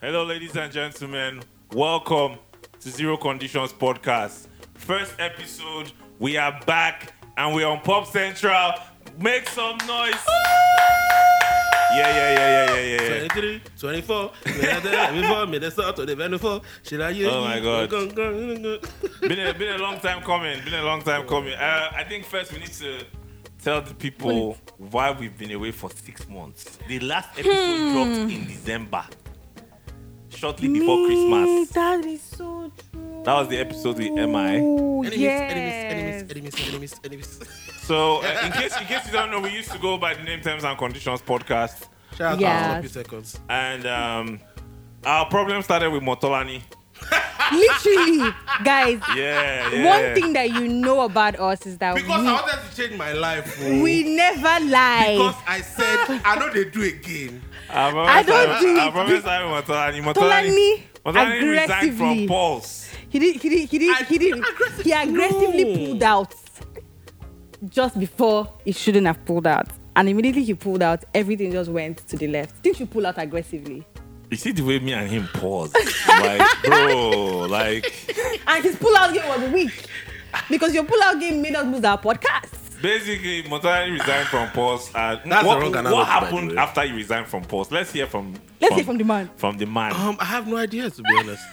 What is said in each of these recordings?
Hello, ladies and gentlemen. Welcome to Zero Conditions Podcast. First episode, we are back and we're on Pop Central. Make some noise. Yeah, yeah, yeah, yeah, yeah, yeah, yeah. 23, 24, 24, Minnesota, 24, Shiraye. Oh my God. Been a, been a long time coming. Been a long time coming. Uh, I think first we need to tell the people why we've been away for six months. The last episode dropped in December, shortly before Me, Christmas. That is so true. That was the episode with eh? MI. Oh, Enemies, yes. enemies, enemies, enemies, enemies, enemies. So, uh, in case in case you don't know, we used to go by the name Terms and Conditions podcast, Shout out Yes. to 20 seconds. and um, our problem started with Motolani. Literally, guys. Yeah, yeah. One thing that you know about us is that Because I wanted to change my life. we, oh. we never lie. Because I said, I know they do again. I don't do I it. promise I with Motolani. Motolani, Tolani Motolani resigned from aggressively. Pulse. He did. He did. He I- did. He, did, aggressive- he aggressively No. pulled out just before he shouldn't have pulled out, and immediately he pulled out, everything just went to the left. Didn't you pull out aggressively? You see the way me and him pause, like bro, like And his pull out game was weak because your pull out game made us lose our podcast. basically Motolani resigned from Pulse. And That's what, the wrong analogy, what by the happened way. after you resigned from Pulse? Let's hear from Let's hear from the man. from the man. Um, I have no idea to be honest.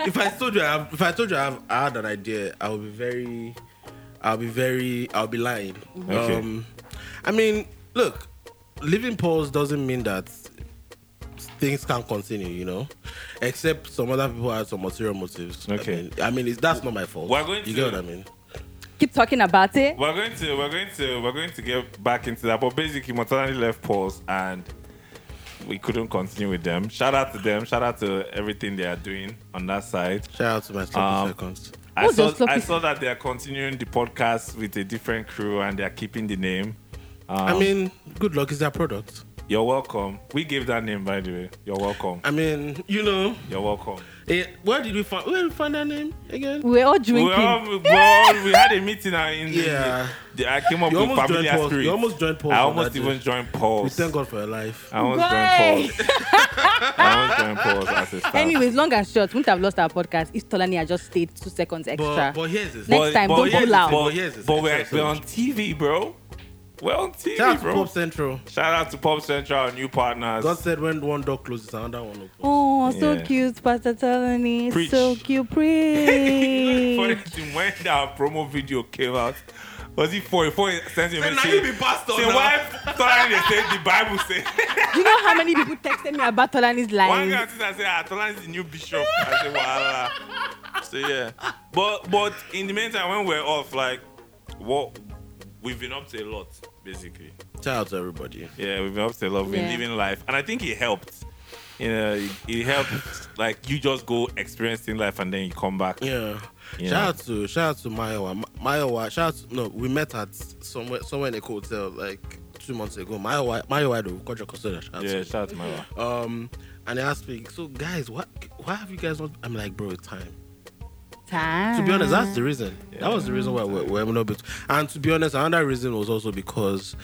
if I told you, I have, if I told you I, have, I had an idea, I would be very, I'll be very, I'll be lying. Okay. Um, I mean, look, leaving pause doesn't mean that things can continue, you know, except some other people had some material motives. Okay. I mean, I mean it's, that's not my fault. We're going you to- get what I mean? Keep talking about it. We're going to we're going to we're going to get back into that, but basically Motolani left Pulse and we couldn't continue with them. Shout out to them. Shout out to everything they are doing on that side. Shout out to my sloppy Um, seconds. I What's saw, your sloppy- I saw that they are continuing the podcast with a different crew and they are keeping the name. um, I mean, good luck is their product. You're welcome. We gave that name, by the way. You're welcome. I mean, you know, You're welcome. eh, where did we find where did we find that name again? We're all We, drinking. um, all, we, all- we had a meeting and in the- Yeah. the- I came up You with almost joined familiar Paul. spirit. You almost joined Paul. I for almost that even day. joined Paul. We thank God for your life. I almost Why? joined Paul. I almost joined Paul as a staff. Anyways, long and short, wouldn't have lost our podcast if Tolani had just stayed two seconds extra. But, but here's this. Next time, don't here's pull the out. thing, But here's the but thing, we're, so- we're on TV, bro. We're on TV, Shout out to bro. Pop Central. Shout out to Pop Central, our new partners. God said when one door closes, another one opens. oh, so Yeah. cute, Pastor Tolani. Preach. So cute, Funny preach. thing, when that promo video came out, was it for for sent me a Say, "Now message? you be pastor Say now." why Tolani they say the Bible say. Do you know how many people texted me about Tolani's One guy life? said, I said, ah, Tolani is the new bishop. I said, voila. So yeah, but but in the meantime, when we're off, like what we've been up to a lot, basically. Shout out to everybody. Yeah, we've been up to a lot. We've been Yeah. living life, and I think it helped. You know, it, it helped. Like you just go experiencing life, and then you come back. Yeah. Yeah. Shout out to shout out to Mayowa. Ma- Mayowa. Shout out to, no, we met at somewhere somewhere in a hotel like two months ago. Mayowa Mayowa do Kojo Kosoda. Shout out to Yeah, him. shout out to my wife. Um, and they asked me, so guys, what? Why have you guys not? I'm like, bro, it's time. Time. to be honest, that's the reason. Yeah. That was the reason why we're, we're not able to. And to be honest, another reason was also because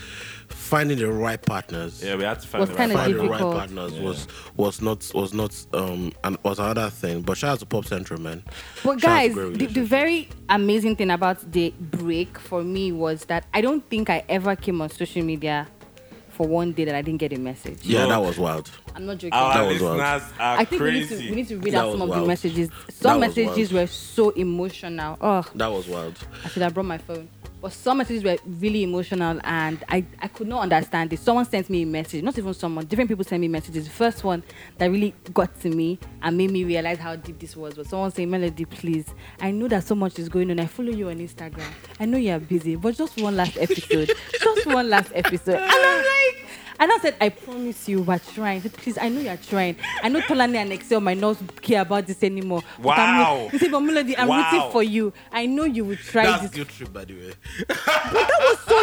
finding the right partners, Yeah, we had to find Was the kinda right finding the partner. right difficult. partners was was not was not um and was another thing. But shout out to Pop Central, man. But Shout out to guys, Great the, the Relationship. very amazing thing about the break for me was that I don't think I ever came on social media for one day that I didn't get a message. yeah, Look. that was wild. I'm not joking. Our Ah, That was listeners wild. are I think we need, crazy. to, we need to read That out was some of the wild. messages. Some was messages wild. were so emotional. Oh, That was wild. I should have brought my phone. But some messages were really emotional and I, I could not understand it. Someone sent me a message, not even someone, different people sent me messages. The first one that really got to me and made me realize how deep this was was someone saying, Melody, please, I know that so much is going on. I follow you on Instagram. I know you're busy, but just one last episode. just one last episode. And I'm like, and I said, I promise you, we're trying. I said, Please, I know you're trying. I know Tolani and Excel might not care about this anymore. But I'm- Wow. He said, but Melody, I'm Wow. rooting for you. I know you will try That's this guilt trip, by the way. so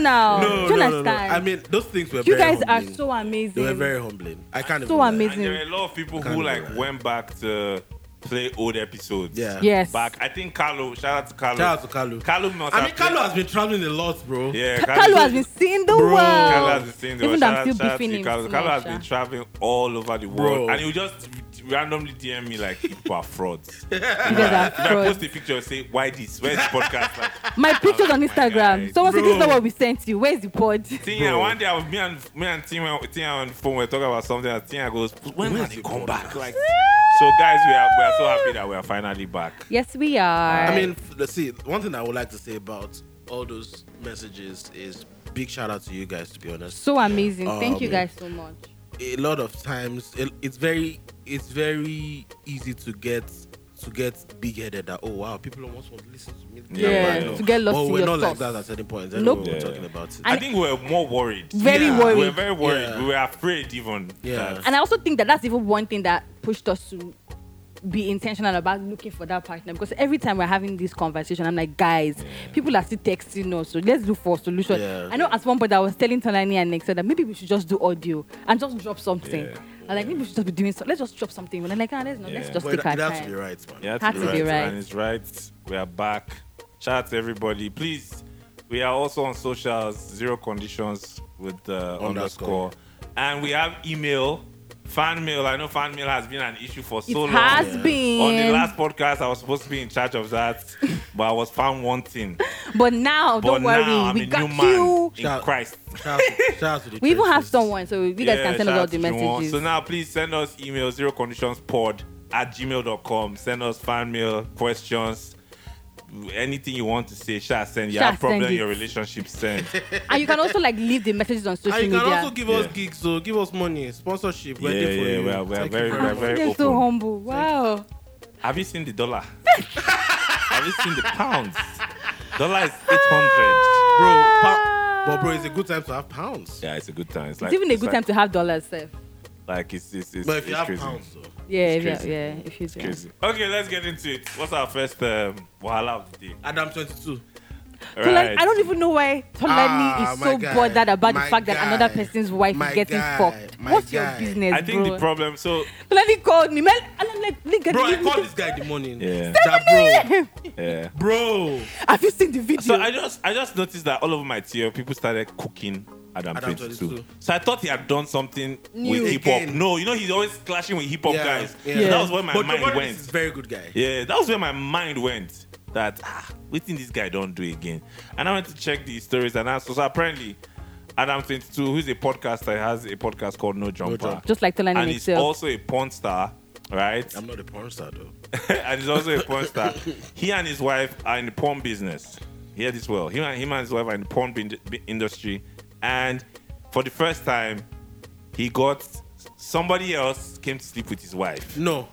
No, Do no, you no, no. understand? I mean, those things were. you very guys are humbling. so amazing. They were very humbling. I can't. So even lie. And amazing. there were a lot of people Can't who do like that. went back to play old episodes. Yeah. Yes. Back, I think Carlo. Shout out to Carlo. Shout out to Kalu. Carlo must I have mean, Kalu played- has been traveling a lot, bro. Yeah, Ka- Kalu has been seeing the world. Carlo has been seeing the Even world. though Shout I'm out- still shout out to beefing him. Carlo. so Carlo has much, been ah. traveling all over the Bro. world, and he would just randomly DM me like people are frauds. You guys If are I frauds. post a picture and say, why this? Where's the podcast? Like, My pictures on my Instagram. God. Someone said this is Bro. not what we sent you. Where's the pod? Tina, one day I was, me and me and Tina, Tina on the phone, we we're talking about something, and Tina goes, when Where's can the they come podcast? back? Like, so guys, we are we are so happy that we are finally back. Yes, we are. I mean, f- let's see. One thing I would like to say about all those messages is big shout out to you guys. To be honest, so amazing. Thank Um, you guys so much. a lot of times it, it's very it's very easy to get to get big headed that oh wow people almost want to listen to me. Yeah, Yeah, yeah. to get lost But in we're your not like thoughts. that at certain points. Nope. Nope. We're Yeah. talking about it. I think we were more worried. Very Yeah. We were worried. very worried. Yeah. We were afraid even. Yeah. that- And I also think that that's even one thing that pushed us to be intentional about looking for that partner because every time we're having this conversation, I'm like, guys, people are still texting us, so let's look for a solution. Yeah. I know at one point I was telling Tonani and Nexa that maybe we should just do audio and just drop something. Yeah. I'm like, maybe we should just be doing so. Let's just drop something. And I'm like, ah, let's not. Let's Yeah. just But take it, our it has to be time. right, man. Yeah, Had to be right. And it's right. We are back. Shout out to everybody. Please, we are also on socials, zero conditions with the Underscore. underscore. And we have email, fan mail. I know fan mail has been an issue for so it long. has Yeah. been. On the last podcast, I was supposed to be in charge of that, but I was found wanting. but now, but don't worry, now I'm we a got new man you. in Shout- Christ. Shout out, to, shout out to the We even have churches. someone, so you guys Yeah, can send us shout all out the to Juwan. messages. So now please send us email zero conditions pod at gmail.com. Send us fan mail, questions, anything you want to say. Shall send you Sha, have problem send in your it. relationship send. and you can also like leave the messages on social And you media. can also give us Yeah. gigs, so give us money, sponsorship. We're Yeah, there for yeah, you. we are- we are Thank you very- we are much. very- They're so open. humble. Wow. have you seen the dollar? have you seen the pounds? Dollar is eight hundred. Ah. bro. Pa- but bro, it's a good time to have pounds. Yeah, it's a good time. It's, like, It's even a it's good like, time to have dollars, sir. like it's it's it's, But if you it's have crazy. pounds, though. Yeah, It's yeah, crazy. yeah. If you do. Crazy. Okay, let's get into it. What's our first um, wahala of the day? Adam 22. All So like, right. I don't even know why Tolani Ah, is my so guy. bothered about My the fact that guy. another person's wife My is getting guy. fucked. My What's guy. your business, I think bro? the problem. So Tolani called me. Man, and I'm like, nigga, Bro, I did you- called this guy in the morning. Yeah. That yeah. bro. Bro. have you seen the video? So I just I just noticed that all over my tier people started cooking Adam, Adam 22. 22. So I thought he had done something New. with hip hop. Again. No, you know he's always clashing with hip hop Yeah, guys. yeah. So Yeah. that was where my but mind Jabari went. is a very good guy. Yeah, that was where my mind went. That ah, we think this guy don't do again. And I went to check the stories and asked. So apparently, Adam 22, who's a podcaster, has a podcast called No Jumper. Jump. just like Tolani and he's himself. also a porn star, right? I'm not a porn star though. and he's also a porn star. He and his wife are in the porn business. Hear this well. He and, him and his wife are in the porn bin- bin- industry. And for the first time, he got somebody else came to sleep with his wife. No.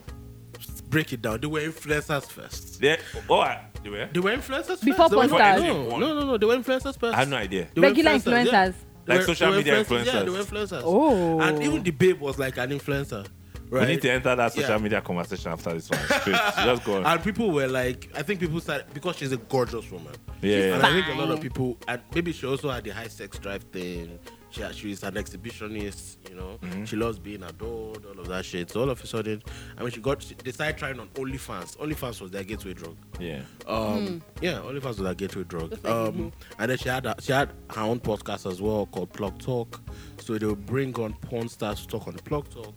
Just break it down. They were influencers first. They, oh, I, they were? They were influencers Before first. They were- porn stars. No, no, no, no. They were influencers first. I have no idea. They were Regular yeah. influencers. They Like were- social they were media Yeah, influencers. they were influencers. Oh. And even the babe was like an influencer. Right. We need to enter that social Yeah. media conversation after this one. Straight. Just go on. And people were like, I think people started because she's a gorgeous woman. Yeah. And I think a lot of Fine. people, and maybe she also had the high sex drive thing. She had- she's an exhibitionist, you know. Mm-hmm. She loves being adored, all of that shit. So all of a sudden, I mean, she got she, they started trying on OnlyFans. OnlyFans was their gateway drug. yeah. Um, Yeah, OnlyFans was her gateway drug. Just Hmm. like Um, and then she had a, she had her own podcast as well called Plug Talk. So they would bring on porn stars to talk on the Plug Talk.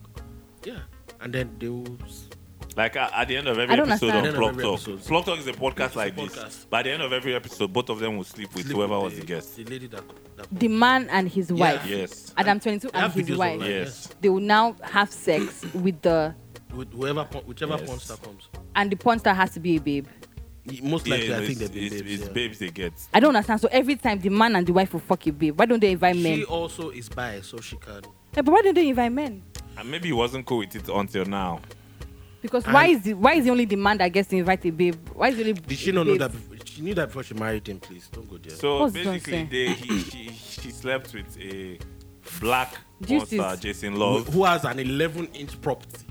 Yeah, and then they will. Like at, at the end of every I don't episode understand. of At the end Plug of every Talk. episode. Plug Talk is a podcast It's a like this. podcast. By the end of every episode, both of them will sleep with sleep whoever with was the guest. The lady that. that the man and his wife. Yes. Adam 22 They have and his videos wife. online. Yes. They will now have sex with the with whoever pon- whichever Yes. porn star comes. and the porn star has to be a babe. Y- Most likely, yeah, I no, think it's, they'll be it's, babes. it's yeah. babes they get. I don't understand. So every time the man and the wife will fuck a babe. Why don't they invite men? She also is bi, so she can. Yeah, but why don't they invite men? And maybe he wasn't cool with it until now. Because And- why is the, why is the only the man that gets to invite a babe? Why is it only Did she not know babes? that? Before, she knew that before she married him. Please don't go there. So What's basically, Johnson? they, he, she, she slept with a black Juices. monster, Jason Who- Love. Who has an 11 inch property?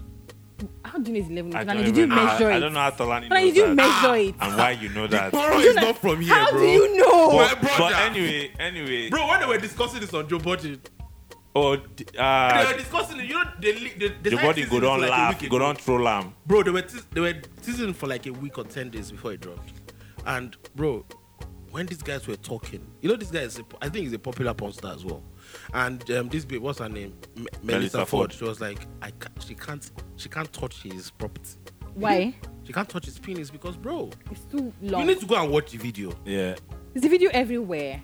How do you know it's eleven? I inches? don't And did you even know- measure I, it? I don't know how Tolani Like, knows did you that. measure it? and why you know that. Tomorrow you is know- not from here, how bro. do you know? Well- But, My but brother. anyway, anyway. Bro, when they were discussing this on Joe Buddy, Oh, they were uh, discussing it. You know, they li- they, they the started body go teasing this down like a laugh, week go ago. down throw lamb. Bro, they were teas they were teasing for like a week or ten days before it dropped, and bro, when these guys were talking, you know, this guy is a, I think he's a popular porn star as well, and um, this babe, what's her name, M- Melissa Melissa Ford. Ford. She was like, I ca- she can't, she can't touch his property. Why? She can't touch his penis because, bro, It's too you long. need to go and watch the video. Yeah. Is the video everywhere?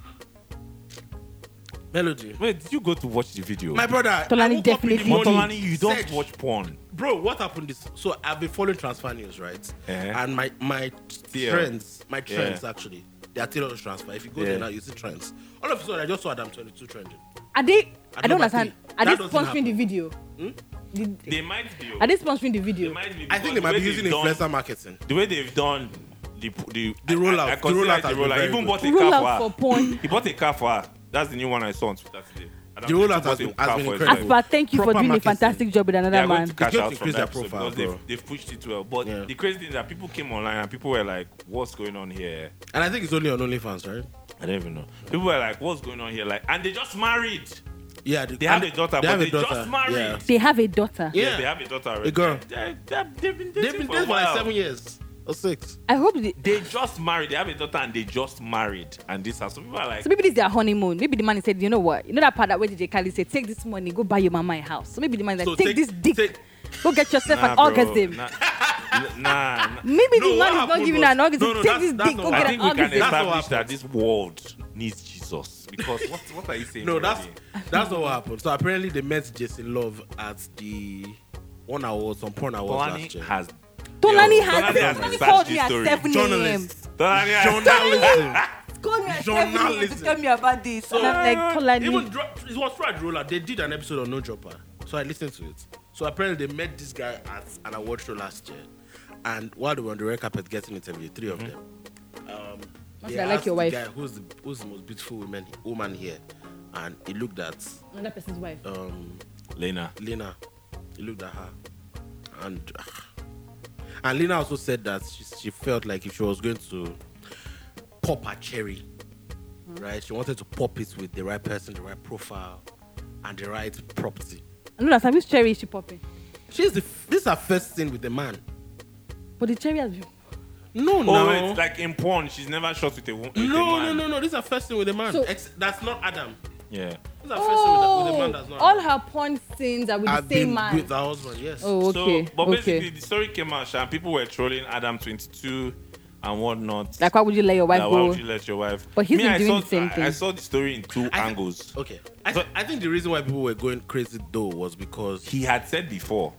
Melody. Wait, did you go to watch the video? My brother, I Tolani woke up in the definitely- morning, Motolani, you don't search. watch porn. Bro, what happened is so I've been following transfer news, right? Eh. And my my TL. trends, my Yeah. trends actually, they are tailored to transfer. If you go Yeah. there now, you see trends. All of a sudden, I just saw Adam 22 trending. Are they? I, number don't understand. three. Are That they doesn't sponsoring happen. the Hmm? video? Did- They might be. oh, Are they sponsoring They the video? might be I because think they might the be way using they've done- influencer marketing. The way they've done the the, The rollout. I, I The consider rollout it the has been rollout. very He even good. bought a Rollout car for her. for porn. He bought a car for her. That's the new one I saw on Twitter today. Adam The Peter rollout has bought a been- car has been for his incredible. wife. Aspa, thank you for Proper doing a marketing. fantastic job with they another are going to man. cash going to out from increase that their episode profile, because bro. they've, they've pushed it well. But Yeah. the crazy thing is that people came online and people were like, "What's going on here?" And I think it's only on OnlyFans, right? I don't even know. People were like, "What's going on here?" Like, and they just married. Yeah, They have a daughter, but they just married. Yeah. They have a daughter. Yeah. they have a daughter already. A girl. They, have been dating They've been for, a dating for like while. seven years or six. I hope they, They just married. They have a daughter and they just married. And this has some people are like, so. Maybe this is their honeymoon. Maybe the man said, you know what? You know that part that where DJ Khaled said, take this money, go buy your mama a house. So maybe the man is like, So take- take, this dick, take- go get yourself an bro, orgasm. Nah, n- nah, nah. Maybe No, what the man is not happened giving was- an No, orgasm. no, take that's- this that's dick, not go what get I an think we can That's orgasm. not what establish that this world needs Jesus because what, what are you saying? No, that's already? that's not what happened. So apparently they met Jason Love at the one hour, some porn hours last Polanyi year. has Tolani Yo, has Tolani has Tolani researched called me this at story. 7 a.m. Journalist. Tolani has Journalism. Called me at 7 a.m. to Journalism. tell me about this. And I'm like, Even Tolani. dro- it was Fred Roller. They did an episode on No Dropper, so I listened to it. So apparently they met this guy at an award show last year, and while they were on the red carpet getting interviewed, three of them. Um, Must they be I like asked your the wife. guy, who's the who's the most beautiful woman woman here, and he looked at Another person's wife. um, Lena. Lena. He looked at her, and ah. and Lena also said that she, she felt like if she was going to pop her cherry, right? She wanted to pop it with the right person, the right profile, and the right property. No, that's which cherry is she popping? She's the f- this is her first thing with the man. But the cherry has been. No, Oh, no. wait, like in porn, she's never shot with a woman. no, a no, man. no, no. This is her first thing with the man. So- Ex- that's not Adam. Yeah. This is her first thing with, the, with the man. That's not. all Adam. her porn scenes are with I've the same been man. with her husband. Yes. oh, okay. So, but basically, okay. the story came out, and people were trolling Adam 22 and whatnot. Like, why would you let your wife Like, why go? would you let your wife? But he's Me, been I doing saw, the same I, I thing. saw the story in two I- angles. Okay. I, th- I think the reason why people were going crazy though was because He had said before.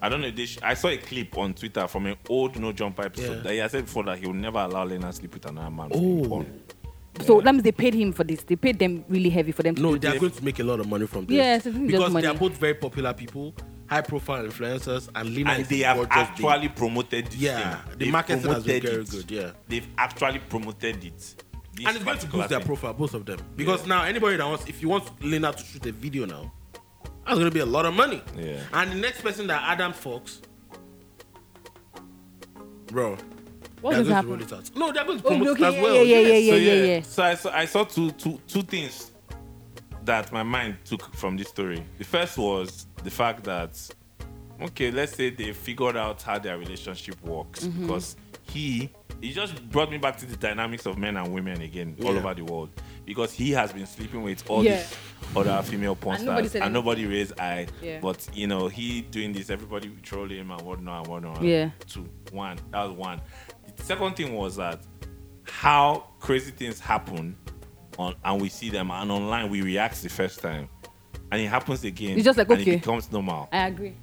I don't know. if They sh- I saw a clip on Twitter from an old No Jumper episode Yeah. that he had said before that he would never allow Lena sleep with another man. in Oh. porn. so that means they paid him for this. They paid them really heavy for them. To No, do they are this. going to make a lot of money from this. Yes, I think just because they are money. both very popular people, high profile influencers, and Lena And is they a have gorgeous actually promoted this Yeah, thing. the They've marketing has been promoted very it. good, yeah. They've actually promoted it. This babe. and it's going to particular boost their thing. profile, both of them. Because now anybody that wants, if you want Lena to shoot a video now, that's going to be a lot of money. Yeah. And the next person that Adam Fox, bro, What's they're going going to to roll happen? it out. No, they're going to promote Oh, it okay, as yeah, well. yeah, yeah, yes. yeah, so, yeah, yeah, yeah. So I saw, I saw two, two, two things that my mind took from this story. The first was the fact that, okay, let's say they figured out how their relationship works Mm-hmm. because he, he just brought me back to the dynamics of men and women again all Yeah. over the world because he has been sleeping with all Yeah. these other female porn And nobody stars said and nobody raised eye. Yeah. But you know, he doing this, everybody would troll him and whatnot and whatnot. Yeah. Two, one. That was one. The second thing was that how crazy things happen on and we see them and online we react the first time. And it happens again. It's just like, and okay. it becomes normal. I agree.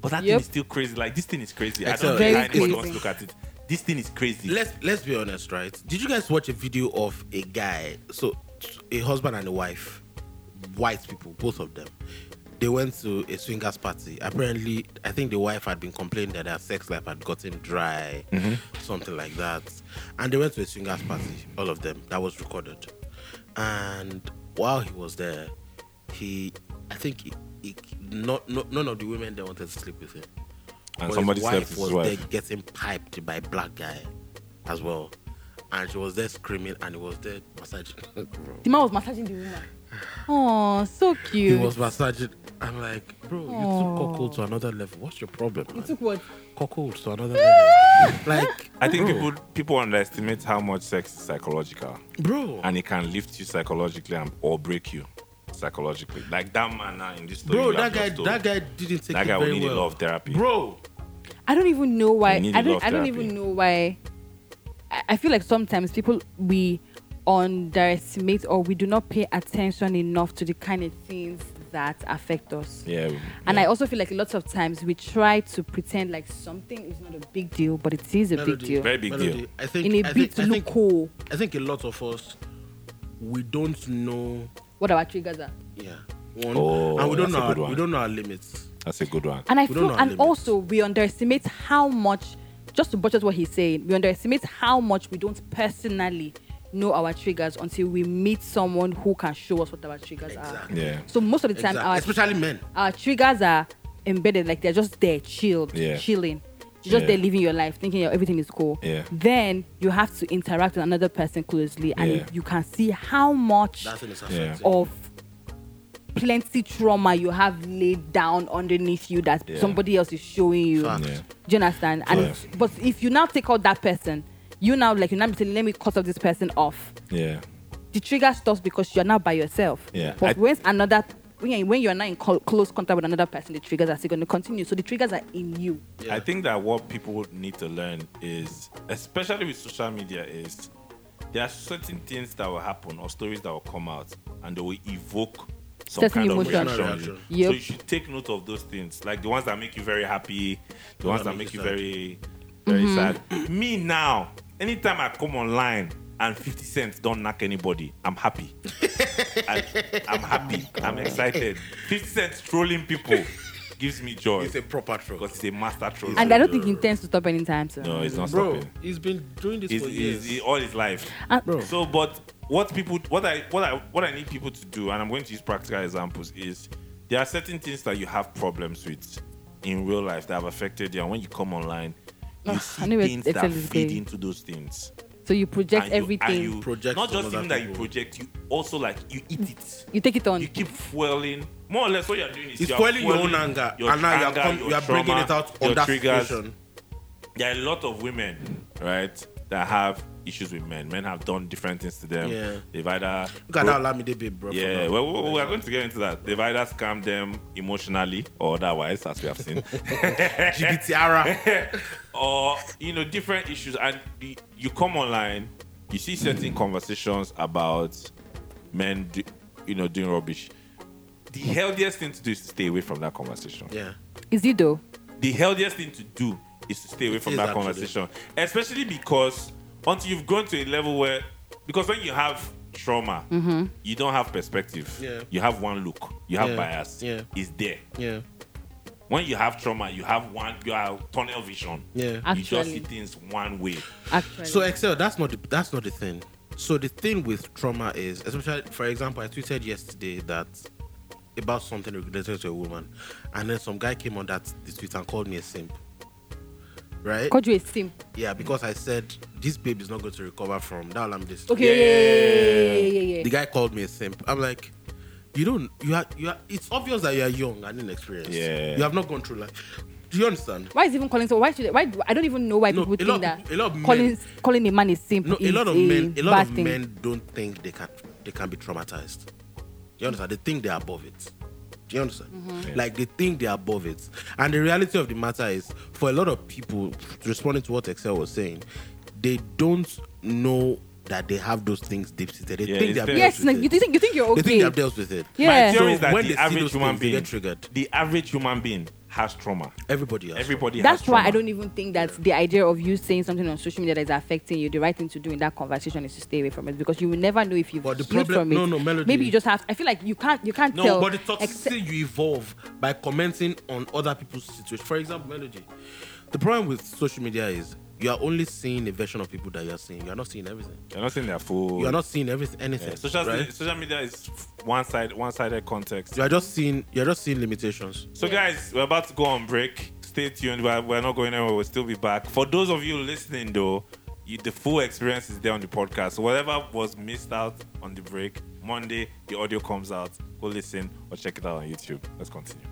But that Yep. thing is still crazy. Like this thing is crazy. I Excel. don't think Very anybody wants crazy. to look at it. This thing is crazy. Let's let's be honest, right? Did you guys watch a video of a guy, so a husband and a wife, white people, both of them? They went to a swingers party. Apparently, I think the wife had been complaining that her sex life had gotten dry, something like that. And they went to a swingers party, all of them. That was recorded. And while he was there, he, I think, he, he, not, no none of the women there wanted to sleep with him and but somebody his wife slept with was his wife. there getting piped by a black guy as well. And she was there screaming and he was there massaging. Bro. The man was massaging the woman. Oh, so He cute. was massaging. I'm like, bro, you Aw. took cockle to another level. What's your problem? You Man? took what? cockle to another level. like, I think bro, people people underestimate how much sex is psychological bro, and it can lift you psychologically and, or break you. psychologically. Like that man now in this story. Bro, you have that guy, your story. that guy didn't take That it guy will very need a well. lot of therapy. Bro, I don't even know why. We need I a lot don't. of I don't therapy. even know why. I, I feel like sometimes people we underestimate or we do not pay attention enough to the kind of things that affect us. Yeah. And yeah. I also feel like a lot of times we try to pretend like something is not a big deal, but it is a big Melody. deal. Very big Melody, deal. I think, In a I bit think, to I look think, cool. I think a lot of us, we don't know, What our triggers are. yeah, one, Oh, and we don't that's a know, good our, one. we don't know our limits. That's a good one. And I We don't feel, know our and limits. also we underestimate how much. Just to buttress what he's saying, we underestimate how much we don't personally know our triggers until we meet someone who can show us what our triggers are. Exactly. Yeah. So most of the time, Exact- our Especially men. our triggers are embedded, like they're just there, chilled, Yeah. chilling. You're just Yeah. there living your life, thinking your- everything is cool. Yeah. Then you have to interact with another person closely, and Yeah. you can see how much That's in Yeah. affecting. of plenty trauma you have laid down underneath you that Yeah. somebody else is showing you. Fact. Yeah. Do you understand? And Yeah. it's- but if you now take out that person, you now like you now be saying, let me cut off this person off Yeah. the trigger stops because you're now by yourself. Yeah. But I- when another when you're, when you're not in co- close contact with another person, the triggers are still going to continue. So the triggers are in you. I think that what people would need to learn is, especially with social media, is there are certain things that will happen or stories that will come out and they will evoke some Certain kind emotion. of reaction. Reaction. Yep. So you should take note of those things, like the ones that make you very happy, the ones that make you very, very Mm-hmm. sad. Me now, anytime I come online and 50 cents don't knock anybody, I'm happy. I, I'm happy. I'm excited. 50 cents trolling people gives me joy. It's a proper troll. because it's a master troll. And I don't think he intends to stop anytime soon. No, it's not Bro, stopping. he's been doing this It's, for years. it's, it's all his life. And- Bro. So, but what people, what I, what I, what I need people to do, and I'm going to use practical examples, is there are certain things that you have problems with in real life that have affected you, and when you come online, you Ugh, see Ah, I knew it- things Excel that is feed gay. into those things. So you project And you- and everything. you- You, Project not on just other even that you people. project, you also like you eat it. take it on. You keep fueling. More or less, what you're doing is It's you're spoiling your own fueling anger, your and now you're, anger, com- your you're bringing trauma, it out your on that triggers, situation. there are a lot of women, right, that have issues with men. Men have done different things to them. Yeah. They've either Look at that Lamide babe, bro. yeah, well, we- we- we are going to get into that. They've either scammed them emotionally or otherwise, as we have seen, eh. GBTR. or you know, different issues. And the, you come online, you see certain conversations about men, do, you know, doing rubbish. The healthiest thing to do is to stay away from that conversation. yeah. Is it though? the healthiest thing to do is to stay away It from is that actually. conversation, especially because until you've gone to a level where, because when you have trauma, Mm-hmm. you don't have perspective. Yeah. You have one look. You have Yeah. bias. Yeah. It's there. Yeah. When you have trauma, you have one. You have tunnel vision. Yeah. You just see Actually, things one way. actually. So eh, Excel, that's not the, that's not the thing. So the thing with trauma is, especially for example, I tweeted yesterday that about something related to a woman, and then some guy came on that the tweet and called me a simp. Right? called you a simp. Yeah, because I said this babe is not going to recover from that Lamide. story." Okay. Yeah. Yeah. Yeah. yeah, The guy called me a simp. I'm like, you don't, you are, you are. It's obvious that you are young and inexperienced. Yeah. You have not gone through life. Do you understand? Why is he even calling? So why should? Why do- I don't even know why No, a people lot think of- that a lot of calling men- calling a man a simp No, is a lot of men, a lot bad of thing. men don't think they can they can be traumatized. Do you understand? They think they're above it. Do you understand? Mm-hmm. Like they think they're above it. And the reality of the matter is, for a lot of people, responding to what Excel was saying, they don't know that they have those things deep seated. They Yeah, think it's they're there. Yes, like, you think you think you're They think okay. they've dealt with it. My Yeah. theory So is that when the they see average those human things, they being, get triggered. the average human being has trauma. Everybody else. Everybody. That's has why trauma. I don't even think that the idea of you saying something on social media that is affecting you, the right thing to do in that conversation is to stay away from it because you will never know if you've But the healed problem- from it. no, no, Melody. Maybe you just have. I feel like you can't. You can't No, tell. but the except- toxicity you evolve by commenting on other people's situation. For example, Melody. The problem with social media is you are only seeing a version of people that you are seeing. You are not seeing everything. You're not saying they're full. You are not seeing everything. Anything. Yeah, social, right? social media is one side, one-sided context. You are just seeing. You are just seeing limitations. So, guys, we're about to go on break. Stay tuned. We're, we're not going anywhere. We'll still be back. For those of you listening, though, you, the full experience is there on the podcast. So, whatever was missed out on the break, Monday, the audio comes out. Go listen or check it out on YouTube. Let's continue.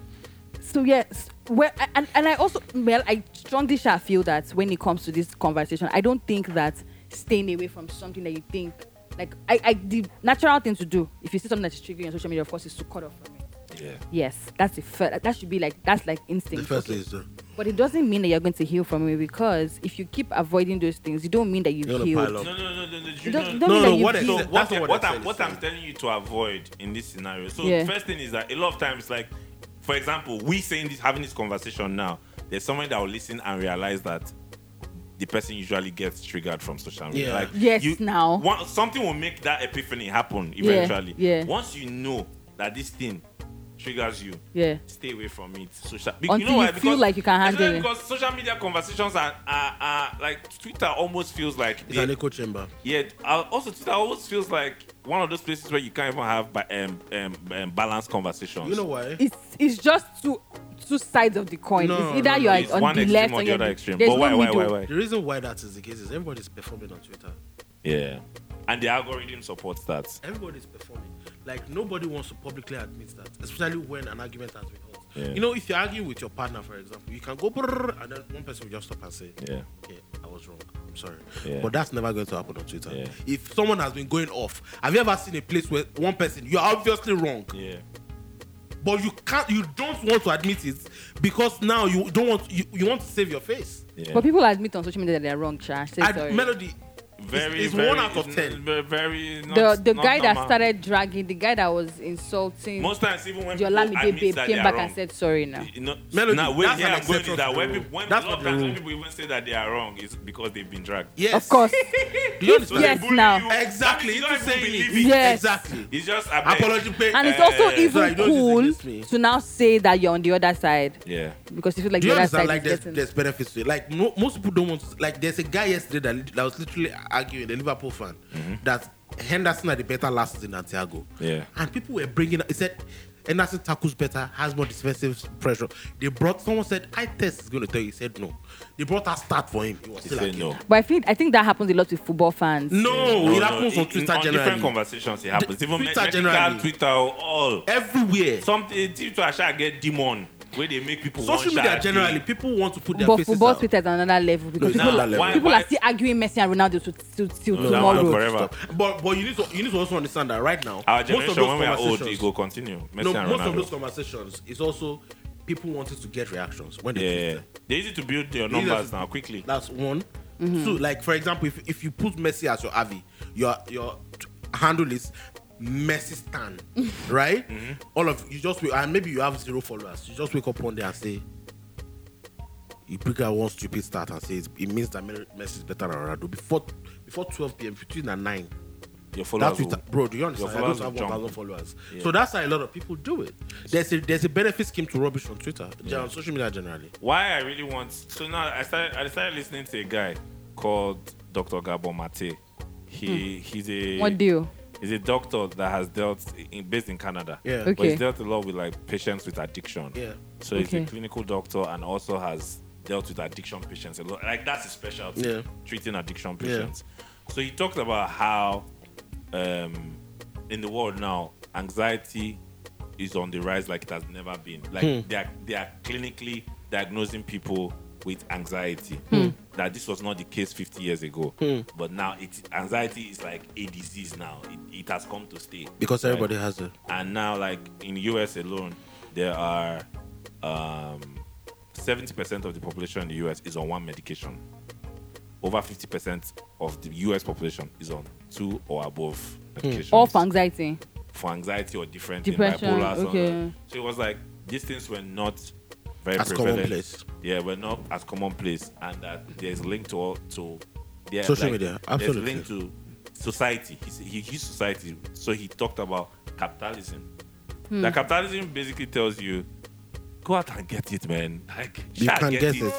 So yes, well, I- and, and I also, Mel, I strongly shall feel that when it comes to this conversation, I don't think that staying away from something that you think Like I, I the natural thing to do if you see something that is triggering on social media, of course, is to cut off from it. Yeah. Yes, that's the first. That should be like that's like The instinct. first is uh, But it doesn't mean that you're going to heal from it because if you keep avoiding those things, you don't mean that you've You're gonna pile up. healed. No, no, no, no, no. You know- Don't- don't mean No, that no, you've what I- healed. So what, That's not what, what I I'm, said, what sorry. I'm telling you to avoid in this scenario. So Yeah. the first thing is that a lot of times, like for example, we saying this, having this conversation now, there's someone that will listen and realize that the person usually gets triggered from social media. Yeah. Like Yes, now. one- something will make that epiphany happen eventually. yeah. Once you know that this thing triggers you, Yeah. stay away from it. Social, be- Until you feel like you can handle especially it. Because social media conversations are, are, are like Twitter almost feels like it's they- an echo chamber. yeah, I also Twitter always feels like one of those places where you can't even have ba- um, um, um, balanced conversations. You know why? It's it's just two two sides of the coin. No, it's either no, no, you're it's on one the extreme left or or the you're other the- extreme. there's But why, no why, middle. why, why? The reason why that is the case is everybody's performing on Twitter. Yeah, and the algorithm supports that. Everybody's performing. Like nobody wants to publicly admit that, especially when an argument has been held. Yeah. You know, if you're arguing with your partner, for example, you can go brrrr, and then one person will just stop and say, Yeah, okay, I was wrong. I'm sorry. Yeah. But that's never going to happen on Twitter. Yeah. If someone has been going off, have you ever seen a place where one person, you're obviously wrong, yeah, but you can't, you don't want to admit it because now you don't want, you, you want to save your face. yeah. But people admit on social media that they're wrong, trash. Say And sorry. Melody, very, it's very, one out of ten. Very, very not, the the not guy that normal. started dragging, the guy that was insulting most times even when people Jolami admit Babe that came they are back wrong, and said sorry now. You know, Melody, now, wait, that's here an I'm going to exception that. to When the people, when a lot rule. That's of not the times when rule. people even say that they are wrong, it's because they've been dragged. yes. Of course. Do you So understand? they Yes, bully now. you, that means Exactly. You It's don't even saying believe it. it. Yes. Exactly. It's just I beg. Apology pay. Eh, and it's Uh, also sorry, even don't use it cool against me. to now say that you're on the other side Yeah. because you feel like Do you the other side understand? Like is there's, getting there's benefits to it. Like no, most people don't want. To, like there's a guy yesterday that, that was literally arguing the Liverpool fan that Henderson had the better last season than Thiago. Mm-hmm. Yeah. And people were bringing. He said Henderson tackles better, has more defensive pressure. They brought. Someone said I test is going to tell you. He said no. They brought a start for him. He was He still said like, no. But I think I think that happens a lot with football fans. No, it happens on it- Twitter on different generally. conversations, it happens. The- Even Twitter Twitter, generally. Twitter, all. Everywhere. Something Twitter shall get demon where they make people. Social one media shot generally, people want to put their But faces football out. Twitter is on another level because it's not people, that level. Why- people why- are still arguing Messi and Ronaldo to, to, till No, that one tomorrow. is forever. Stop. But but you need to you need to also understand that right now Our generation, when we are old, conversations- it will continue. Messi no, and most of Ronaldo. those conversations is also people wanted to get reactions when yeah, they yeah. tweet them. They easy to build their They numbers just- now quickly. That's one. Two, like for example, if, if you put Messi as your avi, your your t- handle is Messi Stan, right? Mm-hmm. All of you just wait, and maybe you have zero followers. You just wake up one day and say. You pick out one stupid start and say it's- it means that Mer- Messi is better than Ronaldo before before 12 p.m. between and nine. Your followers That's will, Twitter, bro. Do you understand? I followers don't have will one jump. thousand followers, Yeah. so that's how a lot of people do it. There's a there's a benefit scheme to rubbish on Twitter, gen- on social media generally. why I really want. So now I started. I started listening to a guy called Dr. Gabor Mate. Hmm. He he's a What deal? he's a doctor that has dealt in, based in Canada. Yeah. But Okay. he's dealt a lot with like patients with addiction. Yeah. So he's a Okay. clinical doctor and also has dealt with addiction patients a lot. Like that's his specialty. Yeah. Treating addiction Yeah. patients. So he talked about how um in the world now anxiety is on the rise like it has never been. Like Hmm. they are they are clinically diagnosing people with anxiety. That this was not the case 50 years ago, Hmm. but now it anxiety is like a disease now. It, it has come to stay Because Right. everybody has it. and now like in US alone, there are um seventy percent of the population in the US is on one medication. Over fifty percent of the US population is on two or above medications All for anxiety. for anxiety or different Depression, in bipolar. so- okay. So it was like these things were not very As prevalent. commonplace. Yeah, were not as commonplace, and that there's link to all to yeah, Social media, absolutely. There's link to society. He, s- he used society, so he talked about capitalism. Hmm. That capitalism basically tells you, go out and get it, man. Like You sha, can get it.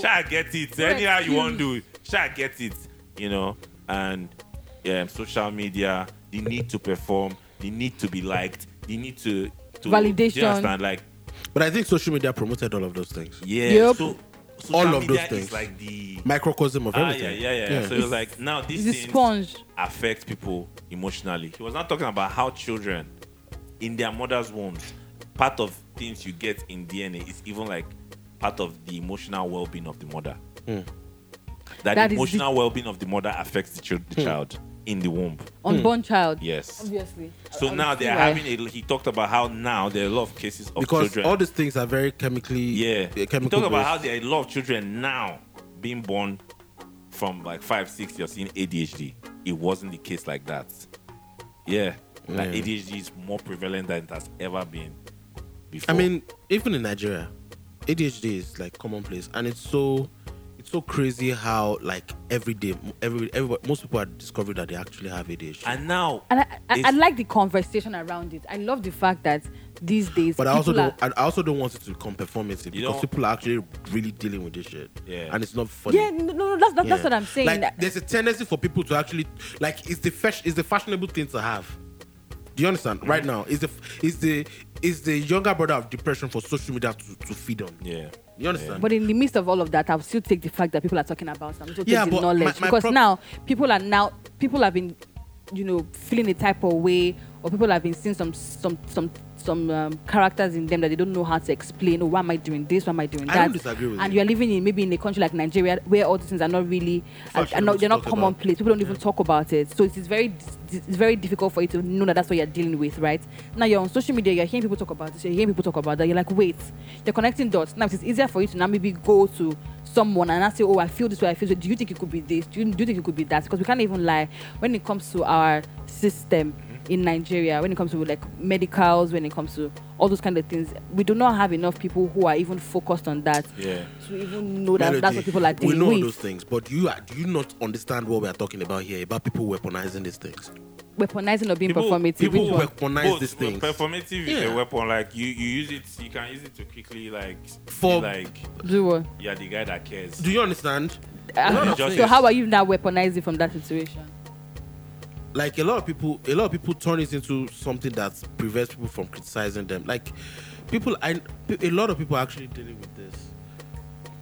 Sha get it. Anyhow you want to do, sha get it. You know, and yeah, social media, the need to perform, the need to be liked, the need to, to Validation. do you understand? Like But I think social media promoted all of those things. yeah, Yep. so social All of media those things. is like the Microcosm of ah, yeah, everything. yeah, yeah, yeah. So it was It's- like now these It's a things sponge. affect people emotionally. He was not talking about how children in their mother's wombs, part of things you get in DNA is even like part of the emotional well being of the mother. That, That the is emotional well being of the mother affects the, child, the child in the womb. Hmm. Unborn child. Yes. Obviously. So Um, I- I now see they're why. having a. He talked about how now there are a lot of cases of because children. all these things are very chemically yeah. uh, He talked chemical about based. how there are a lot of children now being born from like five, six. You're seeing ADHD. It wasn't the case like that. Yeah. Like Yeah. ADHD is more prevalent than it has ever been before. I mean, even in Nigeria, ADHD is like commonplace, and it's so it's so crazy how like every day, every everybody, most people are discovering that they actually have ADHD. and now And I, I, I It's- like the conversation around it. I love the fact that these days. but I also people don't. I I also don't want it to become performative You because don't- people are actually really dealing with this shit. Yeah. and it's not Are, funny. yeah, no, no, no, that's, that's, that's Yeah. what I'm saying. Like, that- there's a tendency for people to actually like it's the fash- it's the fashionable thing to have. Do you understand? Mm-hmm. Right now, it's the it's the it's the younger brother of depression for social media to, to feed on. yeah. You understand? But in the midst of all of that, I'll still take the fact that people are talking about something. Still take Yeah, the but knowledge my- my because prob- now people are now people have been, you know, feeling a type of way, or people have been seeing some some some some um, characters in them that they don't know how to explain. Oh, why am I doing this? Why am I doing I that? don't disagree with and you. are living in maybe in a country like Nigeria where all these things are not really are, are Fashionable not to they're not talk about. commonplace. People don't even talk about it, so it is very it's very difficult for you to know that that's what you're dealing with, right? Now you're on social media, you're hearing people talk about this, you're hearing people talk about that. You're like, wait, you're connecting dots. Now it's easier for you to now maybe go to someone and ask you, oh, I feel this way, I feel this. way. Do you think it could be this? Do you, do you think it could be that? Because we can't even lie when it comes to our system Mm-hmm. in Nigeria when it comes to like medicals, when it comes to all those kind of things. We do not have enough people who are even focused on that Yeah. to even know that that's Melody, what people are We dealing know all with. those things, but you are, do you not understand what we are talking about here about people weaponizing these things? Weaponizing or being performative. people which will one? work- weaponize both, these but things. Performative is Yeah. a weapon. Like you, you use it. You can use it to quickly like For- be like Do what? you're the guy that cares. Do you understand? Uh, lot of so things. how are you now weaponizing from that situation? Like a lot of people, a lot of people turn it into something that prevents people from criticizing them. Like people, I a lot of people are actually dealing with this.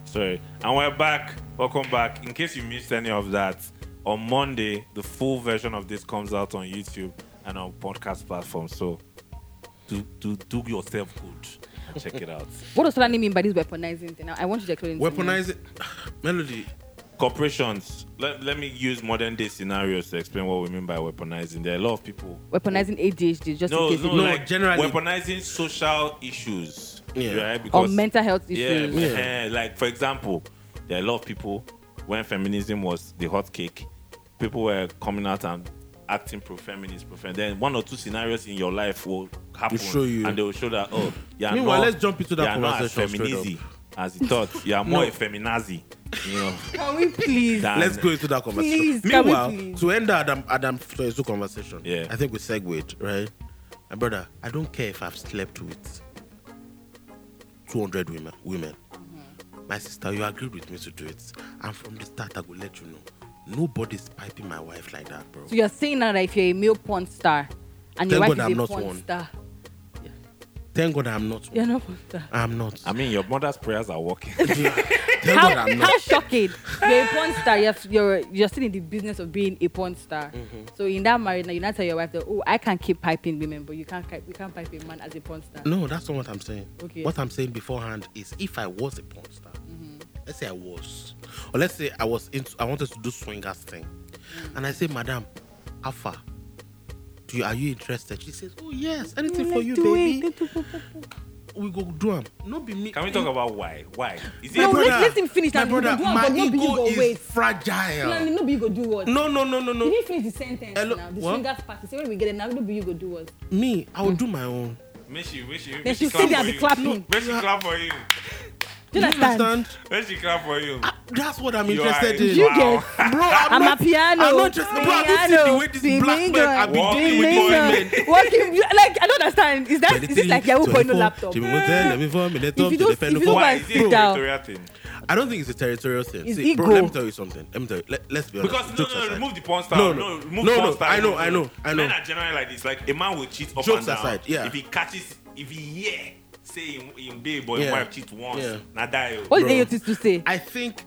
Sorry. And we're back. Welcome back. In case you missed any of that, on Monday the full version of this comes out on YouTube and on podcast platforms. So do do do yourself good. and Check it out. What does Solani mean by this weaponizing thing? Now, I want you to explain. it to me. Weaponizing, melody. Corporations. Let, let me use modern day scenarios to explain what we mean by weaponizing. There are a lot of people Weaponizing ADHD, just no, in case no, you know, like generally. weaponizing social issues, Yeah. right? or Because mental health yeah, issues. eh, like for example, there are a lot of people when feminism was the hot cake, people were coming out and acting pro-feminist, pro-feminist. Then one or two scenarios in your life will happen, show you. and they will show that oh, yeah. Meanwhile, let's jump into that you are not as conversation straight feminazi as you thought. You are more No. a feminazi, you know. Can we please? than- Let's go into that conversation. Please, can we Meanwhile, please? to end the Adam Adam Soyesu conversation, Yeah. I think we segued right. My brother, I don't care if I've slept with two hundred women. Women, Mm-hmm. my sister, you agreed with me to do it, and from the start, I will let you know. Nobody's piping my wife like that, bro. So you're saying now that if you're a male porn star and your Thank wife God is I'm a not porn one. star, Thank God I'm not. you're not porn star. I'm not. I mean, your mother's prayers are working. Thank How, God I'm not. how shocking! You're a porn star. You're, you're you're still in the business of being a porn star. Mm-hmm. So in that marriage, now you now tell your wife that oh, I can keep piping women, but you can't ki- you can't pipe a man as a porn star. No, that's not what I'm saying. Okay. Mm-hmm. What I'm saying beforehand is if I was a porn star, let's say I was, or let's say I was into, I wanted to do swingers thing, Mm. and I say, Madam, how far? Do you, are you interested? She says, Oh yes, Mm, anything for you, baby. We go do them. No, be me. Can we talk about why? Why is it? No, My let- brother, let him finish My and we go brother, do 'em, my but no be you ego go is wait. fragile. no, you go do what? No, no, no, no, no. Did he finish the sentence Hello- now? The what? swingers party. So when we get it now, no be you go do what? Me, I will do my own. Make she, make she, Then make she she'll sit clap for there and be you. clapping. Make she clap for you. Do you understand? Make she clap for you. That's what I'm You are interested a- in. You get- bro. I'm, I'm a not, piano. I'm not just. Bro, have you seen the way this Piano, black man have been Walking dealing with with women? Piano. Walking, like I don't understand. Is that is this like Yahoo Porno laptop? If you don't- if you don't Why and is sit it a down. territorial thing? I don't think it's a territorial thing. It's See, bro, ego. let me tell you something. Let me tell you. Let, us be honest. Because no, Jokes no, no, aside. remove the porn star. No, No, no. remove No, porn no, star. I know, I know, I know. Men are generally like this. Like a man will cheat up Jokes and down. aside, yeah. If he catches, if he hear, say him, him babe or Yeah. him wife cheat once, Yeah. now die. oh. What Bro. did AOT to say? I think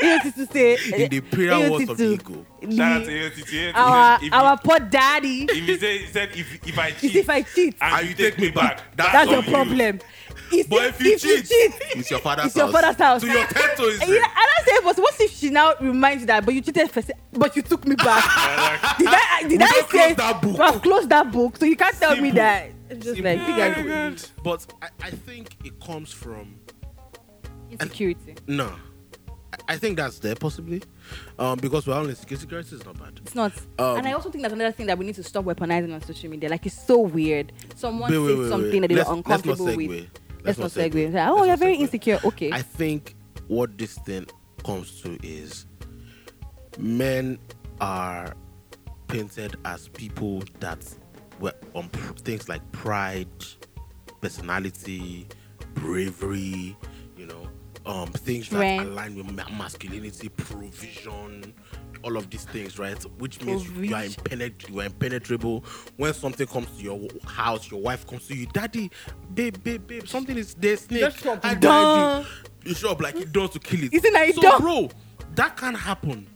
AOT to say. In the prayer AOT words of to- ego. Shout out the- to AOTT. Our If he- our poor daddy. If he say, he said if if I He cheat said if I cheat, and you take me back, that's that's on your you. problem. It's But if you cheat, cheat, it's your father's it's your house. father's house. To your tattoo is Yeah, and I say, but what if she now reminds you that, but you cheated first, but you took me back? did I, did We I don't close say, that book. "Well, I've closed that book, so you can't tell me Simple. that. It's just like, you Oh Very guys, good. But I, I think it comes from insecurity. no. I, I think that's there possibly, um, because we're only security is not bad. It's not. Um, and I also think that's another thing that we need to stop weaponizing on social media. Like, it's so weird. Someone Wait, said wait, wait, wait. something that they Let's- were let's not uncomfortable segue. with. Let's, not segue. It's like, Let's oh, not you're very segue. insecure. Okay. I think what this thing comes to is men are painted as people that were on pr- things like pride, personality, bravery, you know, um, things Strength. that align with ma- masculinity, provision, all of these things, right? Which means you are Provision. impenetrable. You are impenetrable. When something comes to your w- house, your wife comes to you, daddy, babe, babe, babe, something is there, snake. Just show up I with died you. You show up like it does to kill it. Isn't that it so, done? bro? That can happen.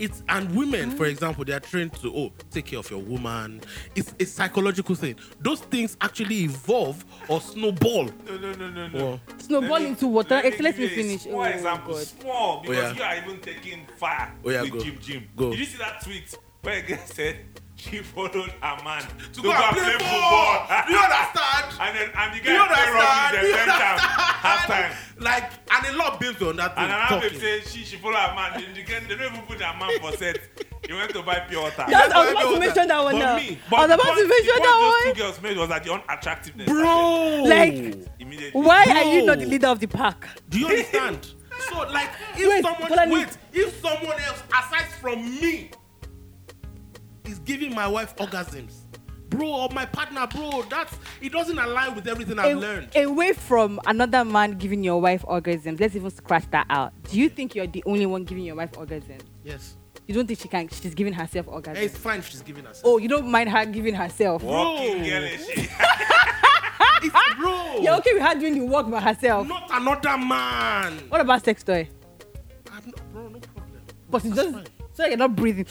It's and women, for example, they are trained to oh take care of your woman. It's a psychological thing. Those things actually evolve or snowball. No, no, no, no, no. Well, Snowball Let me- into water. let me Ex- Let give me you a finish. Small Oh, example, God. small because Oh, yeah. you are even taking fire Oh, yeah, with go. Jim Jim. Go. Did you see that tweet where a girl said she followed her man to go and play ball. you understand? and then and the You guy play understand? rugby the You same time, half time. Like and a lot built on that thing. And another talking. babe said she she followed her man. Then the girl they don't even put her man for set. He went to buy pure water. Yes, I was But about to me- mention that one but now. me- I was the about to point- the mention point that those one. two girls made was that the unattractiveness. Bro, Like- Immediately. Why are you not the Bro. leader of the pack? Do you understand? so like if Wait, someone Bolanle. wait, if someone else aside from me is giving my wife orgasms, bro, or my partner, bro, that's it doesn't align with everything I've A- learned. Away from another man giving your wife orgasms, let's even scratch that out. Do you think you're the only one giving your wife orgasms? yes. You don't think she can? She's giving herself orgasms. Hey, it's fine if she's giving us. oh, you don't mind her giving herself? Walking girlish. Ah, it's bro. You're okay with her doing the work by herself. Not another man. What about sex toy? I'm not, bro, no problem. But it's That's just fine. so you're not breathing.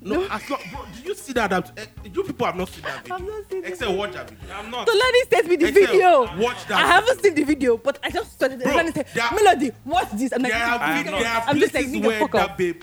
No, as long, bro, do you see that? adapt- eh, You people have not seen that video. I've not seen it. Except watch that video. I'm not. So Lenny sent me the Excel, video. watch that I haven't seen the video, but I just started. Bro, Lenny said, there- Melody, watch this. I'm like, There are, I'm pla- not. there are I'm just like, places nigga, where fuck that off. Ah, babe,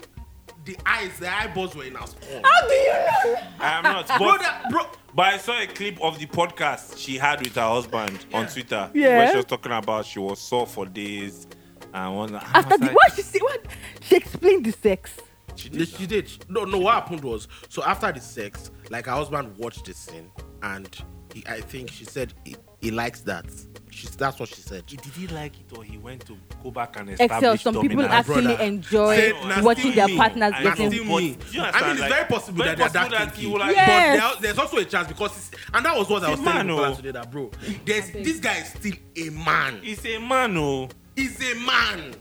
the eyes, the eyeballs were in our skull. how do you know? I am not. Bro, But, that, bro, but I saw a clip of the podcast she had with her husband on Twitter where Yeah. she was talking about she was sore for days and one. After the what she said, what she explained the sex. she No, did. she did. No, no. What happened was, so after the sex, like her husband watched the scene, and he, I think she said he, he likes that. She, that's what she said. Did he like it or he went to go back and establish Excel. Some people dominance? actually brother. enjoy Said nasty watching their me. partners I getting. know. Nasty me. But- I mean, it's Like, very possible very that they're possible that that kinky. he will like- But there- Yes. there's also a chance because, it's, and that was what I was He's telling man, people oh. today that bro, there's, this guy is still a man. He's a man, oh. He's a man.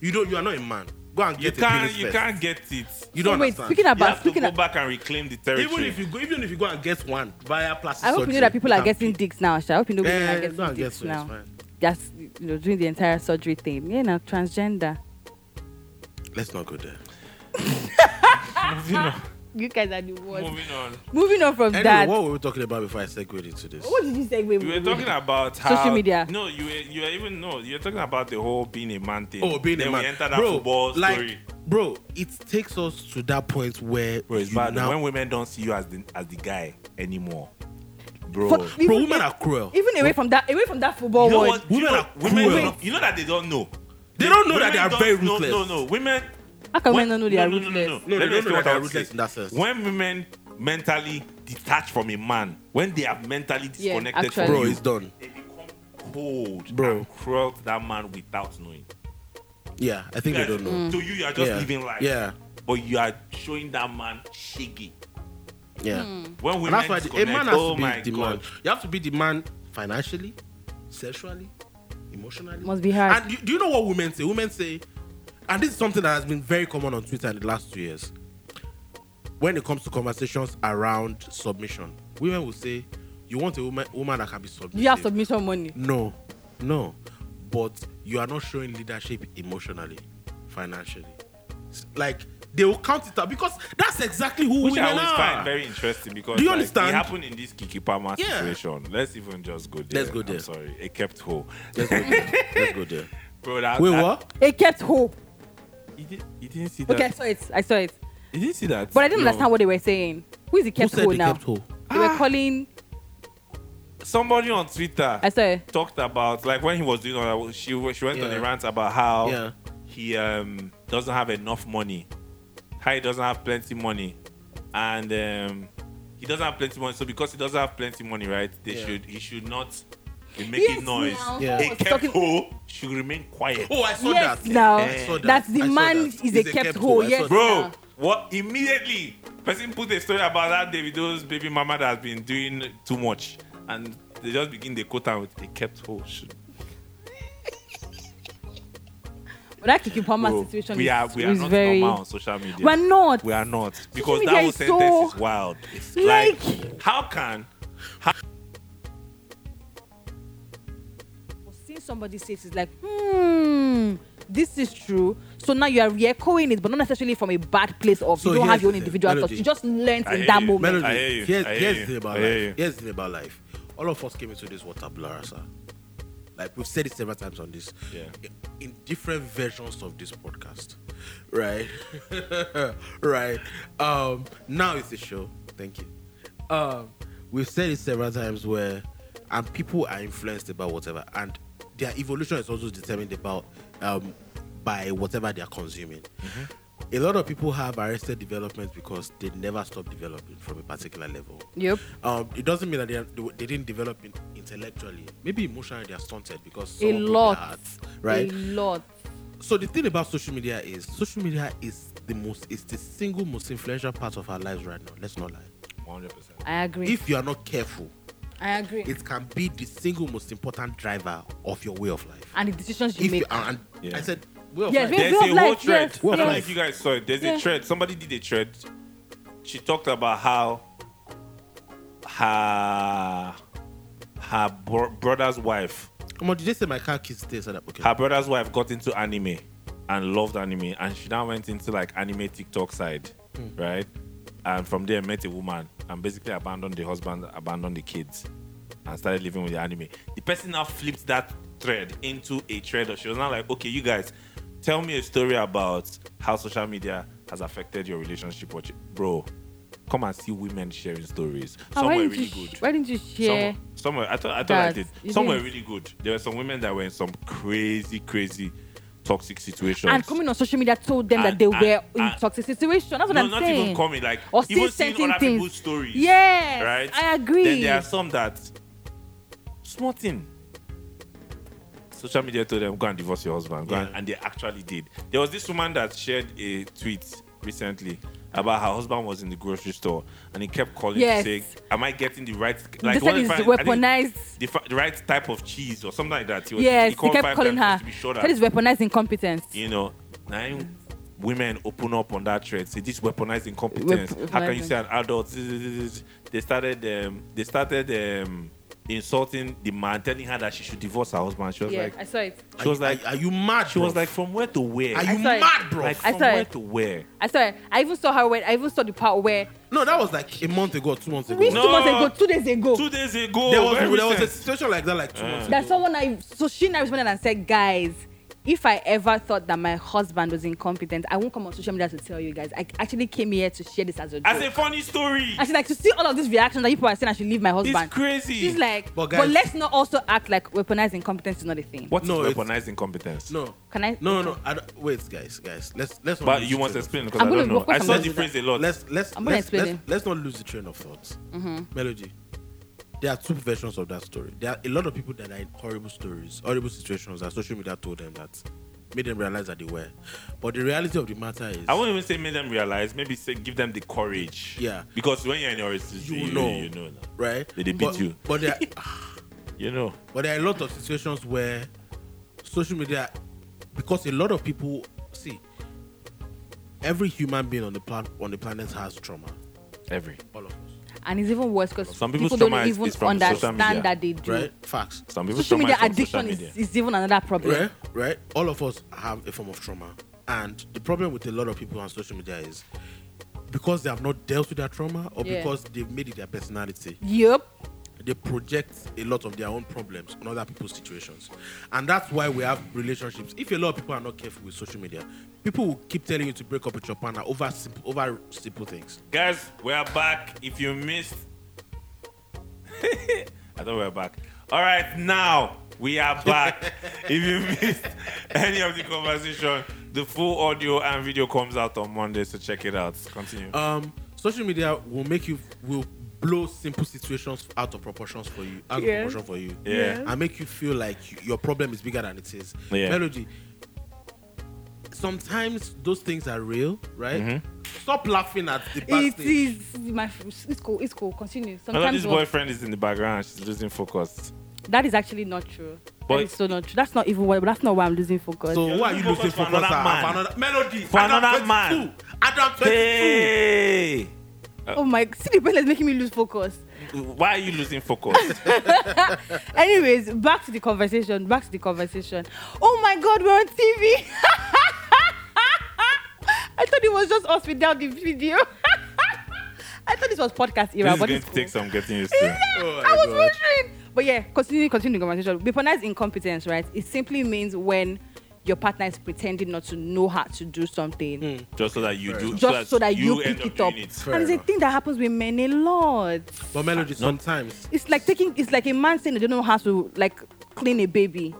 You don't. You are not a man. Go and You get a can't. penis You first. can't get it. You don't Wait, understand. speaking You about have to speaking. go Of, back and reclaim the territory. even if you go, even if you go and get one via plastic I hope you surgery, know that people you are can getting pay. dicks now. Sha. I hope you know people Yeah, are getting go and get dicks one, it's now. fine. That's you know doing the entire surgery thing. You know, transgender. Let's not go there. moving on, You guys are the worst. Moving, moving on. on from Anyway, that. what were we talking about before I segued into this? What did you say? We Wait, wait, were wait. talking about how Social media. No, you were, you were even no. You were talking about the whole being a man thing. Oh, being then a man, we entered that bro. football like, story. bro, it takes us to that point where Bro, it's you bad now- when women don't see you as the as the guy anymore, bro. Fuck, You bro, even women if- are cruel. Even away from that, away from that football know world. what? You Women know, are women cruel. don't- you know that they don't know. They don't know Women that they are don't very know- ruthless. No, no, women. How can when- women not Oh, know they are no, no, no, ruthless? No, no, No, Let they me don't explain know what that I they are would ruthless say. in that sense. When women mentally detach from a man, when they are mentally Yeah, disconnected from actually. bro, you, it's done. they become cold, Bro. and cruel to that man without knowing. Yeah, I think they don't know. Mm. To you, you are just yeah. living life. Yeah, But you are showing that man shaggy. yeah. Mm. When women And that's why the, a disconnect, man has oh to be my the man. god. You have to be the man financially, sexually, emotionally. Must be hard. And you, do you know what women say? Women say, and this is something that has been very common on Twitter in the last two years. When it comes to conversations around submission, women will say, "You want a woman, woman that can be submissive." You have submission money. No, no. But you are not showing leadership emotionally, financially. S- Like they will count it out because that's exactly who Which I women always are. find very interesting because Do you like, understand? it happened in this Kiki Palmer Yeah. situation. Let's even just go there. Let's go there. I'm sorry, it kept whole. Let's go there. Let's go there. Bro, that, Wait, that- what? It kept hope. You, did, you didn't see that. Okay, I saw it. I saw it. You didn't see that. But I didn't No. understand what they were saying. Who is the kept who said hope they now? kept whole? They were calling. Somebody on Twitter I saw it. talked about like when he was doing all that. She she went on Yeah. a rant about how Yeah. he um doesn't have enough money, how he doesn't have plenty money, and um he doesn't have plenty money. So because he doesn't have plenty money, right? They Yeah. should he should not be making Yes, noise. now. Yeah. I A was kept talking- whole should remain quiet. Oh, I saw Yes, that. now. I saw that. That I the saw man that. is He's a kept whole. whole. I saw Yes, that. Bro, now. what immediately person put a story about that Davido's baby mama that has been doing too much, and they just begin the quote and with a kept whole. Should, But that Kiki Palmer bro, situation we are is, we are is not very. normal on social media. We're not. We are not because media that whole is so- sentence is wild. It's Like- like, how can Seeing somebody say it is like, hmm, this is true. So now you are re-echoing it, but not necessarily from a bad place of So you don't here's have your own the thing, individual thoughts. Melody. You just learnt I in hear that you. moment. Melody, I hear you. here's, I hear here's you. the thing about I hear life. you. Here's the thing about life. All of us came into this water blur, sir. Like we've said it several times on this. Yeah. In different versions of this podcast. Right. right. Um, now it's a show. Thank you. Um, we've said it several times where and people are influenced about whatever and their evolution is also determined about um by whatever they are consuming. A lot of people have arrested development because they never stop developing from a particular level. Yep. Um, it doesn't mean that they, are, they, they didn't develop in, intellectually. Maybe emotionally they are stunted because A someone broke their lot. heart, right? A lot. so the thing about social media is social media is the most is the single most influential part of our lives right now. Let's not lie. 100%. I agree. If you are not careful, I agree. it can be the single most important driver of your way of life. and the decisions you If make. Ah, you and Yeah. I said way of life. Yes, way- There's Way a of whole life, thread. yes, I don't know yes. if you guys saw it. There's Yeah. a thread. Somebody did a thread. She talked about how her her bro- brother's wife, Come on, did they say my car keys stay so that okay? her brother's wife got into anime and loved anime, and she now went into like anime TikTok side, right? And from there met a woman and basically abandoned the husband, abandoned the kids, and started living with the anime. The person now flipped that thread into a thread. She was now like, okay, you guys, tell me a story about how social media has affected your relationship, with your-" bro. Come and see women sharing stories. Ah, Some why were didn't really you, good. Why didn't you share? Some, some were, I thought I thought I That- did. you Some were didn't. really good. There were some women that were in some crazy, crazy toxic situations. And coming on social media told them that And- they and- were in and- toxic situation. That's what no, I'm not saying. even coming, like Or even still seeing other sending things. people's stories. Yes, Right? I agree. Then there are some that small thing. Social media told them go and divorce your husband. Go and, Yeah. and they actually did. There was this woman that shared a tweet recently about her husband was in the grocery store and he kept calling Yes. to say, Am I getting the right what this one is if I- I think- weaponized. the, fa- the right type of cheese or something like that. He was- Yes, he called kept five calling times her. To be sure That is weaponized incompetence. you know, nine women open up on that thread. Say this weaponized incompetence. Wep- How can you weaponizing. say an adult? They started. Um, they started um, insulting the man, telling her that she should divorce her husband. She was Yeah, like, I saw it. she was Are- like, are, are you mad? she was like, from where to where? are I you saw it. mad, bro? like I from saw where it. to where? I saw it. I even saw her when I even saw the part where no, that was like a month ago, two months ago. we No. two months ago, two days ago, Two days ago, Oh. there was very there was a recent. situation like that like two months ago. that someone I so she now responded and said, guys. If I ever thought that my husband was incompetent, I won't come on social media to tell you guys. I actually came here to share this as a joke. as a funny story. and she's like, to see all of these reactions that people are saying I should leave my husband. It's crazy. She's like, But but, guys- let's not also act like weaponized incompetence is not a thing. what is No, it's- weaponized incompetence? No. Can I- No, no, no. I don't, wait, guys, guys. Let's let's. not But lose you the must train of explain because I'm I gonna don't know. work I on saw my- the phrase a lot. let's let's I'm gonna let's, explain let's, it. Mm-hmm. let's not lose the train of thought. Melody, there are two versions of that story. There are a lot of people that are in horrible stories, horrible situations that social media told them that made them realize that they were. But the reality of the matter is, I won't even say make them realize. Maybe say give them the courage. Yeah. Because when you're in your institution, You you, know. know, you know, now. right? They did beat but, you. But there, you know. but there are a lot of situations where social media, because a lot of people see, every human being on the plan on the planet has trauma. Every All of us, And it's even worse because Some people people's don't trauma is- even is from social media, understand that they do. right? Facts. some people Social trauma media is from addiction social media. Is, is even another problem. right right all of us have a form of trauma And the problem with a lot of people on social media is because they have not dealt with their trauma or Yeah. because they've made it their personality, Yep. they project a lot of their own problems on other people's situations. And that's why we have relationships. If a lot of people are not careful with social media, people will keep telling you to break up with your partner over simple, over simple things. Guys, we are back. If you missed, I thought we were back. All right, now we are back. if you missed any of the conversation, the full audio and video comes out on Monday, so check it out. Continue. um social media will make you will blow simple situations out of proportions for you out Yeah. of proportion for you Yeah. and make you feel like you, your problem is bigger than it is Yeah. melody sometimes those things are real right Mm-hmm. stop laughing at the It backstage is my. It's cool. It's cool. Continue. Melody's Sometimes what- boyfriend is in the background. She's losing focus. that is actually not true. But- that is so not true. That's not even what. That's not why I'm losing focus. so why are you losing losing focus for focus another at? man. For another melody For Adam another man. 22. Adam 22 Hey, oh my! See, the pen is making me lose focus. why are you losing focus? Anyways, back to the conversation. Back to the conversation. Oh my God, we're on TV. I thought it was just us without the video. I thought this was podcast era, this is but going it's to cool. take some getting used Yeah, to. Oh my I was God. wondering. But yeah, continue, continue the conversation. Weaponized incompetence, right? It simply means when your partner is pretending not to know how to do something, Just Hmm. so that you do. just so that you, end pick it up. doing it. Fair and it's a enough. thing that happens with men a lot. but melody sometimes It's like taking. It's like a man saying, "I don't know how to like clean a baby."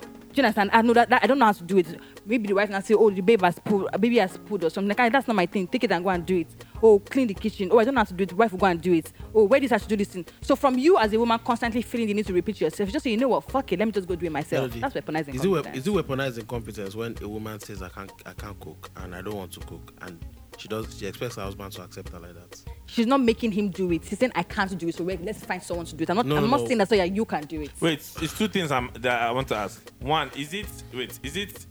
Do you understand? I know that, that I don't know how to do it. Maybe the wife now say, "Oh, the baby has pulled. Baby has pulled or something." Like, "Ah, that's not my thing. Take it and go and do it. Oh, clean the kitchen. Oh, I don't know how to do it. The wife will go and do it. Oh, where this I should do this thing. So from you as a woman constantly feeling the need to repeat yourself, you just say, "You know what? Fuck it. Let me just go do it myself." Melody, That's weaponizing. Is it, wep- confidence. is it weaponizing competence when a woman says I can't I can't cook and I don't want to cook and she does she expects her husband to accept her like that? She's not making him do it. She's saying, "I can't do it. So wait, let's find someone to do it." I'm not. No, I'm no, not no. saying that so that you can do it. Wait, it's two things I'm, that I want to ask. One, is it wait, is it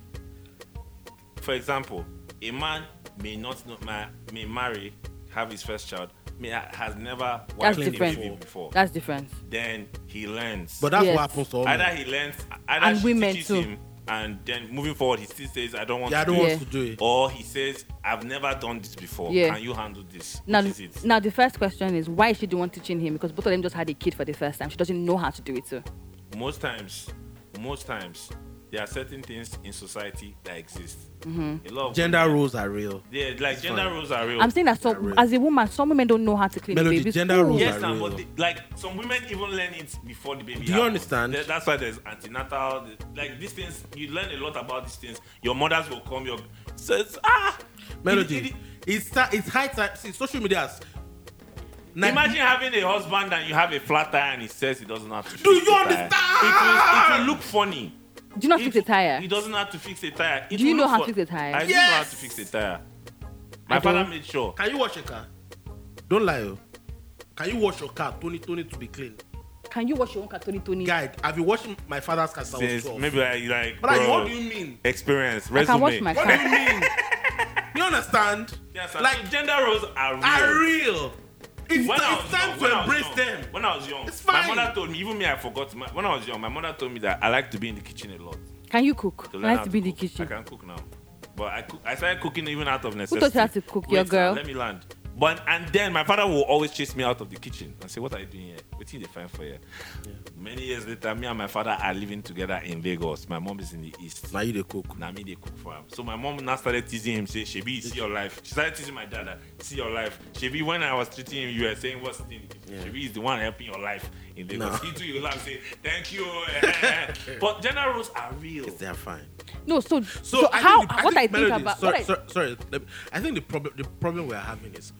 for example, a man may not know, ma- may marry, have his first child, may ha- has never That's watched a different. baby before. That's different. then he learns. But that's Yes. what happens to all either men. he learns, either And she women teaches too. him, and then moving forward, he still says, "I don't want Yeah, I to don't do want Yeah. to do it," it. or he says, "I've never done this before. Yeah. Can you handle this?" Now, Which is it? now the first question is why is she the one teaching him? Because both of them just had a kid for the first time. She doesn't know how to do it. So most times, most times, there are certain things in society that exist. A lot of Gender roles are real. Yeah, like gender fine. roles are real. Mm-hmm. I'm saying that so Yeah, really. as a woman, some women don't know how to clean Melody, babies. gender Ooh. roles yes, are and real. but the- like some women even learn it before the baby. Do you happens. understand? Th- That's why there's antenatal. th- Like these things, you learn a lot about these things. Your mothers will come. Your so it's, ah It- it- Melody, it's ti- it's high time. See, social media has. Like, Imagine having a husband and you have a flat tire and he says he doesn't have to. Do fix you the tire. It will, it understand? will look funny. Do you not fix a tire? He doesn't have to fix a tire. It Do you will know look how to fun- fix a tire? I do know how Yes. to fix a tire. I My father don't. made sure. Can you wash your car? Don't lie. oh. Can you wash your car? Tony, Tony to be clean. Can you wash your own Tony Tony? Guy, have you washed my father's car since I was Since 12? maybe like, like But like, bro, what do you mean? experience I resume. can wash my What do car. you mean? you understand? Yes, like, like gender roles are real. are real. It's, When I it's was time young- when I to was embrace young- them. When I was young, It's my fine. mother told me, even me, I forgot. My, when I was young, my mother told me that I like to be in the kitchen a lot. Can you cook? To I learn like how to be in the cook. I kitchen. can cook now. But I, cook, I started cooking even out of necessity. taught you how to cook, your Wait, uh, girl? Let me land. But and then my father will always chase me out of the kitchen and say, "What are you doing here? What you find for here?" Many years later, me and my father are living together in Vegas. My mom is in the east. Now you they cook. na me dey cook for am so my mom now started teasing him say shebi you see your life she started teasing my dad that see your life shebi when i was treating him you were saying what's the thing Yeah. shebi is the one helping your life in the No. he too you laugh say thank you eh, eh, eh." but general rules are real They are fine. No, so So, so, I how think the, what I think Melody, about Sorry, what I, sorry, sorry, let me- I think the problem the problem we are having is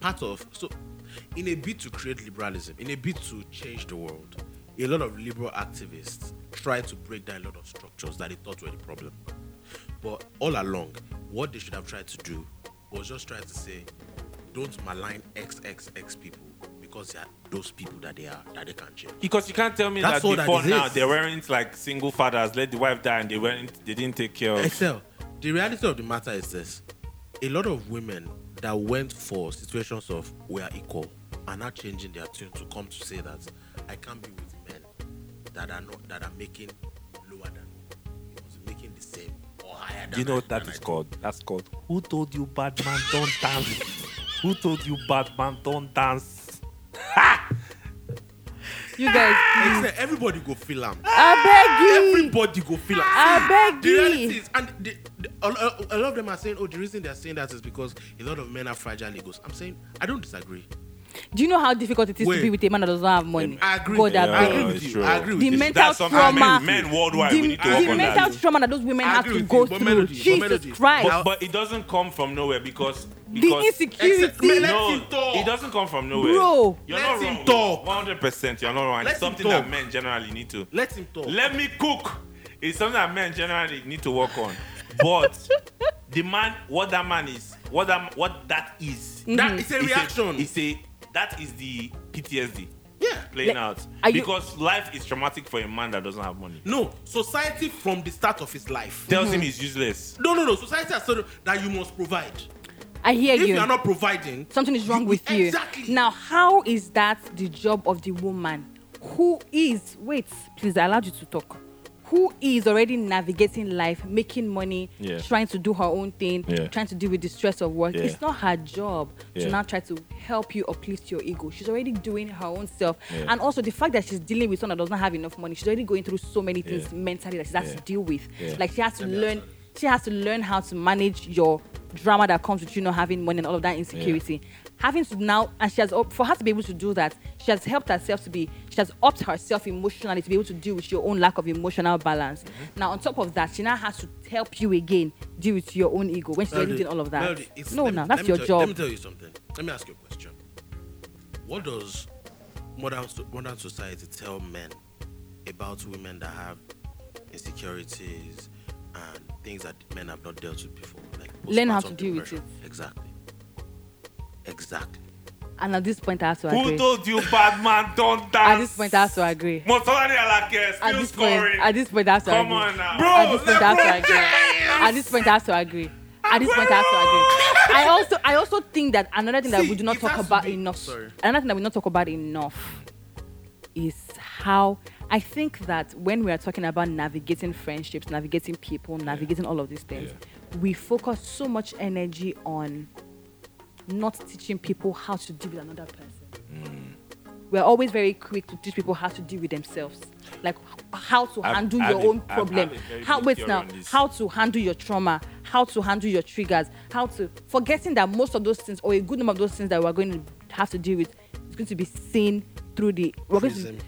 part of so in a bid to create liberalism, in a bid to change the world, a lot of liberal activists try to break down a lot of structures that they thought were the problem. But all along, what they should have tried to do was just try to say, don't malign XXX people because they are those people that they are that they can change. because you can't tell me That's all that that before now exists. they weren't like single fathers let the wife die and they weren't they didn't take care of Excel, the reality of the matter is this. A lot of women that went for situations of we are equal are now changing their tune to come to say that I can't be with men that are not that are making lower than me. Because making the same or higher Do you know what that is called? That's called Who Told You Bad Man Don't Dance? Who Told You Bad Man Don't Dance? You guys, Except everybody go feel am. I beg you. Everybody go feel am. I beg The reality you. is, and the, the, a, lo- a lot of them are saying, oh, the reason they're saying that is because a lot of men are fragile egos. I'm saying, I don't disagree. Do you know how difficult it is Wait. to be with a man that doesn't have money? I agree. God, I I beg agree you. with it's you. true. I agree with The you. mental That's something I mean, trauma. men worldwide, we the need to work the on mental that. trauma that those women I have agree to with go you, but through. Melody, but Jesus Melody, but Christ. But, but it doesn't come from nowhere because, the because Except- me- insecurity. let no, him talk. it doesn't come from nowhere. Bro. you're Let him not wrong. talk. One hundred percent, you're not wrong. And Let it's him something that talk. men generally need to. Let him talk. Oh. Let me cook. It's something that men generally need to work on. But the man, what that man is, what that what that Mm. is, Mm-hmm. That is a it's reaction. it's a that is the PTSD yeah. playing Like, out are you- because life is traumatic for a man that doesn't have money. No, society from the start of his life. Tells Mm-hmm. him he's useless. No, no, no. Society has told that you must provide. I hear If you. you are not providing, Something is wrong You- with you. Exactly. Now, how is that the job of the woman who is, wait, please, I allowed you to talk, who is already navigating life, making money, Yeah. trying to do her own thing, Yeah. trying to deal with the stress of work. Yeah. It's not her job Yeah. to now try to help you uplift your ego. She's already doing her own self. Yeah. And also the fact that she's dealing with someone that doesn't have enough money, she's already going through so many things Yeah. mentally that she has Yeah. to deal with. Yeah. Like she has to learn she has to learn how to manage your drama that comes with you not having money and all of that insecurity. E Having to now, and she has op- for her to be able to do that, she has helped herself to be, she has upped herself emotionally to be able to deal with your own lack of emotional balance. Mm-hmm. Now, on top of that, she now has to help you again deal with your own ego when she's already doing all of that. Melody, it's- no, let me- no, let that's me your tell you- job. let me tell you something. Let me ask you a question. What does modern so- modern society tell men about women that have insecurities and things that men have not dealt with before? Like Learn how postpartum to deal with depression? Exactly. Exactly. and at this point, I have to Who agree. told you bad man don't dance? At this point, I have to agree. Motolani Alake At still this point, scoring. at this point, I have to Come agree. on now. at this point, I have to LeBron agree. At this point, I have to agree. At this point, I have to agree. I also, I also think that another thing that See, we do not it talk has to about be- enough, sorry. another thing that we not talk about enough, is how I think that when we are talking about navigating friendships, navigating people, navigating all of these things, we focus so much energy on not teaching people how to deal with another person we're always very quick to teach people how to deal with themselves like h- how to I'm- handle I'm your a- own I'm- problem I'm a very how big wait theory now on this. how to handle your trauma how to handle your triggers how to forgetting that most of those things or a good number of those things that we're going to have to deal with is going to be seen through the we're going to, Prism.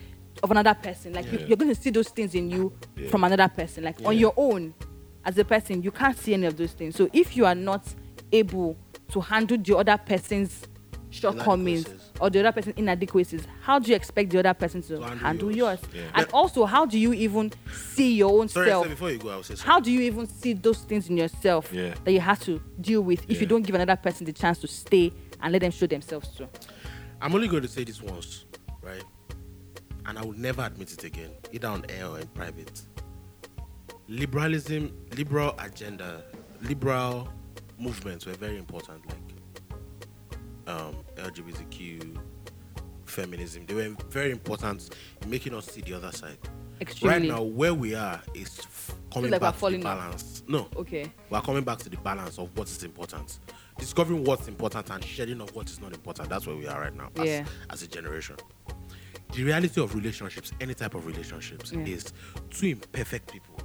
of another person like you, Yeah. you're going to see those things in you from another person like on Yeah. your own as a person you can't see any of those things so if you are not able to handle the other person's shortcomings Inadequacies. or the other person's inadequacies, how do you expect the other person to handle handle, yours. yours? Yeah. And also, how do you even see your own Sorry, self? sir, before you go, I will say something. How do you even see those things in yourself Yeah. that you have to deal with if Yeah. you don't give another person the chance to stay and let them show themselves too? I'm only going to say this once, right? And I will never admit it again, either on air or in private. Liberalism, liberal agenda, liberal movements were very important, like um, LGBTQ, feminism. They were very important in making us see the other side. Extremely. Right now, where we are is f- coming like we're back to the falling off. balance. No. Okay. We're coming back to the balance of what is important. Discovering what's important and shedding of what is not important. That's where we are right now as, Yeah. as a generation. The reality of relationships, any type of relationships, Yeah. is two imperfect people,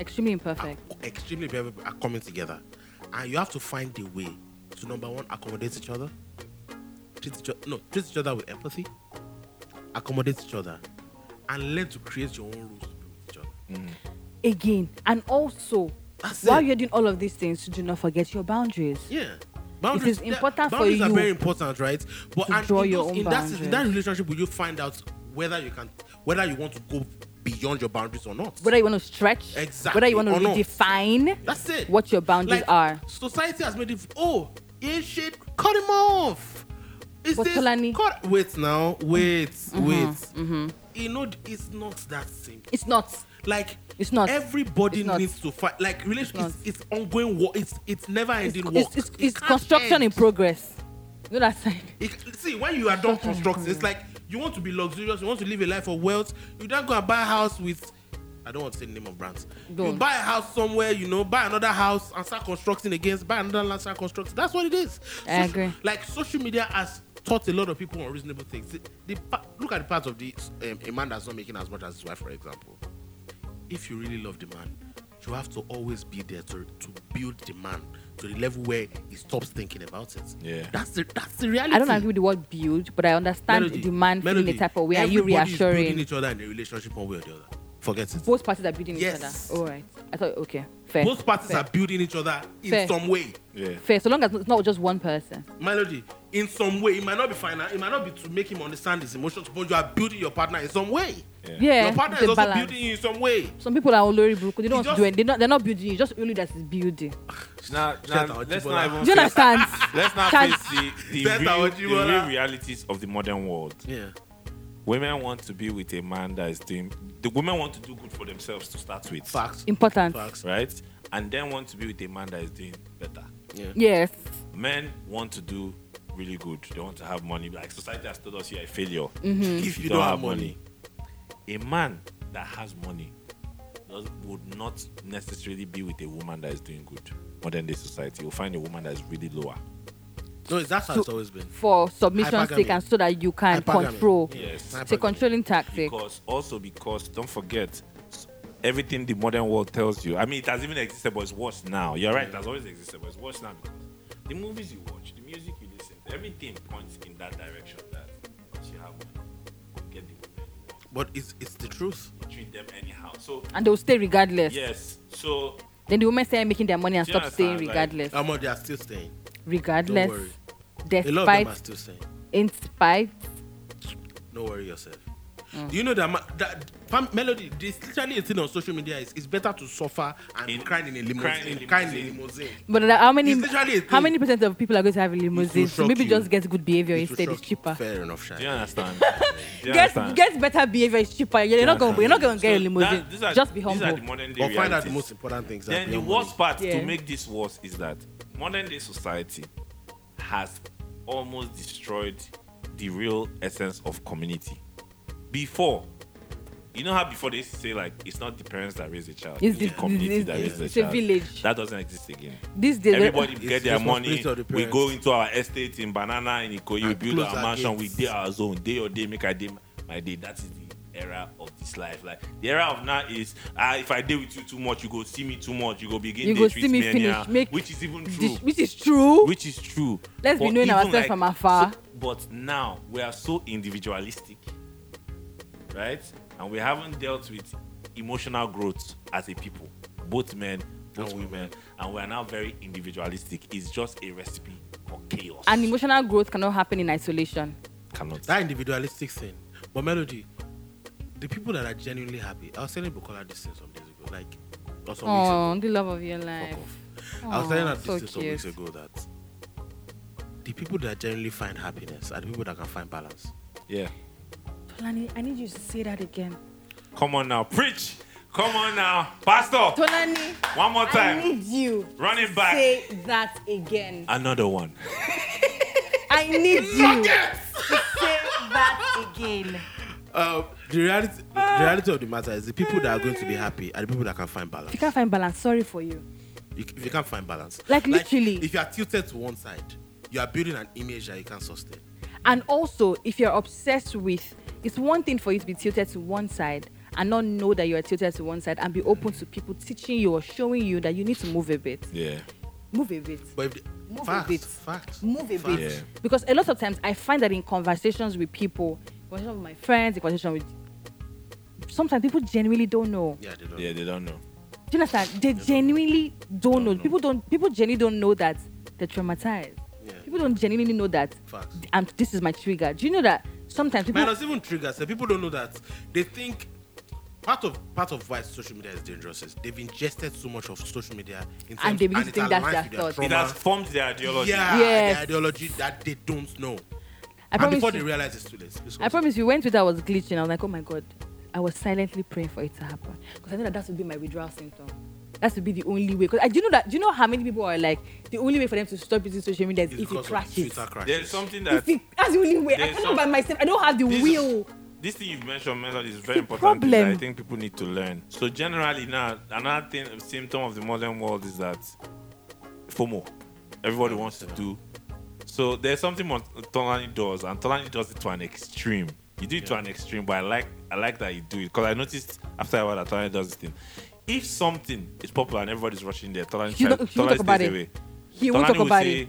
Extremely are imperfect. co- extremely imperfect, people are coming together. And you have to find a way to number one, accommodate each other, treat each other, no, treat each other with empathy, accommodate each other, and learn to create your own rules to be with each other. Again. And also, That's while it. you're doing all of these things, do not forget your boundaries. Yeah. is yeah, important for boundaries are you very important, right? But to and draw in, your those- own in that in that boundaries. relationship, will you find out whether you can whether you want to go beyond your boundaries or not? Whether you want to stretch, Exactly, whether you want to or not. redefine That's it. what your boundaries Like, are. Society has made it. Oh, yeah, shit, cut him off. Is But this Tolani- Mm-hmm, cut? Wait now, wait, wait. You know, it's not that simple. It's not. Like It's not. Everybody It's not. needs to fight. Like relation, not. it's, it's ongoing war. It's it's never It's, ending war. it's, it's, it's construction in progress. You know that sign? It- see, when you are Oh done constructing, it's like you want to be luxurious, you want to live a life of wealth, you don't go and buy a house with I don't want to say the name of brands. You Don't. buy a house somewhere, you know, buy another house and start constructing against, buy another land, start constructing. That's what it is. I Social- agree. Like social media has taught a lot of people unreasonable things. The, the, pa- look at the part of the um, a man that's not making as much as his wife, for example. If you really love the man, you have to always be there to, to build the man to the level where he stops thinking about it. Yeah. That's the that's the reality. I don't agree with the word build, but I understand the man feeling the type of way. Are you Everybody is building reassuring? each other in a relationship one way or the other. Forget it. Both parties are building Yes. each other. All right. I thought, okay, fair. Both parties fair. are building each other in Fair. some way. Yeah. fair. So long as it's not just one person. Melody, in some way, it might not be final, it might not be to make him understand his emotions, but you are building your partner in some way. Yeah. Yeah, your partner it's is a also balance. building you in some way. Some people are olori buruku. They don't just- do it. They're not, they're not building. It's just only that is building. Now, now, Shout out let's Jibola. not Do even you face, understand? let's not Shout- face the, the, Shout real, out the Jibola. real realities of the modern world. Yeah. Women want to be with a man that is doing. The women want to do good for themselves to start with, Facts. Important. Facts. right? And then want to be with a man that is doing better. Yeah. Yes. Men want to do really good. They want to have money. Like society has told us, you're a failure If you, don't, have money. A man that has money does, would not necessarily be with a woman that is doing good. Modern day society, you'll find a woman that is really lower. No, that's how it's always been. For submission sake Hypergamy. and so that you can Hypergamy. control. Yeah. Yes. It's a controlling tactic. Because also because don't forget s- everything the modern world tells you. I mean, it has even existed, but it's worse now. You're right; it has always existed, but it's worse now because the movies you watch, the music you listen, to, everything points in that direction. That once you have money, you get the women, you want, But it's it's the truth. you treat them anyhow. So And they'll stay regardless. yes, so Then the women start making their money and Do you stop staying understand? Like- regardless. How much they are still staying. regardless. uh, worry. A lot of them are Despite, still staying. in spite. Don't worry yourself. Do you know that, ma- that fam- melody? This literally a thing on social media is it's better to suffer and In- crying in a limousine. crying Crying in limousine. in, a limousine. But there are how many It's literally a how thing. many percent of people are going to have a limousine? So shock maybe you. just get good behavior It will instead. It's shock you. cheaper. Fair enough, Shai. do you understand? Do you Get understand? get better behavior. It's cheaper. You're not going. You're not going to get a So limousine. that- these are- just be These are the humble. modern day But find out the realities. most important things. that Then the beyond worst part Yeah. to make this worse is that modern day society has almost destroyed the real essence of community. Before, you know how before they used to say like it's not the parents that raise the child, It's it's, the- the community it's- that it's- raises the it's a child. village. That doesn't exist again. These days, eh, Everybody It's get their money. responsibility of the we go parents. into our estate in Banana in Ikoyi, we And build close our our mansion, gates. we day our zone, day your day, make a day my day. That is the era of this life. Like the era of now is ah, if I deal with you too much, you go see me too much, you go begin You dey go treat see me anyhow, finish, make which is even true. This- which is true. which is true. Let's be But knowing even ourselves from afar. so- but now we are so individualistic, right? And we haven't dealt with emotional growth as a people, both men, both And women, and we are now very individualistic. It's just a recipe for chaos. and emotional growth cannot happen in isolation. cannot. that individualistic thing. But Melody, the people that are genuinely happy, I was telling Bukola this thing some days ago, like, or some Oh, the love of your weeks life. ago. Fuck off. I was telling her Aw, this so thing some weeks cute. ago that the people that genuinely find happiness are the people that can find balance. Yeah. Tolani, I need you to say that again. Come on now, preach. Come on now, pastor. Tolani, One more I time. need you. Run it back. Say that again. Another one. I need you to say that again. Um, the reality, the reality of the matter is the people that are going to be happy are the people that can find balance. If you can't find balance, sorry for you. You, if you can't find balance, Like, literally. if you are tilted to one side, you are building an image that you can't sustain. And also, if you're obsessed with, it's one thing for you to be tilted to one side and not know that you are tilted to one side and be open to people teaching you or showing you that you need to move a bit. Yeah. Move a bit. But if the, Move a facts, bit. facts, Move a facts. bit. Yeah. Because a lot of times I find that in conversations with people, conversation with my friends, in conversation with sometimes people genuinely don't know. Yeah, they don't. Yeah, they don't know. Do you understand? They genuinely don't know. People don't people genuinely don't know that they're traumatized. Yeah. People don't genuinely know that Facts. um, this is my trigger. Do you know that sometimes people Minus even triggers. The people don't know that they think part of part of why social media is dangerous is they've ingested so much of social media in terms, And they begin to it think that's aligns their with thoughts. It has formed their ideology. Yeah, Yes. the ideology that they don't know. I and promise before they you, realize it's too late. It's I promise you when Twitter was glitching, I was like, oh my god, I was silently praying for it to happen. Because I know that that would be my withdrawal symptom. That would be the only way. Because I do you know that do you know how many people are like the only way for them to stop using social media is it's if because it of crashes. Twitter crashes. There's something that If it, that's the only way. I There's cannot some- by myself. I don't have the This is- will this thing you've mentioned, mental, is very important. thing problem. that I think people need to learn. So generally now, another thing, a symptom of the modern world is that FOMO. Mm. Everybody wants to do. So there's something on Tolani does, and Tolani does it to an extreme. You do it to an extreme, but I like I like that you do it because I noticed after a while that Tolani does this thing. If something is popular and everybody's rushing there, Tolani, You tries, don't- you don't Tolani talk stays about it. away. He won't Tolani talk will about say, it.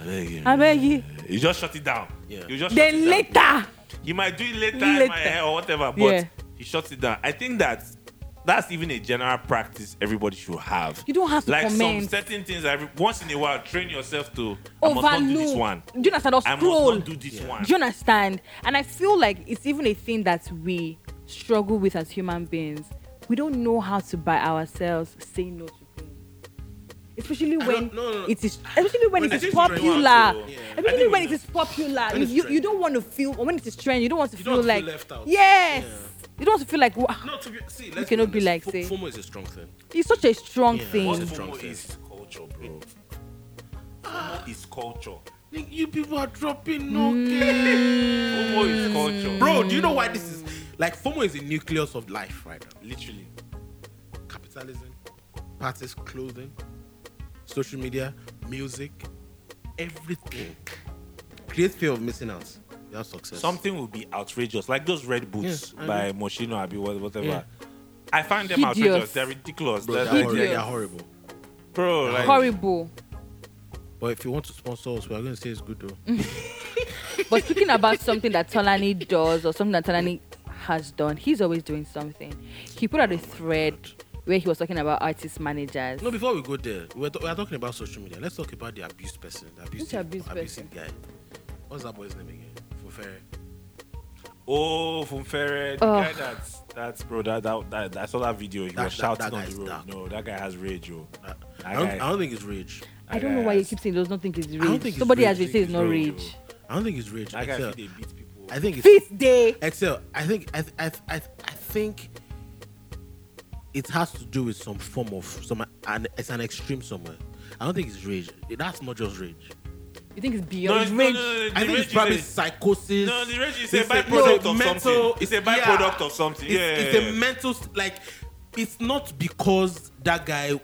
"I beg you." I beg you. You just shut it down. Yeah. You just shut it Then down. later. You might do it later, in Later. my hair or whatever, but Yeah. he shuts it down. I think that that's even a general practice everybody should have. You don't have to like some comment. certain things. Every, once in a while, train yourself to I must not do Overlook. this one. Do you understand? Or I scroll. must not do this one. Do you understand? And I feel like it's even a thing that we struggle with as human beings. We don't know how to by ourselves say no to things. Especially I when don't- no, no, no. it is especially when, When it I is think popular. it's trend, yeah. I Especially think when it's- it is popular. When it's You, trend. you don't want to feel or when it is trend, you don't want to You feel don't like want to feel left out. Yes. Yeah. You don't want to feel like wow, No, to be, see, let's You cannot be honest, like, fo- say- FOMO is a strong thing. it's such a strong Yeah. What thing. It's a strong FOMO thing. is culture, bro. FOMO is culture. You people are dropping no Hmm. FOMO Mm. is culture. Bro, do you know why this is like FOMO is the nucleus of life right now? Literally. Capitalism, parties, clothing, social media, music, everything. Create fear of missing out. You have success. Something will be outrageous, like those red boots Yeah, I by Moschino Abi, wha- whatever. Yeah. I find them Hideous. outrageous. They're ridiculous. Bro, They're- they're, they're- horrible. Idiot. they're horrible. bro, like, Horrible. But if you want to sponsor us, we're gonna say it's good Mm. though. But speaking about something that Tolani does or something that Tolani has done, he's always doing something. He put out a thread where he was talking about artist managers. No, before we go there, we're, t- we're talking about social media. Let's talk about the abused person, the abusive, abused abusive guy. What's that boy's name again? Fofere. Oh, from Ferret. Ugh. Yeah, that's that's bro. That that, that I saw that video. He That- was that- shouting that guy on is the road. dark. No, that guy has rage, oh. yo. I, That I, don't, guy- I don't think it's rage. I don't know why you guys- keep saying he does not think it's don't rich. think it's Somebody rich. has been saying it's not Bro, rich. I don't think it's rage. That guy Excel. feel they beat people. I think it's Fifth day. Excel. I think I, th- I, th- I, th- I think it has to do with some form of some an it's an extreme somewhere. I don't think it's rage. That's not just rage. You think it's beyond No, it's, no, no, rich? no, the I think rage it's probably is a, psychosis. no, the rage is a It's byproduct no, of mental- something. It's a yeah. byproduct of something. It's, yeah, it's a mental s- like. It's not because that guy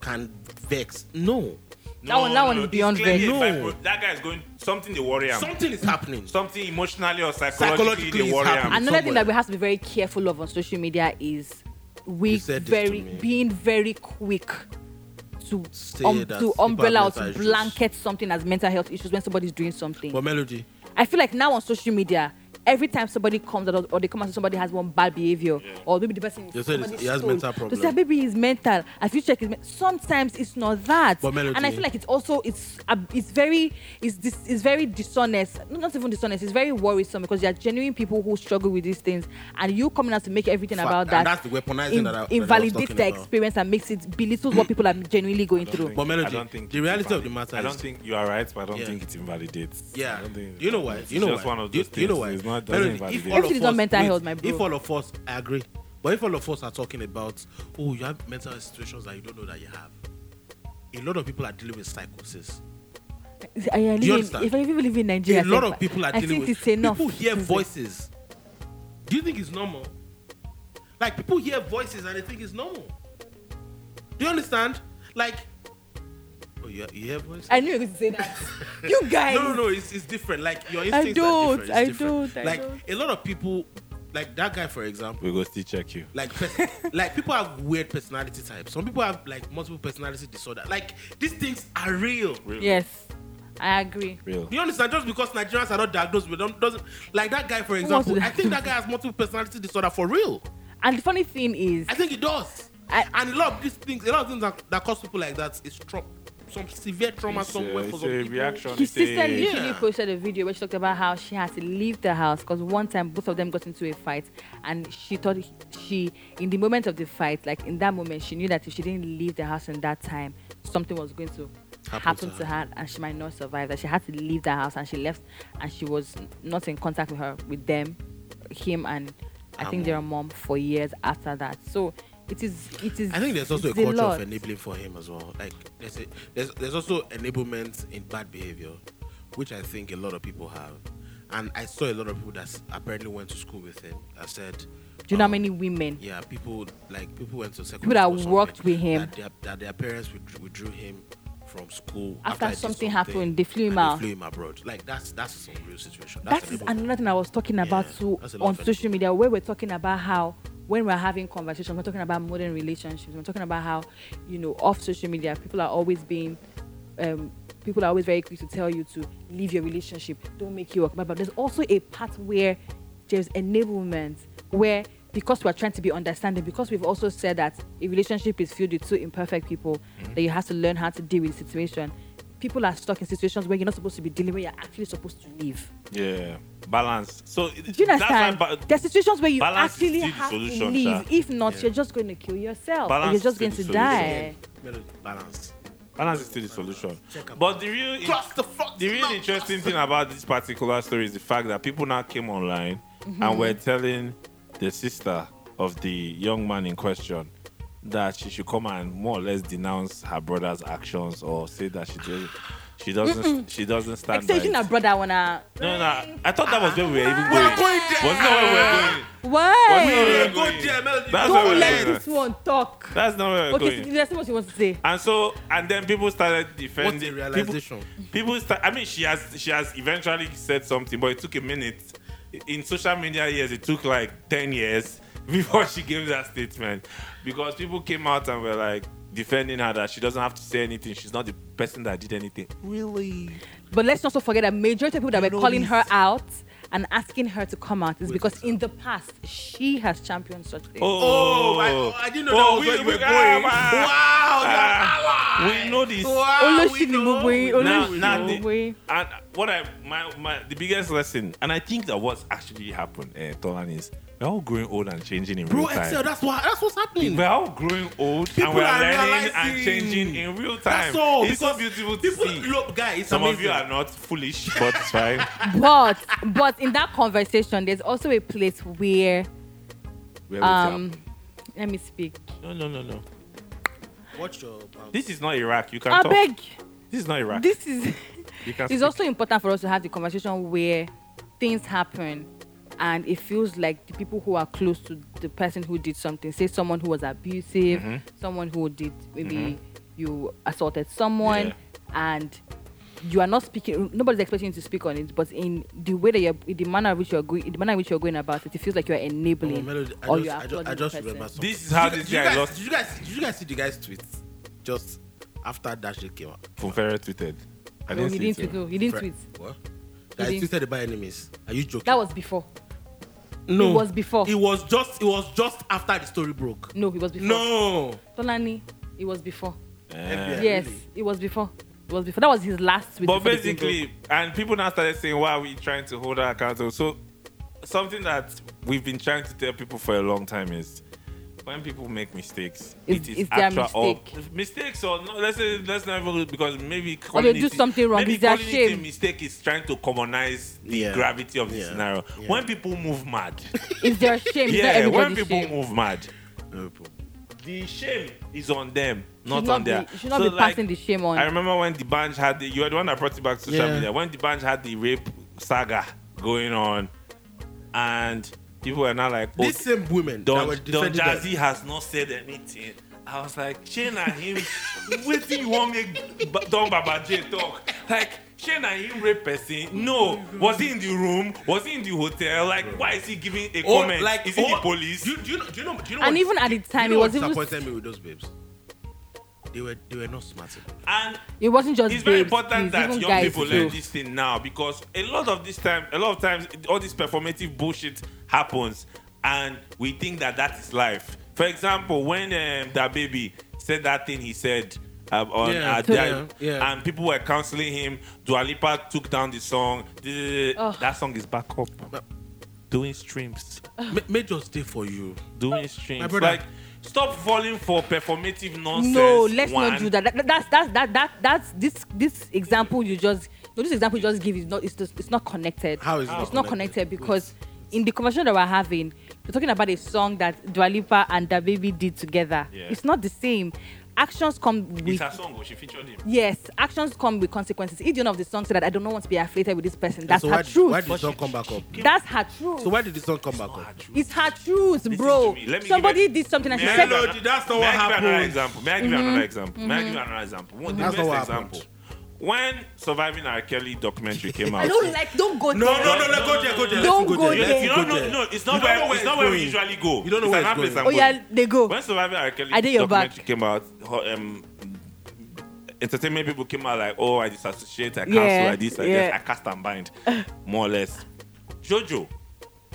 can vex. No, That one- that one is it's beyond clearly rage. a No. byproduct. That guy is going something they worry him. something is happening. Something emotionally or psychologically, Psychologically they it's worry happening. him. Another thing somewhere. that we have to be very careful of on social media is we said this to very me. being very quick to Say um, that to people have umbrella or mental to issues. blanket something as mental health issues when somebody's doing something. But melody, I feel like now on social media, every time somebody comes out or they come out and somebody has one bad behavior, or maybe the person They said somebody he has stole, mental problem. They say maybe he's mental. Have you checked? His men-" Sometimes it's not that, But Melody- and I feel like it's also it's ab- it's very it's dis, it's very dishonest. No, Not even dishonest. It's very worrisome because there are genuine people who struggle with these things, and you coming out to make everything Fact. about And that. that's the weaponizing that I- that I was invalidates talking their about. experience and makes it belittles what people are genuinely going I don't through. think- But Melody, I don't think the it's reality of the invalid- matter I don't is- think you are right, but I don't Yeah. think it invalidates. I Yeah, don't think it you know why? invalidates. You It's know just why? one of you, those you know things. why? It's not, doesn't Melody, invalidate. if all Everything of is on us- mental wait, health, my bro. If all of us, I agree. But if all of us are talking about, oh, you have mental situations that you don't know that you have, a lot of people are dealing with psychosis. I, I live you in, understand? if I even live in Nigeria, a lot sef, of people are I dealing think with. it's enough. People hear It's- voices. Do you think it's normal? Like people hear voices and they think it's normal. Do you understand? Like, oh, you, you hear voices. I knew you were going to say that. you guys. No, no, no. It's, it's different. Like your instincts don't, are different. It's I different. don't, I like don't. a lot of people, like that guy for example. We go still check you. Like, pers- like people have weird personality types. Some people have like multiple personality disorder. Like these things are real. Real. Yes, I agree. Real. You understand? Just because Nigerians are not diagnosed with them doesn't like that guy for wants example. to- I think that guy has multiple personality disorder for real. And the funny thing is, I think he does. I- and a lot of these things, a lot of things that, that cause people like that is tra- some severe trauma It's, uh, somewhere for it's some a people. reaction. his It's a- sister literally Yeah. posted a video where she talked about how she had to leave the house because one time both of them got into a fight, and she thought he- she, in the moment of the fight, like in that moment, she knew that if she didn't leave the house in that time, something was going to happen, to, her. and she might not survive. That she had to leave the house, and she left, and she was not in contact with her, with them, him, and I think their mom for years after that. So. It is. It is. I think there's also a it's culture of lot. enabling for him as well. Like there's a, there's there's also enablement in bad behavior, which I think a lot of people have. And I saw a lot of people that s- apparently went to school with him. I said, Do you know how um, many women? Yeah, people like people went to secondary People that school somewhere worked with him. That their, that their parents withdrew, withdrew him from school After he did something happened, they flew him and out. They flew him abroad. Like that's that's some real situation. That a is level- another thing I was talking about Yeah, too that's a lot on of social media, where we're talking about how when we're having conversations, we're talking about modern relationships, we're talking about how, you know, off social media, people are always being, um, people are always very quick to tell you to leave your relationship, don't make you work. But but there's also a part where there's enablement, where because we're trying to be understanding, because we've also said that a relationship is filled with two imperfect people, Mm-hmm. that you have to learn how to deal with the situation. People are stuck in situations where you're not supposed to be dealing, where you're actually supposed to live. Yeah. Balance. So do Do you understand? That's why ba- There are situations where you balance is still actually the have to solution, leave. sha. If not, Yeah. you're just going to kill yourself. Balance or you're just is going to still the die. Melody, balance. balance is still the solution. Check up. But the real Cross the fuck. the real interesting thing about this particular story is the fact that people now came online and were telling the sister of the young man in question that she should come and more or less denounce her brother's actions or say that she doesn't she doesn't she doesn't stand by Extension it. a brother wanna No, no, I thought that was where we were even going. We're going Wasn't that there. where we why? were We're going? going there, Melody. That's where we Don't were let going. this one talk. That's not where we were Okay, going. so that's what you want to say. And so, and then people started defending. What's people- the realization? People, start. I mean, she has she has eventually said something, but it took a minute. In social media years, it took like ten years before she gave that statement, because people came out and were like defending her that she doesn't have to say anything. She's not the person that did anything. Really? But let's not also forget that majority of people that You were know calling this. her out and asking her to come out is Wait, because wait. in the past she has championed such things. Oh, I, I didn't know that was where you were going. ah, wow, we know this. Wow, we Olushini know. Mugwe, Now- Olushini now the- Mugwe. And what I my, my the biggest lesson, and I think that what's actually happened, uh, Tolan, is we're all growing old and changing in Bro, real time. Excel, that's what that's what's happening. we're all growing old People and we're are learning and realizing. changing in real time. That's all. It's so because beautiful to people, see. Look, guys, it's Some of amazing. you are not foolish, but it's fine. But but in that conversation, there's also a place where Where we um let me speak. tap. no, no, no, no. Watch your um, Oh, mouth. This is not Iraq. You can I talk. beg. This is not Iraq. This is you can it's speak. also important for us to have the conversation where things happen and it feels like the people who are close to the person who did something say someone who was abusive Mm-hmm. someone who did maybe you assaulted someone Yeah. and you are not speaking nobody's expecting you to speak on it but in the way that you're in the manner in which you're going in the manner in which you're going about it it feels like you're enabling Oh, Melody, I or just, you're I just, applauding I just the remember person. something. This is how Did you this guys- guy lost- Did you guys? Did you guys see the guy's tweet? Just after that shit came out. Funfera tweeted. I no, didn't you see it, so- didn't tweet. No, you didn't Fre- tweet. What? Guys, didn't- tweeted by enemies. Are you joking? That was before. no. it was before. It was just. It was just after the story broke. No, it was before. No. Tolani, it was before. Eh. Yeah, yes, really. it was before. It was before. That was his last tweet. but before the thing basically, and people now started saying, "Why are we trying to hold her accountable?" So, something that we've been trying to tell people for a long time is, when people make mistakes, It's- it is it's their actual mistake. Or, mistakes or no, let's say let's not even because maybe they calling do it- something wrong, Maybe it's their calling it shame. a mistake is trying to commonize the Yeah. gravity of the Yeah. scenario. Yeah. When people move mad, goes. It's their shame. It's not yeah, when everybody's people shame. move mad, No problem. the shame is on them, You not, should on be, their. you should not So, be like, passing the shame on. I remember when the band had the you were the one that brought it back to social Yeah. media. When the band had the rape saga going on, and people were now like, "Oh, These same women that Don, were Don defending Jazzy that- has not said anything." I was like, "Shane and him, wait till you want make Ba- Don Baba J talk like." Shane and him rape person. No, was he in the room? Was he in the hotel? Like, why is he giving a Oh, comment? is he oh, the police? Do you, do you know? Do you know? Do you know and what- even at the do you time, know it what was even disappointed me with those babes. They were they were not smart enough. and it wasn't just it's very babes, important please, that even young guys people too. learn this thing now because a lot of this time, a lot of times, all this performative bullshit happens, and we think that that is life. For example, when um, that baby said that thing, he said. Um, on Yeah, uh, that- yeah, yeah. and people were counseling him. Dua Lipa took down the song. Ugh. That song is back up, doing streams Ma- Major's day for you. doing streams. brother. Like, stop falling for performative nonsense. No, let's one. not do that. That- that- That's that's that that that's this this example you just no this example you just give is not it's just, it's not connected. How is it it's not not connected? connected because in the conversation that we're having, we're talking about a song that Dua Lipa and Da Baby did together. Yeah. It's not the same. actions come It's with her song, oh, she featured him. yes, actions come with consequences. Each one of the songs said that I do not want to be affiliated with this person. That's so her why, truth. Why did the song come back up? That's her truth. So why did the song come back Oh, her up? truth. it's her truth, Listen bro. to me. Let me Somebody give it- did something and she May I said, give you Melody, an- that's not may what I give you another happened. example. May I give you Mm-hmm. another example? May I give you another example? One, the best That's not what happened. example. When Surviving R. Kelly documentary came out, I don't like, don't go No, there. no, no, no, go there, go there. Don't let's go You there. don't- you Go don't know, there. no, it's You not don't where, know where it's it's not where we going. usually go. You don't know It's where another it's place going. Oh I'm going. yeah, they go. When Surviving R. Kelly I did your documentary back. came out, ho- um, entertainment people came out like, oh, I disassociate, I cancel, Yeah, I this, I yeah. this, I cast and bind, more or less. Jojo,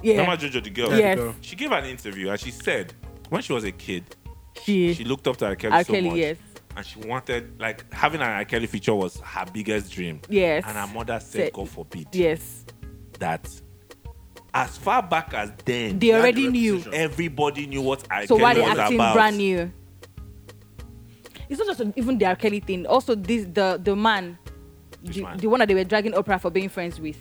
yeah, remember Jojo the girl? Yes. Girl. She gave an interview and she said, when she was a kid, she, she looked up to R. Kelly R. so Kelly, much. yes. And she wanted, like, having an R. Kelly feature was her biggest dream. Yes. And her mother said, Said- God forbid, yes. that as far back as then, They had already the knew. reputation. everybody knew what R. So Kelly why they was acting about. brand new? It's not just even the R. Kelly thing. Also, this the the man, Which the, man? the one that they were dragging Oprah for being friends with.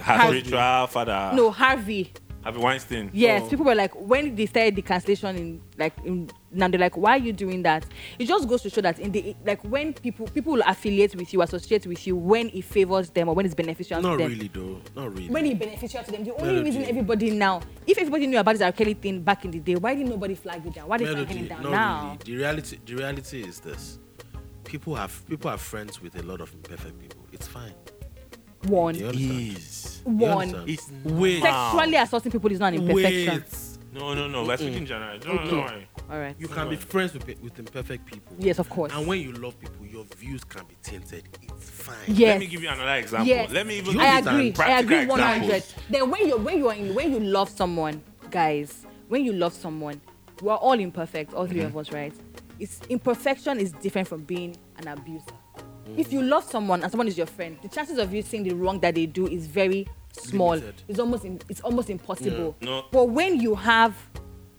Her Harvey. spiritual father, no, Harvey. Harvey Weinstein. Oh, Yes, people were like when they started the cancellation in like in, now they're like, why are you doing that? It just goes to show that in the like when people people will affiliate with you, associate with you when it favors them or when it's beneficial to Not them. really though. Not really. When it beneficial to them, the only Melody. reason everybody now, if everybody knew about this R. Kelly thing back in the day, why didn't nobody flag it down? Why are they flagging Melody, it down not now? really. The reality, the reality is this: people have people are friends with a lot of imperfect people. It's fine. One. You understand? Is. You One. understand? It's Wait. Sexually assaulting people is not an imperfection. Wait. No, no, no. We're speaking general. Don't, don't worry. All right. You can be friends with, pe- with imperfect people. Yes, of course. And when you love people, your views can be tainted. It's fine. Let Yes. me give you another example. Yes. Let me even You give I you some agree. I practical agree 100. examples. Then when you when you are in, when you love someone, guys, when you love someone, we're all imperfect, all 3 of Mm-hmm. us, right? It's imperfection is different from being an abuser. Mm. If you love someone and someone is your friend, the chances of you seeing the wrong that they do is very small. Limited. It's almost im- it's almost impossible. Yeah. No. But when you have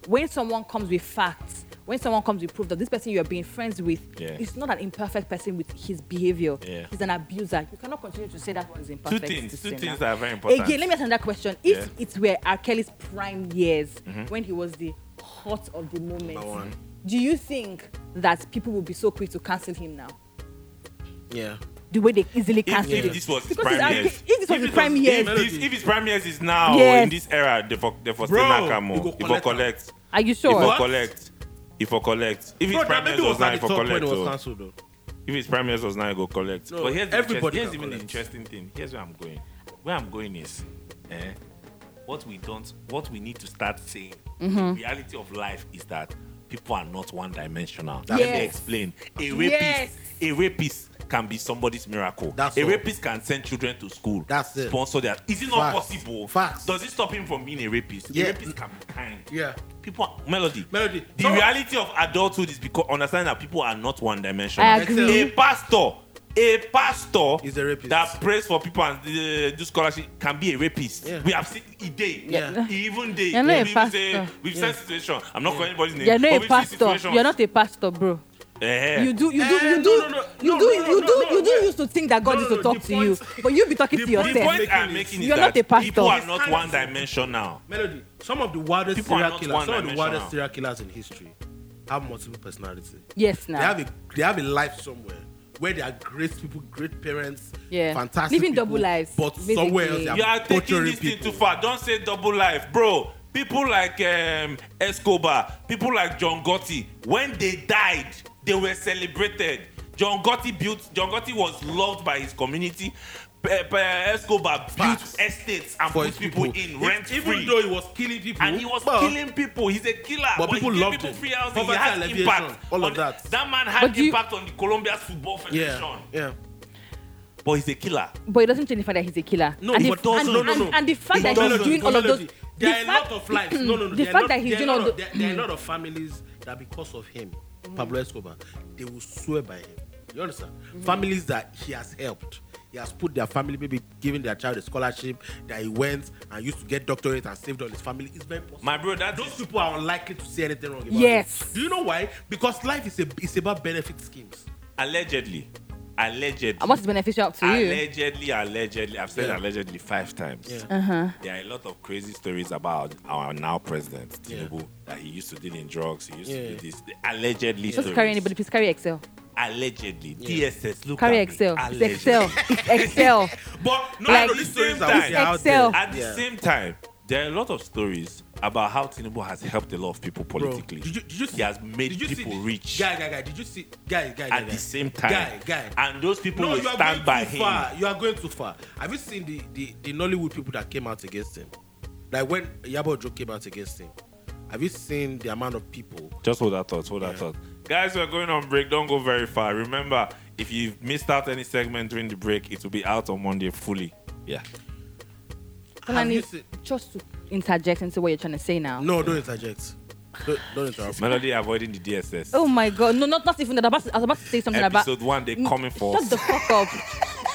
when someone comes with facts, when someone comes with proof that this person you are being friends with Yeah. is not an imperfect person with his behavior, Yeah. he's an abuser. You cannot continue to say that one is imperfect Two perfect things. Two system things now. that are very important. Again, let me ask another question. If Yeah. Mm-hmm. it were R. Kelly's prime years, when he was the hot of the moment, do you think that people would be so quick to cancel him now? Yeah. The way they easily If, cancel if him. this was his Because it's prime R. years. Kelly- if this was his prime years. If, this, if his prime years is now Yes. or in this era, they for, they for Bro, still you go Nakamo. If for collect am. collect. Are you If sure? for What? collect. If for collect. If his Bro, prime that years was was now, if at the for top when collect. it was oh. cancelled though. If it's prime minister was now, I go collect. No, but here's the interest- everybody here's can even the collect. interesting thing. Here's where I'm going. Where I'm going is, eh, what we don't, what we need to start saying. Mm-hmm. The reality of life is that people are not one-dimensional. Let me Yes. explain. A rapist, Yes. a rapist can be somebody's miracle. That's a all. rapist can send children to school. That's it. Sponsor that. Is it not Facts. possible? Facts. Does it stop him from being a rapist? A Yeah. rapist can be kind. Yeah. People, melody. Melody. The Someone- reality of adulthood is because understand that people are not one-dimensional. I agree. A pastor, a pastor Is a rapist. that prays for people and uh, do scholarship can be a rapist. Yeah. We have seen Ide, Yeah. even they, You're not a we even say, pastor. we've seen situation. I'm not calling anybody's name. You're not but a we've seen pastor. situations. You're not a pastor, bro. Eh. You do, you do, Eh, you no, do, no, no. you No, do, no, you no, do, no, you do no. used to think that God No, used no, to no, talk the to you, point- but you be talking the to point the yourself. point I'm making is You're that not a pastor. people are It's not kind of- one-dimensional. Melody. Some of the wildest People are serial not killers. Some of the one-dimensional. wildest serial killers in history have multiple personality. Yes, now. They have a they have a life somewhere where they are great people, great parents, Yeah. fantastic Living people, double lives, But somewhere else basically. they are, You are taking torturing this people. thing too far. Don't say double life, bro. People like um, Escobar, people like John Gotti, when they died, they were celebrated. John Gotti built. John Gotti was loved by his community. Pe- Pe- Escobar built Facts. estates and For put his people, in If- rent even free. though he was killing people, and he was but- killing people. He's a killer. But he people gave loved people him. free housing. He Poverty had alleviation, impact. all on of the- that. That man But had do you- impact on the Colombia's football federation. Yeah, yeah. But he's a killer. But it doesn't change the fact that he's a killer. No, and the, but it doesn't. And, No, no, no. And, and the fact It that he's doesn't. doing all of those. the There are a fact- lot of lives. No, no, no. The there are fact lot- that he's there are doing a all lot of- the. Mm. there- There are a lot of families that because of him, Pablo Escobar, they will swear by him. You understand? Mm. Families that he has helped. He has put their family, maybe giving their child a scholarship that he went and used to get doctorate and saved all his family. It's very possible. My bro, that Those is- people are unlikely to say anything wrong about Yes. it. Do you know why? Because life is a, it's about benefit schemes. allegedly allegedly. And what's beneficial to you? Allegedly, allegedly, I've said Yeah. allegedly five times. Uh-huh. There are a lot of crazy stories about our now president Yeah. Tinubu that he used to deal in drugs. He used to Yeah. do this. Allegedly, Don't stories. carry anybody. Please carry Excel. Allegedly, Yeah. DSS. Look Carry at me. Excel. It's Allegedly. Excel. It's Excel. But no, Like- at the These same stories are time, out there. Excel. at the Yeah. same time, there are a lot of stories about how Tinubu has helped a lot of people Bro, politically. Did you, did you see, he has made did you see people the- rich Guy, guy, guy. Did you see? Guy, guy, guy. at guy. the same time. Guy, guy. And those people no, will you are stand going by too him. far. You are going too far. Have you seen the, the, the Nollywood people that came out against him? Like when Yabo Joe came out against him. Have you seen the amount of people? Just hold that thought. Hold that thought. Guys, we're going on break. Don't go very far. Remember, if you've missed out any segment during the break, it will be out on Monday fully. Yeah. Have you Fulani, seen- just to interject into what you're trying to say now. No, don't interject. Don't, don't interrupt. Melody avoiding the DSS. Oh my god. No, not, not even that. I was about to- I was about to say something about. Mm, Episode one, they coming for Shut us. the fuck up.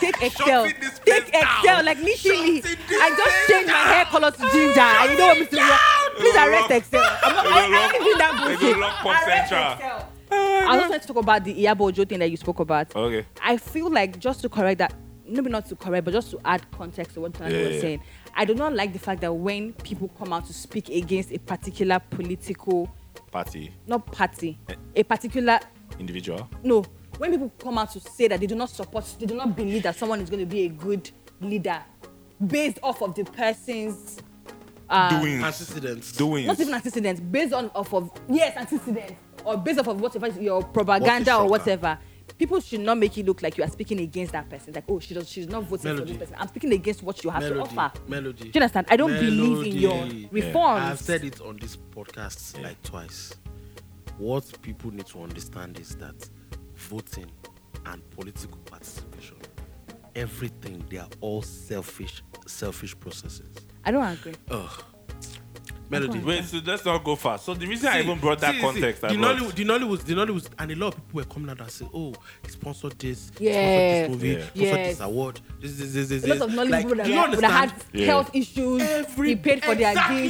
Take Excel. Shutting this Take place Excel. down. Like literally, Shutting this I just place changed my hair color to ginger. And you know what, Mr. Rock? Please They go arrest lock- Excel. I'm not, they I, go I lock- ain't doing that they go bullshit. lock Pop Arrest Central. Excel. I also want to talk about the Iyabo Ojo thing that you spoke about. Okay. I feel like just to correct that, maybe not to correct, but just to add context to what Tanani Yeah, was yeah. saying, I do not like the fact that when people come out to speak against a particular political, Party not party, a particular, individual. no, when people come out to say that they do not support, they do not believe that someone is going to be a good leader based off of the person's, doing. Antecedents. Doing. not Uh, even antecedents, based on off of, yes, antecedents, or based off of whatever is your propaganda or shocker. whatever. People should not make it look like you are speaking against that person. Like, oh, she does, she's not voting for Melody. this person. I'm speaking against what you have Melody. to offer. Melody. Do you understand? I don't believe in your Melody. reforms. I've said it on this podcast like twice. What people need to understand is that voting and political participation, everything, they are all selfish, selfish processes. I don't agree. Ugh. Melody. Wait, so let's not go far. So the reason I See, even brought that see, see, context, the I brought, Nollywood, the Nollywood, the Nollywood, and a lot of people were coming out and saying, "Oh, he sponsored this, he Yeah. sponsored this movie, Yeah. he sponsored Yes. this award, this, this, this, this." A lot of this." Nollywood Like, people that do you were- that understand? had Yeah. health issues. Every- he paid for exactly. their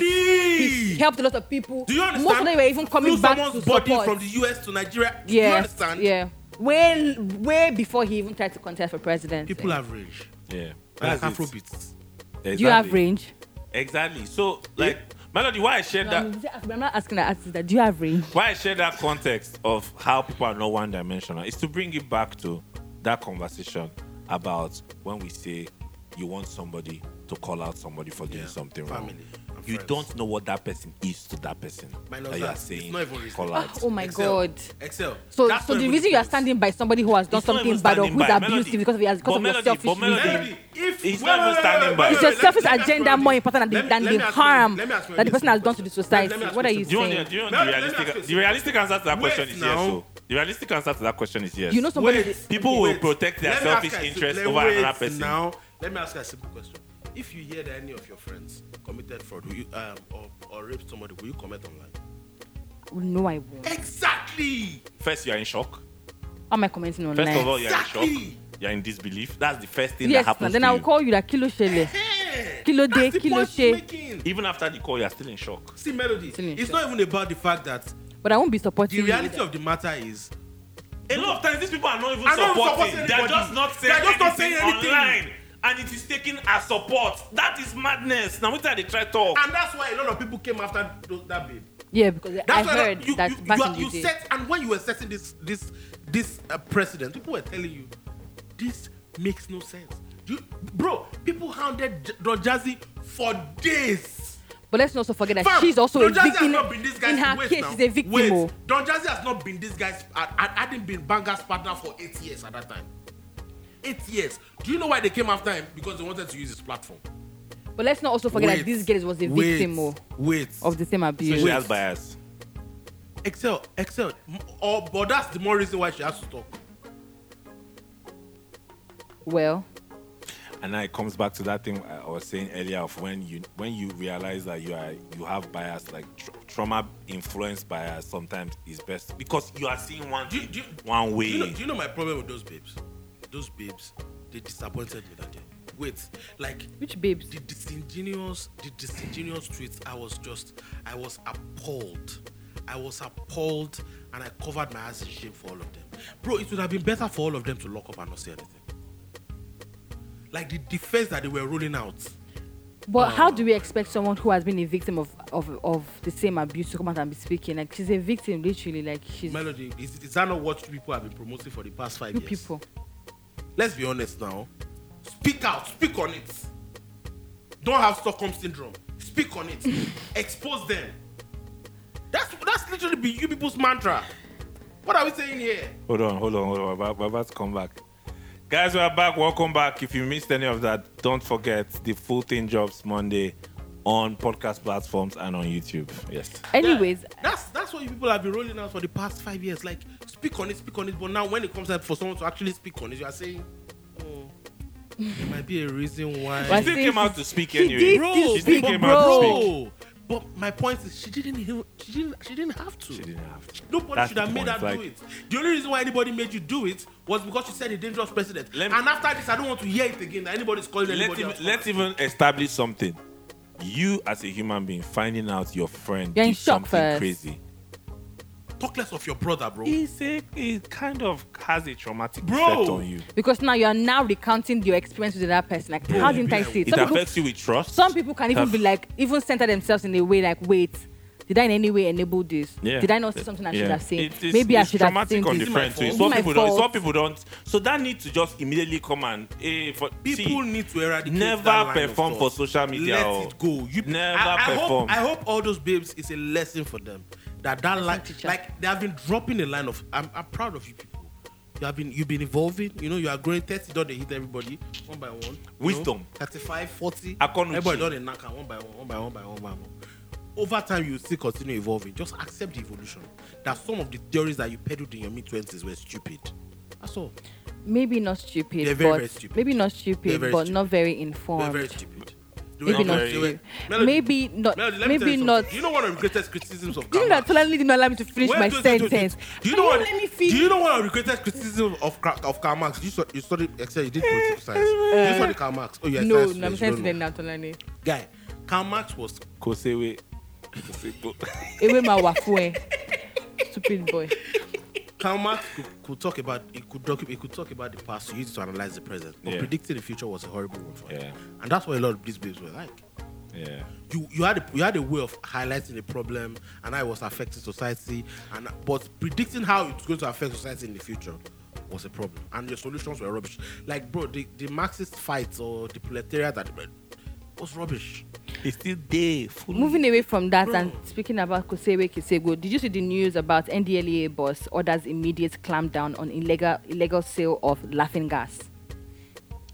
gifts. He helped a lot of people. Do you understand? Most of them were even coming Flew back to someone's body support. from the US to Nigeria. Do yeah. you understand? Yeah. Way, way before he even tried to contest for president. People have range. yeah, Like That's it. Afrobeats. Exactly. Do you have range? Exactly. So like, Melody, why I shared No, that? I'm, I'm not asking that. Asking that. Do you have range? why I share that context of how people are not one dimensional is to bring it back to that conversation about when we say you want somebody to call out somebody for doing Yeah, something wrong. family and You friends. don't know what that person is to that person Minus that you are that, it's saying not even call reasonable. out. Oh my Excel. God. Excel. So, That's so not the even reason you are point. standing by somebody who has done It's not something even bad or standing who is by. abusive Melody. because of, your- because But of your Melody, selfish but Melody, reason. Melody, if It's wait, not even wait, wait, standing wait, by. wait, It's wait, your let- selfish let me ask agenda Melody. more important than the- Let me- than let the me ask harm Melody. Let me ask that Melody the person this has done to the question. society. Let me ask What are Melody you Do you want saying? the, do you want the Mel- let me ask realistic you the realistic answer to that Wait question is yes. now. So the realistic answer to that question is yes. You know somebody. Wait. that- people will protect their Let me selfish ask you a- interest let- over wait another person. Now, let me ask you a simple question. If you hear that any of your friends committed fraud will you, um, or, or raped somebody, will you comment online? No, I won't. Exactly. First, you are in shock. How am I commenting online? First of all, you are in shock. Exactly. You are in disbelief. That's the first thing that yes, happens. and then to I will you. call you that kilo shele. Hey, Kilo that's de, the kilo point she. I'm making. Even after the call, you are still in shock. See, Melody, Still in it's not even about the fact that But I won't be supporting the reality you. of the matter is A lot of times, these people are not even I don't supporting. support They're anybody. just not They saying, are just not saying anything anything. online, and it is taken as support. That is madness. Now, what are they trying to talk? and that's why a lot of people came after tho- that babe. Yeah, because I That's why heard you, that you, back you, in are- the you day. set and when you were setting this this this uh, precedent, people were telling you this makes no sense. You, bro, people hounded J- Dojazi for days. but let's not also forget that Fam, she's also a Don Jazzy Has victim. not been this guy's In her wait case, now, she's a victim. oh. Wait, Don Jazzy has not been this guy's. I, I hadn't been Banga's partner for eight years at that time. Eight years. Do you know why they came after him? Because they wanted to use his platform. But let's not also forget that this girl was a victim oh, Wait. wait. of the same abuse. she has bias. Excel, Excel. M- Or, but that's the more reason why she has to talk. well, And now it comes back to that thing I I was saying earlier of when you when you realize that you are you have bias like tr- trauma influenced bias sometimes is best because you are seeing one Do you, thing do you, one way. Do you, know, do you know my problem with those babes? Those babes, they disappointed me that day. Wait, like which babes? the disingenuous, the disingenuous tweets. I was just, I was appalled. I was appalled and I covered my ass in shame for all of them. Bro, it would have been better for all of them to lock up and not say anything. Like the defense that they were rolling out. But how do we expect someone who has been a victim of, of, of the same abuse to come out and be speaking? Like she's a victim, literally. Like she's Melody, is, is that not what people have been promoting for the past five you years? people. Let's be honest now. Speak out, speak on it. Don't have Stockholm syndrome. Speak on it. Expose them. That's that's literally be you people's mantra. What are we saying here? Hold on, hold on, hold on. We're about- We're about to come back. Guys, we are back. Welcome back. If you missed any of that, don't forget the full thing drops Monday on podcast platforms and on YouTube. Yes. Anyways, Yeah. that's that's what you people have been rolling out for the past five years. Like, speak on it, speak on it. But now, when it comes out for someone to actually speak on it, you are saying, oh, there might be a reason why. Why She still see, came she- out to speak she did anyway. Bro, she still speak, came bro. out to speak. But my point is, she didn't. even- She didn't. She didn't have to. She didn't have to. Nobody That's should have the made point, her do like- it. The only reason why anybody made you do it was because you said a dangerous president. Lem- and after this, I don't want to hear it again. That anybody's calling Let anybody. him, else. let's even establish something. You as a human being finding out your friend You're in did shock something first. crazy. talk less of your brother, bro. It's a, it kind of has a traumatic Bro. effect on you. because now you are now recounting your experience with that person. Like, how didn't I see it? It Some people, affects you with trust. some people can even be like, even center themselves in a way like, wait, did I in any way enable this? Yeah. Did I not see something I should Yeah. have seen? It is- Maybe I it's should have traumatic seen on this. the friend too. Is it Some my people don't. Some fault? people don't. So that need to just immediately come and eh, for, People see, need to eradicate never that line perform of for thought. social media Let or- it go. You Never I, I perform. Hope, I hope all those babes is a lesson for them. That that line, teacher. like they have been dropping a line of. I'm, I'm proud of you people. You have been you've been evolving. You know you are growing. Thirty don't they hit everybody one by one. you know. Wisdom. 35, 40. Akonuchi. Everybody don't they knock am one by one, one by one, by one by one. Over time, you still continue evolving. Just accept the evolution. That some of the theories that you peddled in your mid twenties were stupid. That's all. Maybe not stupid, They're very, but very stupid. maybe not They're stupid, very but stupid. not very They were informed. very stupid. They were Maybe not very- they were- stupid. Melody, Maybe not. Melody, let me tell Maybe you not. something. You know one of the greatest criticisms of Do you know that Karma? Tolani did not allow me to finish Wait, my wait, wait, wait, wait. sentence? Do you Can know what? let me Do finish? you know one of the greatest criticisms of Ka- of Karl Marx? You saw you studied except you did political science. You studied Karl Marx. Oh yeah, Eh, no, science no, I'm students, you saying don't to them now, Tolani. know. Guy, Karl Marx was Kosewe. Kosebo. Ewe ma wafu eh. Stupid boy. Karl Marx could, could talk about it could docu- it could talk about the past, you used to analyze the present. But Yeah. predicting the future was a horrible one for him. Yeah. And that's what a lot of these babes were like. yeah. You you had a, you had a way of highlighting the problem and how it was affecting society and but predicting how it's going to affect society in the future was a problem. And your solutions were rubbish. Like bro, the, the Marxist fights or the proletariat that was rubbish. It's still there. Full Moving away from that Bro. and speaking about Kosewe Kisego, did you see the news about NDLEA E boss orders immediate clampdown on illegal illegal sale of laughing gas?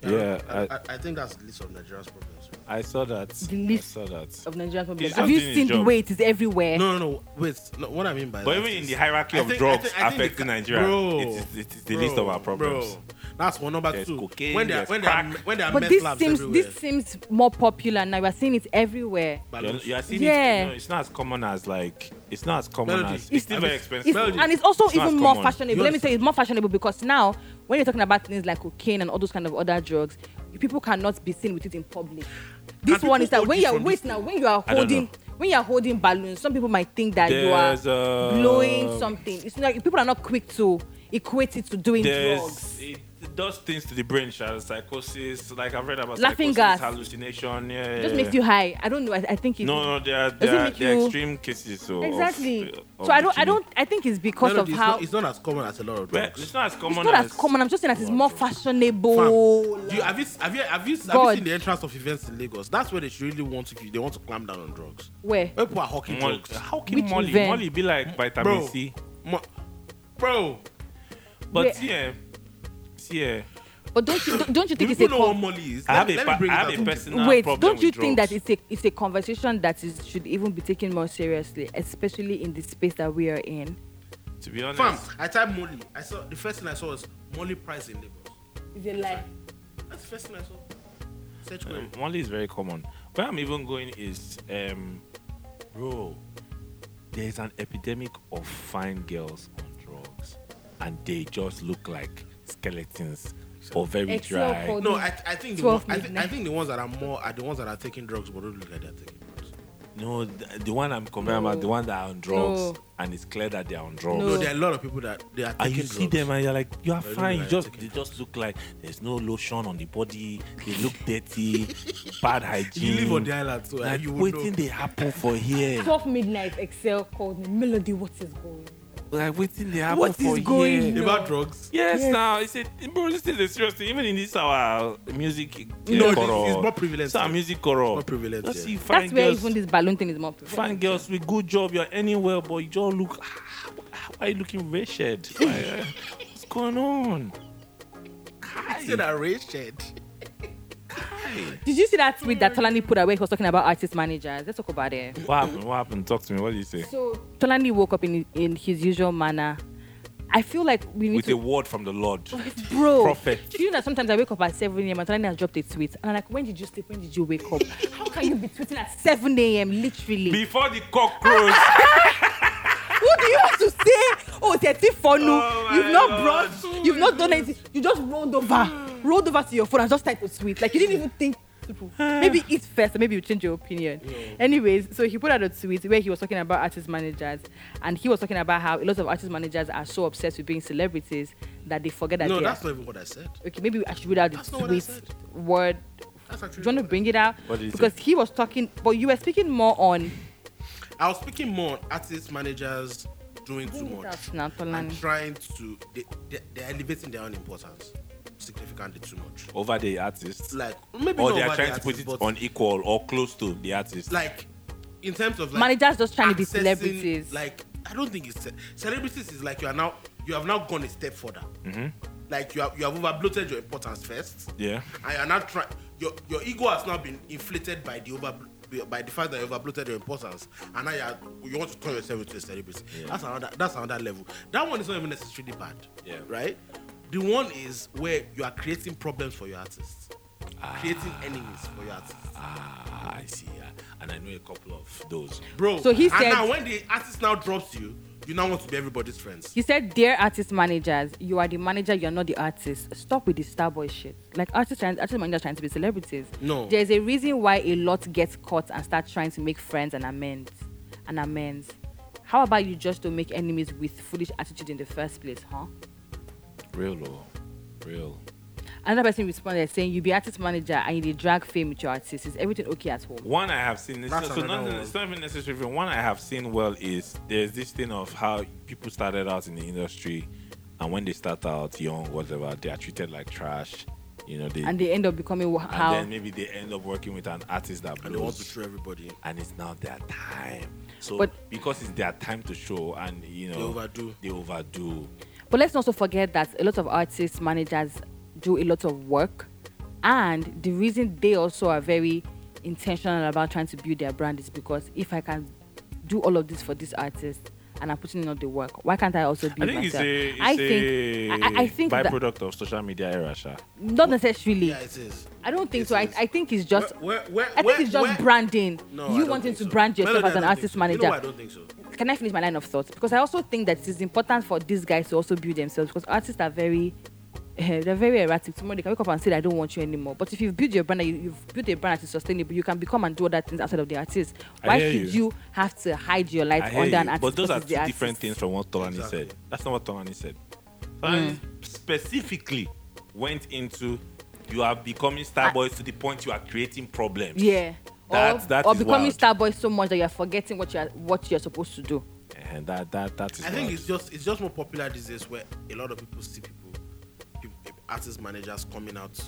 Yeah, I, I, I think that's the least of Nigeria's problems. Eh? I saw that. The list I saw that. Of Nigerian He's just public. Have you doing his seen the job. way it is everywhere? No, no, no. Wait. No, what I mean by But that even in is- the hierarchy I of think- drugs I think- I think affecting the- Nigeria, bro, it is- it is the bro, least of our problems. bro. That's one number There's two. cocaine, when they are, there's when they are, crack. when they are But meth this labs seems everywhere. this seems more popular now. We're seeing it everywhere. You're, Balloons. you're seeing it, Yeah. you know, it's not as common as like it's not as common Melody. as It's- it's still very it's- expensive. It's, and it's also It's not even as more common. fashionable. Let me say it's more fashionable because now when you're talking about things like cocaine and all those kind of other drugs, you- people cannot be seen with it in public. This Can one people is that hold when this you're from wait this now when you are I don't holding know. when you're holding balloons, some people might think that There's, you uh, are blowing something. It's like people are not quick to equate it to doing drugs. There's, it it does things to the brain, child. Psychosis, like I've read about Laughing psychosis, gas. hallucination. Yeah, It just makes you high. I don't know. I, I think it No, no, they are, they Does it are, make they are you- extreme cases. So exactly. Of, of so I don't. I bikini. don't. I think it's because Melody, of it's how. Not, it's not as common as a lot of Well, drugs. it's not as common. it's not as common. I'm just saying that it's more Fam, fashionable. do you, have you have you have you, have you Oh, God. seen the entrance of events in Lagos? That's where they should really want to they want to clamp down on drugs. Where? Where people are hawking Mol- drugs, how can Which Molly, event? Molly be like vitamin bro. C? Mo- bro, But eh, Wait. yeah, yeah. But don't you don't you do think it's a people know what con- Molly is? I have a let pa- me bring I it have out. a personal wait? problem Don't with you think drugs. that it's a it's a conversation that is should even be taken more seriously, especially in the space that we are in? To be honest, Fam, I typed Molly. I saw the first thing I saw was Molly price in Lagos. Is it like That's the first thing I saw. Search query. Um, Molly is very common. Where I'm even going is, um, bro, there's an epidemic of fine girls on drugs, and they just look like skeletons or very Excel dry. code. No, I, I think the one, 12 I, think I midnight. think the ones that are more are the ones that are taking drugs but don't look like they're taking drugs. No, the, the one I'm comparing about, the one that are on drugs, No. and it's clear that they are on drugs. No. No, there are a lot of people that they are And taking Ah, you see drugs. them and you're like, you are They look fine. You like just taking they just look like there's no lotion on the body. They look dirty, bad hygiene. live on the island, so, uh, like, you would waiting know. they happen for here. 12 midnight, Excel called me. Melody, what is going Like waiting they happen What for is going here. on? about drugs. Yes, Yes. now it's a bro. This is a serious thing. Even in this our music uh, No, it's- choral, it's more prevalent It's our here. music choral. more prevalent Just see here. fine That's where girls, even this balloon thing is more. fine girls with good job. You're anywhere, but you just look. ah, Why are you looking wretched? Why, uh, What's going on? Kai, Still that Richard. Kai. Did you see that tweet that Tolani put out where he was talking about artist managers? Let's talk about it. What happened? What happened? Talk to me. What did you say? So Tolani woke up in in his usual manner. I feel like we need With to a word from the Lord. bro. Prophet. Do you know that sometimes I wake up at 7 a.m. and Tolani has dropped a tweet. And I'm like, when did you sleep? When did you wake up? How can you be tweeting at 7 a.m. literally? Before the cock crows. What do you want to say? Oh, Teti Fonu, Oh my you've not God. brought, you've not done anything. You just rolled over, rolled over to your phone and just typed a tweet. Like you didn't even think. people- Maybe eat first, maybe you change your opinion. Anyways, so he put out a tweet where he was talking about artist managers, and he was talking about how a lot of artist managers are so obsessed with being celebrities that they forget that No, they that's are. not even what I said. Okay, maybe I should read out the That's not what I tweet said. word. That's Do actually you want to what I bring it out? What did he say? because he was talking, but you were speaking more on. I was speaking more on artist managers doing too Bring it much out now, Tolani. and trying to they, they, they're elevating their own importance significantly too much. Over the artist. Like maybe Or not they over are the trying to put artist, it but on equal or close to the artist. like in terms of like Managers just trying to be accessing- celebrities. Like I don't think it's ce- celebrities is like you are now you have now gone a step further. Like you have you have overbloated your importance first. Mm-hmm. Yeah. and you're not trying your your ego has now been inflated by the over by the fact that you've bloated your importance and now you're, you want to turn yourself into a celebrity Yeah. that's another that's another level that one is not even necessarily bad Yeah. right the one is where you are creating problems for your artists creating enemies for your artists Ah, I see. ah, And I know a couple of those. bro So he and said- now when the artist now drops you you now want to be everybody's friends He said, "Dear artist managers, you are the manager. You are not the artist. Stop with the starboy shit. Like artists, trying, artist managers trying to be celebrities. No. there is a reason why a lot gets caught and start trying to make friends and amends, and amends. How about you just don't make enemies with foolish attitude in the first place, huh?" Real or real. Another person responded saying, "You be artist manager and you dey drag fame with your artist. Is everything okay at home?" One I have seen, it's, That's so not, another one. it's not even necessary. but One I have seen well is there's this thing of how people started out in the industry, and when they start out young, whatever, they are treated like trash. You know, they And they end up becoming wh- and how then maybe they end up working with an artist that and they want blows, to throw everybody and it's now their time. So But- because it's their time to show, and you know They overdo. they overdo. But let's not also forget that a lot of artists, managers do a lot of work. And the reason they also are very intentional about trying to build their brand is because if I can do all of this for this artist and I'm putting in all the work, why can't I also I build think it's myself? a, it's I a think I, I think that, byproduct of social media era, Sha. not necessarily. yeah it is I don't think it so. I, is. I think it's just where, where, I think it's just where- branding. no, I you don't wanting think to so. brand yourself Melody, I as an don't think artist so. manager. You know why I don't think so. can I finish my line of thought? Because I also think that it is important for these guys to also build themselves because artists are very. eh, they're very erratic. Tomorrow they can wake up and say, "I don't want you anymore." But if you've built your brand, and you, you've built a brand that is sustainable. You can become and do other things outside of the artist. I Why hear should you. you. have to hide your I light hear under you, an artist? but those are because it's two the different artist? things from what Tolani Exactly. said. That's not what Tolani said. Tolani Hmm. specifically went into you are becoming star boys to the point you are creating problems. Yeah. That- or, that or is becoming wild. star boy so much that you're forgetting what you're what you're supposed to do. and Eh, that that that is. I think wild. it's just it's just more popular these days where a lot of people see people, people artist managers coming out to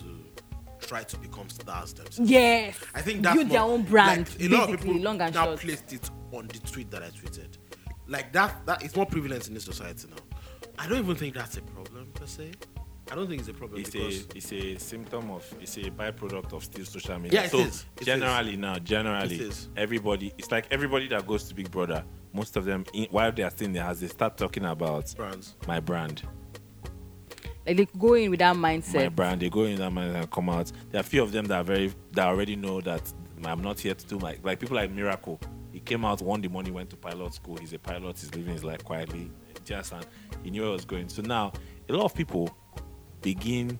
try to become stars themselves. Yes. I think that's build more, their own brand. Like, a lot of basically, people long and now short. placed it on the tweet that I tweeted. Like that that is more prevalent in this society now. I don't even think that's a problem per se. I don't think it's a problem it's because a it's a symptom of it's a byproduct of still social media. Yeah, it so is. It generally now, generally It is. everybody it's like everybody that goes to Big Brother, most of them in, while they are still in the house, they start talking about brands. my brand. Like they go in with that mindset. my brand. They go in that man and come out. There are a few of them that are very that already know that I'm not here to do my like people like Miracle. He came out, won the money, went to pilot school. He's a pilot. He's living his life quietly, just and he knew where he was going. So now a lot of people begin.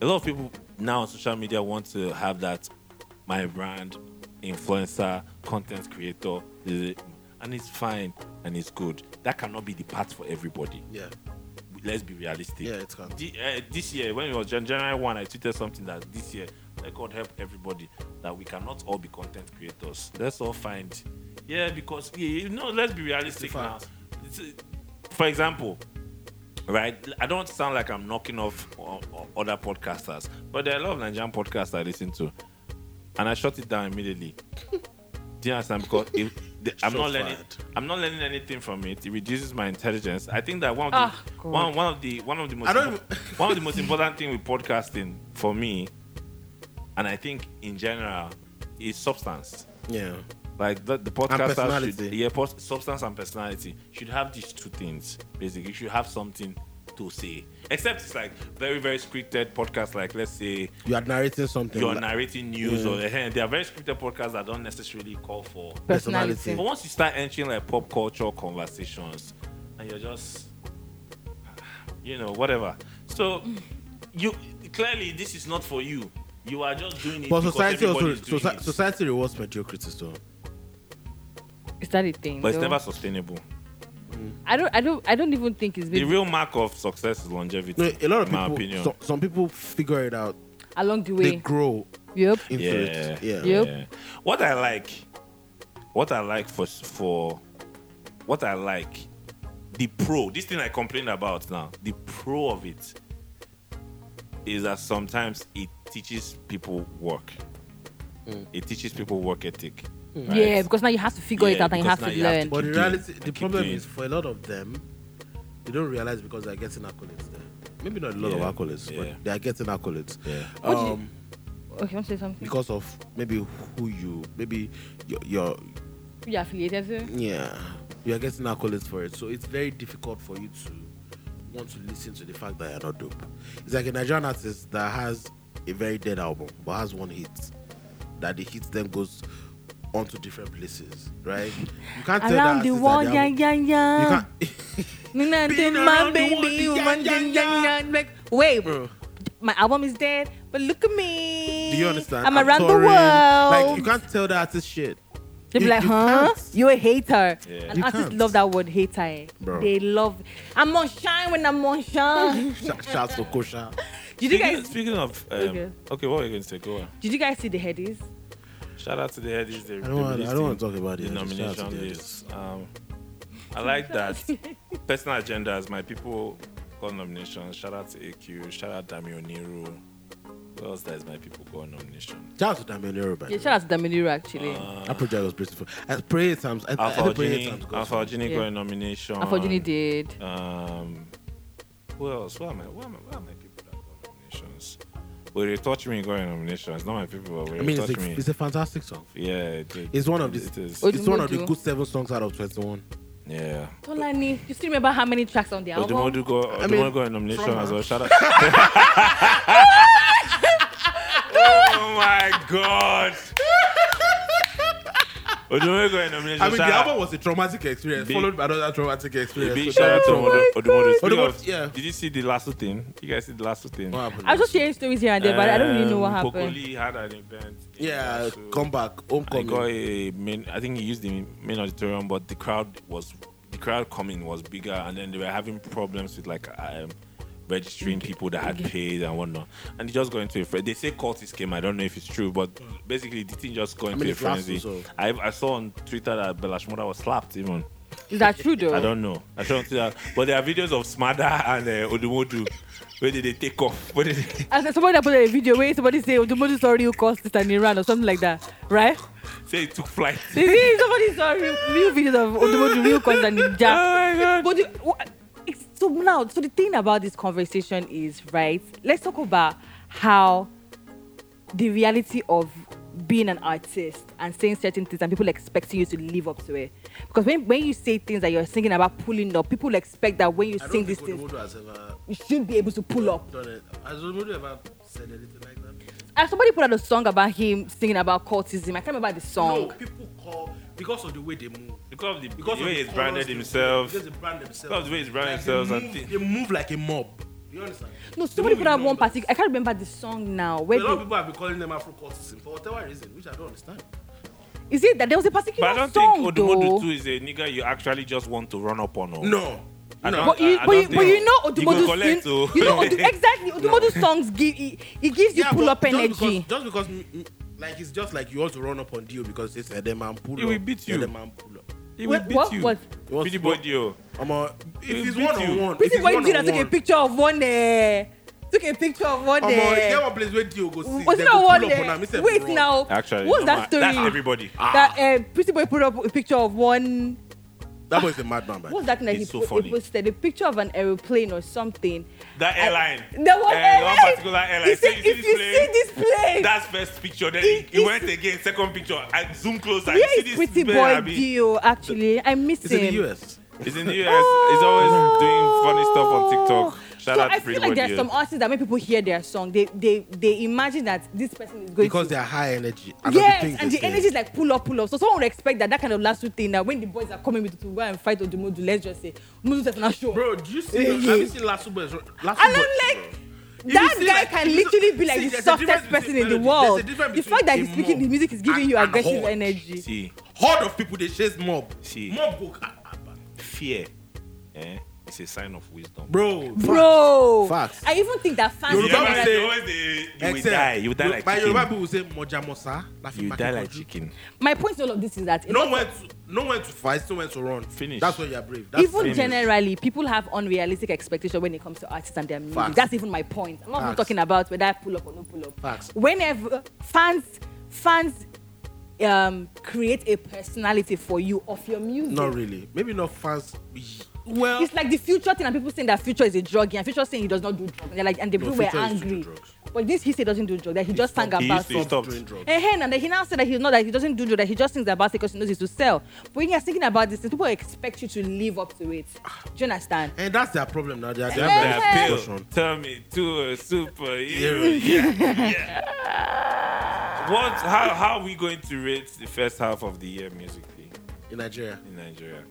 A lot of people now on social media want to have that my brand, influencer, content creator, and it's fine and it's good. That cannot be the path for everybody. Yeah. Let's be realistic. Yeah, it can. The- uh, this year, when it was Jan- January 1, I tweeted something that this year, that God help everybody, that we cannot all be content creators. Let's all find, yeah, because, yeah, you know, let's be realistic now. fact. It's, uh, for example, right? I don't sound like I'm knocking off o- o- other podcasters, but there are a lot of Nigerian podcasts I listen to, and I shut it down immediately. Do you understand? Because if the, I'm not Shots learning, fired. I'm not learning anything from it. It reduces my intelligence. I think that one of the Ah, God. one, one of the one of the most I don't even- one of the most important thing with podcasting for me, and I think in general, is substance. Yeah. Like the, the podcaster should, personality. yeah, post, substance and personality should have these two things. Basically, you should have something to say. Except it's like very very scripted podcasts. Like let's say You are narrating something. you're like- narrating news or eh, there are very scripted podcasts that don't necessarily call for. Personality. But once you start entering like pop culture conversations, and you're just, you know, whatever. So you clearly this is not for you. You are just doing it. But because society also everybody's doing soci- it. society rewards mediocrity so Is that a thing? But it's though? never sustainable. I don't. I don't. I don't even think it's The been real mark of success is longevity. no, a lot of in my people opinion. so, some people figure it out along the they way. grow Yep. into yeah. it yeah Yep. Yeah. What I like, what I like for for, what I like, the pro. This thing I complain about now. The pro of it is that sometimes it teaches people work. It teaches people work ethic. right? Hmm. Yeah, because now you have to figure it Yeah, out and you because have to now you have learn. to- but in Keep reality doing- the keep problem doing. is for a lot of them they don't realize because they're getting accolades there maybe not a lot Yeah. of accolades Yeah. but they're getting accolades Yeah. What do you- um okay, you want to say something? because of maybe who you maybe your, your you are affiliated to. yeah you are getting accolades for it so it's very difficult for you to want to listen to the fact that you're not dope it's like a nigerian artist that has a very dead album but has one hit that the hit then goes on to different places right you can't tell Around that the artist that world, the yeah, album- yeah, you yeah. can't Nina, Been my around the baby, world, yeah, woman, yeah, yeah, yeah, yeah. yeah. Like, wait, Bro. my album is dead, but look at me. do you understand I'm, around touring. the world. like you can't tell the artist shit They'll be You- like, you huh? can't. You're a hater. Yeah. And You artists can't. love that word, hater. eh. Bro. They love. I'm on shine when I'm on shine. Shout- shout to kosha did you Speaking- guys? Speaking of, um, Okay. okay. what are you going to say? Go on. Did you guys see the headies? Shout out to the headies. They, I don't want- I don't want to talk about the the Headies. Shout out to nomination the list. Um, I like that. Personal agendas. My people got nominations. Shout out to AQ. Shout out Dami Oniru. Who else that is my people got nomination? shout out to Damian Euro, by the Yeah, way. shout out to Daminira actually. Uh, that project was beautiful I pray it times I, I, Alpha I pray it Alpha times goes on. Alphagini Yeah. got a nomination. Unfortunately, did. Um, who else? Where are my, where are my, where are my people that got nominations? Will you touch me got a nomination? It's not my people, but will I mean, touch it's a, me? it's a fantastic song. yeah, it, it- It's one of the It is. Oh, it's one of the Odumodu. good seven songs out of twenty one. Yeah. Tolani, you still remember how many tracks on the album? Odumodu got, mean, Odumodu got a nomination from as her. well. Shout out. oh my god. Odumodu got a nomination. I mean, the shout out. album was a traumatic experience, Big- followed by another traumatic A experience. big So shout out to trauma- Odu- Odumodu. Speaking Odumodu, of- yeah. Did you see the lasso thing? You guys see the lasso thing? What happened? I was just sharing stories here and there, but I don't really know what Um, happened. Pokoli had an event. in yeah, Lasso. come back, I got homecoming. a main. I think he used the main auditorium, but the crowd was the crowd coming was bigger, and then they were having problems with like um, registering people that had paid and whatnot. And it just got into a frenzy. They say cultists came. I don't know if it's true, but basically the thing just got into mean, a it's last frenzy. resort. I, I saw on Twitter that Belashmoda was slapped even. Is that true though? I don't know. I saw on Twitter, but there are videos of Smada and uh, Odumodu. Where did they take off? Where did they I said somebody that posted a video where somebody say "Oh, Odumodu sorry you caused this and Iran or something like that, right? say it took flight? They say somebody saw real, real videos of Odumodu real caused and Ninja. Oh my god! But the, wha- it's, so now, so the thing about this conversation is right. Let's talk about how the reality of being an artist and saying certain things and people expecting you to live up to it. Because when, when you say things that you're singing about pulling up, people expect that when you I sing don't these think things, Odumodu has ever you should be able to pull up. done it. Has Odumodu ever said anything like that? And somebody put out a song about him singing about cultism. I can't remember the song. No, people call because of the way they move. Because of the, Because the of way the he's branded colors they- himself. Because they brand themselves. Because of the way he's branded they themselves and move- thing. They move like a mob. You understand? No, They somebody move put in out one numbers. party. I can't remember the song now. A Where lot of the, people have been calling them Afro cultists for whatever reason, which I don't understand. Is it that there was a But particular I don't song think though? Odumodu 2 is a nigga you actually just want to run up on. oh. No. I no. don't- But you, I but you, don't but you think- know you go Odumodu's collect, thing- oh. you know Odu- exactly Odumodu's songs give it, it gives you Yeah, pull but up energy. Just because, just because mm, mm, like it's just like you want to run up on Dio because it's a man pull He up. will beat you. Edeman pull up. He will What- beat what you. was- What's- Pity boy Dio. I'm a, He if it's beat one on you. one. Pretty if boy it's did that. Took a one-on-one, picture of one there. Took a picture of one Omo, get there. one place where Dio go sit. Was they not go one pull up on am, he there. say, Wait "Run." now. Actually, what's no that man, story? That's everybody. Ah. That uh, Pretty Boy put up a picture of one. That boy is a madman. man. What's that? thing That It's he, so put, funny. he posted a picture of an aeroplane or something. That airline. The one Eh, airline. One particular airline. He So said, you see if this you plane? see this plane, That's first picture. Then It- he, he it's- went again. Second picture. I zoom closer. You where see is this Pretty bear, Boy Abi? Dio? Actually, I miss It's him. in the US. He's in the US. He's always doing funny stuff on TikTok. Shout Oh. so out I to feel Pretty like Boy there's Dio. some artists that when people hear their song, they they they imagine that this person is going Because to. they are high energy. And of Yes, things and they the say. energy is like pull up, pull up. So someone would expect that that kind of last two thing that when the boys are coming with to go and fight Odumodu, let's just say Odumodu does not show. Bro, do you see? Yeah, Have yeah. you seen Lasso Boys? Lasso Boys. and I'm like, If you that guy see, like, can if you literally see- be like see, the there's a difference softest person in between melody. the world. There's a difference The between fact that a he's speaking, mob the music is giving and- you and aggressive horde. energy. See, Horde of people they chase mob. See. Mob go. ah, ah, ah. fear. Eh? It's a sign of wisdom. Bro. Bro, Facts. I even think that fans You Yoruba ever will say, say- always the- you will Except- die. You will die like By Yoruba chicken. people will say moja mosa. laughing You back die in like country. chicken. My point to all of this is that a lot No of- when to, no when to fight, no when to run. Finish. That's why you are brave. That's even famous. generally, people have unrealistic expectations when it comes to artists and their music. Facts. That's even my point. I'm not even Facts. talking about whether I pull up or no pull up. Facts. Whenever fans fans um, create a personality for you of your music. Not really. Maybe not fans. Well, it's like the future thing, and people saying that future is a drug, and future saying he does not do drugs. And they're like, and the No, people were Future used to do angry. drugs. But this he said doesn't do drugs. That he, just sang He about. used to, he Stop stopped. doing drugs. Ehen, and then he now said that he's not that he doesn't do drugs. That he just thinks about it because he knows it's to sell. But when you're thinking about this, people expect you to live up to it. Do you understand? And that's their problem now. They are they Yeah, have yeah. That that pill. discussion. Tell me, uh, to a superhero. Yeah, yeah. What? How? How are we going to rate the first half of the year musically in Nigeria. in Nigeria?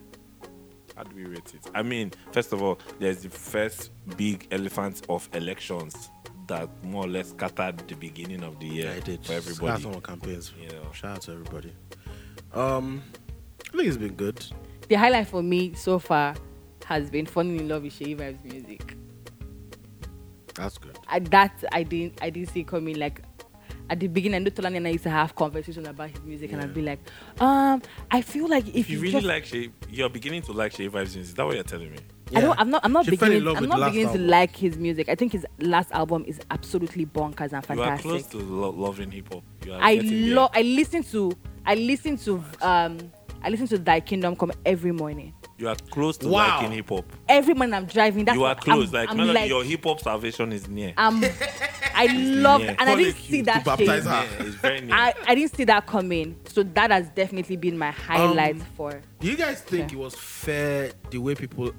How do we rate it? I mean, first of all, there's the first big elephant of elections that more or less scattered the beginning of the year I did. for That's everybody. our campaigns. You know. Shout out to everybody. Um, I think it's been good. The highlight for me so far has been falling in love with Shay Vibes music. That's good. I, that I didn't I didn't see coming. Like at the beginning, I know Tolani and I used to have conversations about his music, and I'd be like, um, I feel like if, If you you really just, like Shay, you're beginning to like Shay vibes. Is that what you're telling me? I don't. Yeah. I'm not. I'm not She fell in beginning. love I'm with not the last beginning to album. like his music. I think his last album is absolutely bonkers and You are fantastic. close to lo- loving hip hop. You are I getting there. love. I listen to. I listen to. Um, I listen to Thy Kingdom Come every morning. You are close to Wow. liking hip hop. Every morning I'm driving. That's you are what close. I'm, like, I'm Melody, like your hip hop salvation is near. I'm, Um, I love, near. and I didn't Call it see you that. to shit. baptize her. Yeah, it's very near. I, I didn't see that coming. So that has definitely been my highlight Um, for. Do you guys think Yeah. it was fair the way people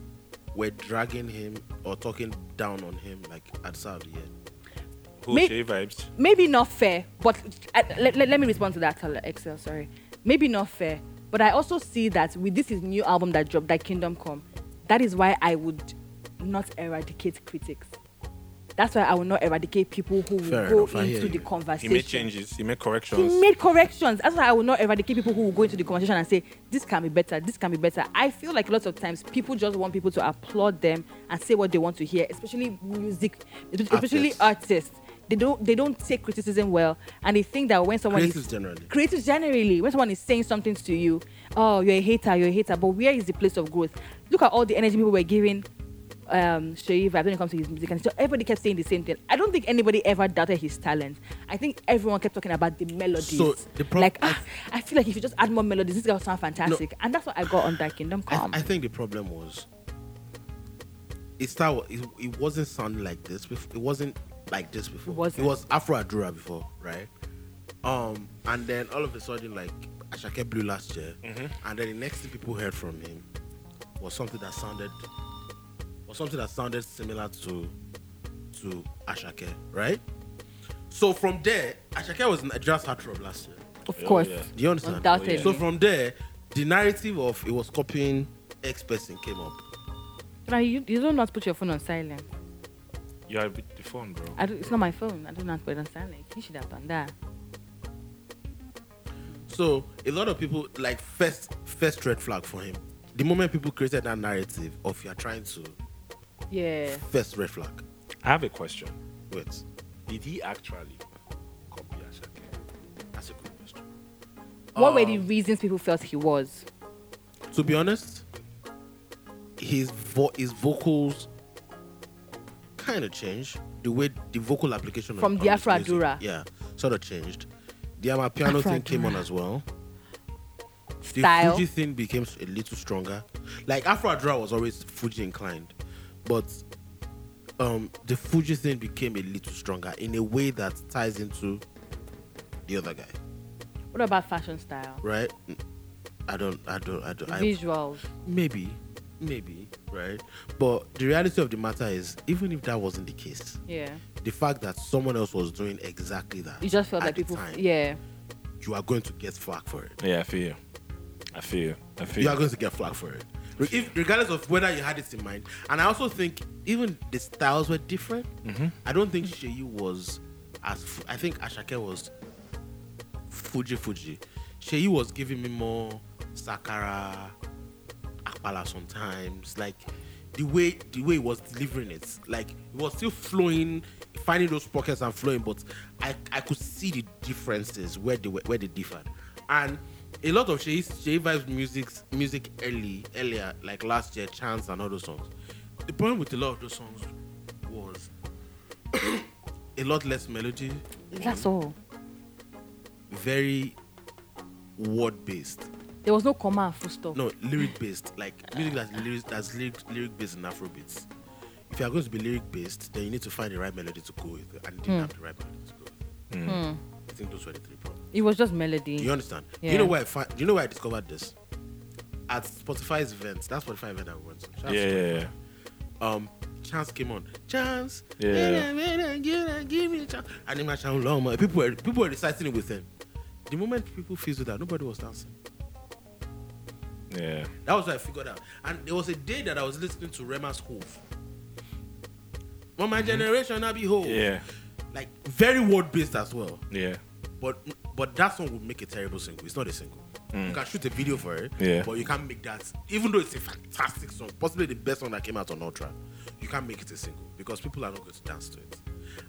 were dragging him or talking down on him like at the start of the year? Who Make- Shay eh, vibes? Maybe not fair, but I, let, let, let me respond to that, Tala- Excel. Sorry. Maybe not fair, but I also see that with this his new album that dropped, that Kingdom Come, that is why I would not eradicate critics. That's why I will not eradicate people who will Fair go enough, I hear into the you. He conversation. made changes. He made corrections. He made corrections. That's why I will not eradicate people who will go into the conversation and say, this can be better, this can be better. I feel like a lot of times people just want people to applaud them and say what they want to hear, especially music, especially Artists. artists. They don't they don't take criticism well and they think that when someone is Creatives generally. creatives generally, when someone is saying something to you, oh you're a hater, you're a hater, but where is the place of growth? Look at all the energy people were giving um Sharif when it comes to his music and so everybody kept saying the same thing. I don't think anybody ever doubted his talent. I think everyone kept talking about the melodies. So, the prob- like I- ah, I feel like if you just add more melodies, this guy will sound fantastic. And that's what I got on that Kingdom I, th- Come. I think the problem was it started. It, it wasn't sounding like this. bef- It wasn't like this before. wasn't. was Afro Adura before, right? Um, and then all of a sudden, like Ashake blew last year, and then the next thing people heard from him was something that sounded was something that sounded similar to to Ashake, right? So from there, Ashake was Nigeria's heart throb last year. of Oh, course. yeah. Do you understand? Undoubtedly. So from there, the narrative of it was copying X person came up. Now you, you don't not put your phone on silent. You are with the phone, bro. I don't, it's not my phone. I do not put it on silent. You should have done that. So a lot of people like first first red flag for him. The moment people created that narrative of you're trying to Yeah. first red flag. I have a question. Wait, Did he actually copy Ashake? that's a good question. Uh, What were the reasons people felt he was? To be honest, his vo- his vocals kind of changed. The way the vocal application on- From on the his music, Afrodura. yeah, sort of changed. The Amapiano thing came on Afrodura. as well. The Style. Fuji thing became a little stronger. Like Afro Adra was always Fuji inclined, but um, the Fuji thing became a little stronger in a way that ties into the other guy, What about fashion style? right? I don't, I don't, I don't. I, Visuals. maybe, maybe, right? But the reality of the matter is, even if that wasn't the case, Yeah. the fact that someone else was doing exactly that, You just felt at like the people. time, yeah. you are going to get flack for it. Yeah, I feel you. I feel you. I feel you are going to get flack for it. Re- if- regardless of whether you had it in mind. And I also think even the styles were different. I don't think Sheyi was as. Fu- I think Ashake was Fuji Fuji. Sheyi was giving me more Sakara, Akpala sometimes. Like the way the way he was delivering it. Like it was still flowing, finding those pockets and flowing, but I, I could see the differences where they were, where they differed. And a lot of Sheyi Sheyi Vibes music music early earlier, like last year, Chance and all those songs. The problem with a lot of those songs was a lot less melody, That's all. very word based. There was no comma full stop. No, lyric based. Like music that's lyric that's lyric lyric based in Afrobeats. If you are going to be lyric based, then you need to find the right melody to go with it, and you Hmm. didn't have the right melody to go with. it. I think those were the three problems. It was just melody. You understand? You Hmm. Yeah. know where I find? You know where I discovered this? At Spotify's event. That's Spotify event I went to. Shout out you. to Yeah, yeah, yeah. um Chance came on. Chance, Yeah. yeah, yeah, yeah, give me a chance. And then my chance, long man. People were people were reciting it with him. The moment people fizzled out, nobody was dancing. Yeah. That was what I figured out. And there was a day that I was listening to Rema's Hove. Well, my generation, I be whole. Mm-hmm. Yeah. Like very word based as well. Yeah. But but that song would make a terrible single. It's not a single. You can shoot a video for it, Mm. Yeah. but you can't make that. Even though it's a fantastic song, possibly the best song that came out on Ultra, you can't make it a single because people are not going to dance to it.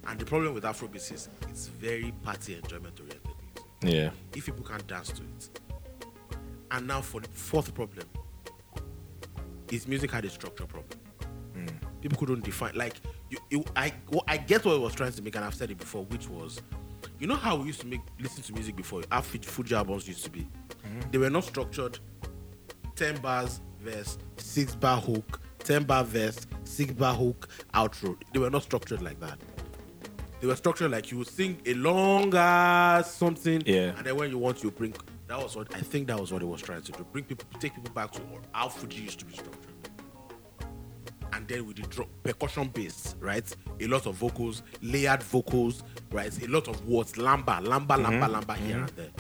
And the problem with Afrobeats is it's very party enjoyment oriented music Yeah. if people can't dance to it. And now for the fourth problem, is music had a structure problem. People couldn't define like you, you I well, I guess what I was trying to make, and I've said it before, which was, you know how we used to make listen to music before, how Fuji, Fuji albums used to be. They were not structured. Ten bars verse, six bar hook, ten bar verse, six bar hook, outro. They were not structured like that they were structured like you would sing a long ass something, Yeah. and then when you want, you bring. That was what I think. That was what it was trying to do. Bring people, take people back to how Fuji used to be structured, and then with the drum, percussion bass, right? A lot of vocals, layered vocals, right? A lot of words, lamba, lamba, lamba, lamba here and there.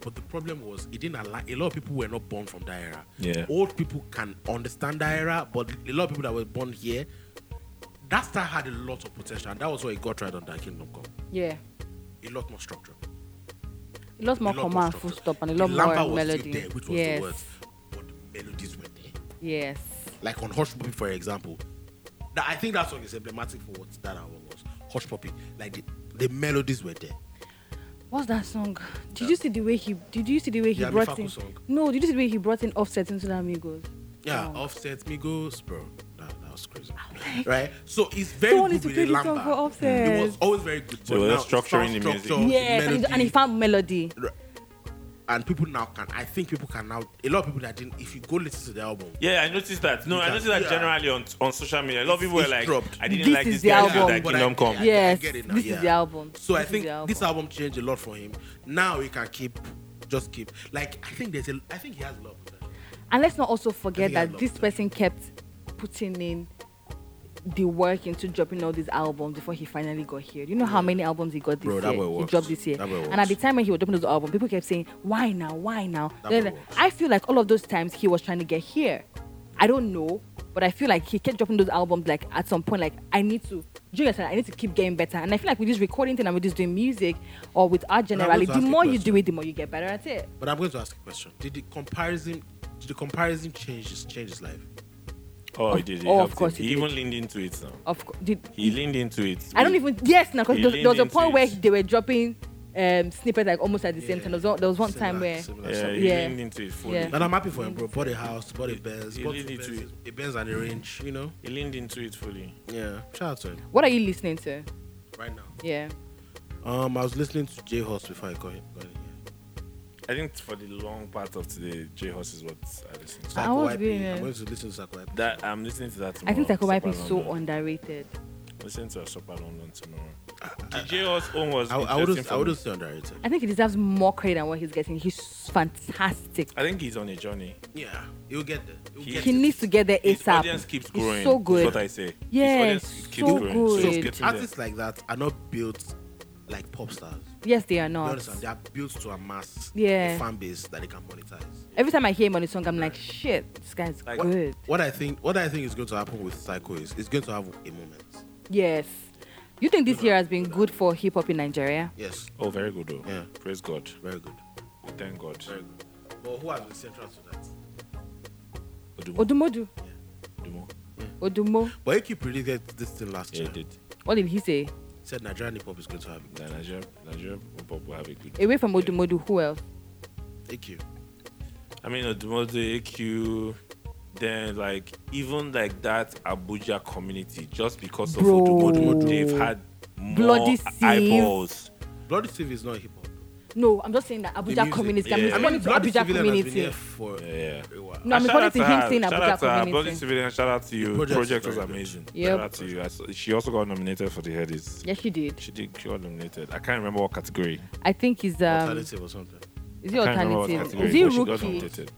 But the problem was, it didn't align. A lot of people were not born from that era. Yeah. Old people can understand that era, but a lot of people that were born here that star had a lot of potential, and that was why it got right on that Kingdom Come. yeah. A lot more structure. It lost A more lot more comma structure. full stop and a The lot more Lamba was melody. Still there, which was yes. the words, but the melodies were there. Yes. Like on Hush Puppy, for example. That, I think that song is emblematic for what that album was. Hush Puppy. Like the, the melodies were there. What's that song? Did you see the way he? Did you see the way he Yeah, brought Mifaku in? song. No, did you see the way he brought in Offset into the Amigos? Yeah, Oh. Offset Migos, bro. That, that was crazy. right? So it's very Someone good needs to with play the this song Lamba. for Offset. It was always very good. So but we're now just it sounds structuring the music. structured, Yes, and, he- and he Oh, melody. found melody. Right. and people now can i think people can now a lot of people that didn't if you go listen to the album Yeah, I noticed that. No, I Yeah. noticed that Yeah. generally on, on social media. A lot of people were it's like, dropped. I didn't This like is this the guy album. that But I- Kingdom Come. I- I yes, get it now, this yeah. is the album. so i This is think the album. this album changed a lot for him now he can keep just keep like i think there's a i think he has a lot of potential. And let's not also forget think I that this loved it. person kept putting in the work into dropping all these albums before he finally got here. You know how many albums he got this Bro, that year? boy He works. dropped this year. That boy And at the works. time when he was dropping those albums, people kept saying, Why now? Why now? That boy Then- works. I feel like all of those times he was trying to get here. I don't know. But I feel like he kept dropping those albums. Like at some point, like I need to. Do you understand? I need to keep getting better. And I feel like with this recording thing and with this doing music or with art And I want generally, to the ask a more you question. do it, the more you get better at it. But I'm going to ask a question. Did the comparison did the comparison change his change his life? Oh, he did. He oh, of helped him. course he He did. even leaned into it now. Of course, did, He leaned into it. I don't We- even yes now because He there, was- there was a leaned point into where it. they were dropping um snippets like almost at the same Yeah. time. There was one, there was one time Similar- where similar Yeah, stuff. he Yeah. leaned into it fully. Yeah. And I'm happy for him, bro. Bought a house, bought a He- Benz, he bought really two do Benzes, a Benz and a range, you know? He leaned into it fully. Yeah. Shout out to him what are you listening to? right now. Yeah, Um, I was listening to J Horse before I got here. Got in here. I think for the long part of today, J Horse is what I listen to. I was Psycho being, YP. uh, I'm going to listen to Psycho YP. That I'm listening to that I tomorrow. think Taco Wipe is Super so London. underrated. Listen to a Super London tomorrow. J Horse own was. I, I interesting wouldn't, for I me. wouldn't say underrated. I think he deserves more credit than what he's getting. He's fantastic. I think he's on a journey. Yeah, you'll get there. You'll He- get He there. needs to get there His ASAP. audience keeps He's growing. so That's what good. I say. Yeah, His audience keeps so growing. So good. it's getting there. Artists like that are not built like pop stars. Yes, they are You not. understand? They are built to amass Yeah. a fan base that they can monetize. Every time I hear him on a song, I'm like, shit, this guy's Like- good. What I think, what I think is going to happen with Psycho is it's going to have a moment. Yes. You think this year has been good for hip hop in Nigeria? Yes, Oh, very good though. Yeah. Praise God. very good, We Thank God. very good. But who has been central to that? Odumo. Odumodu, Odumo. Odumo. But Eki predicted this thing last Yeah, year. he did. What did he say? Said Nigerian hip hop is going to have Yeah, Nigeria, Nigeria will have a good. Away from Odumodu, who else? Eki. I mean, Odumodu, AQ, then like even like that Abuja community, just because of Bro. Odumodu, they've had more Bloody eyeballs. Bloody TV is not hip hop. No, I'm just saying that The Abuja music. community. I'm Yeah. I I mean, responding mean, to Bloody Abuja TV has been community. here for Yeah. a while. No, And I'm shout out responding to her. him saying Shout Abuja out to her. Bloody community. civilian, shout out to you. The project project, was was very good. amazing. Yep. Shout out to you. I saw- She also got nominated for the headies. Yes, she did. She did. She got nominated. I can't remember what category. I think he's um, Alternative or something. is he I can't remember what alternative? category, Is he but she got rookie? nominated.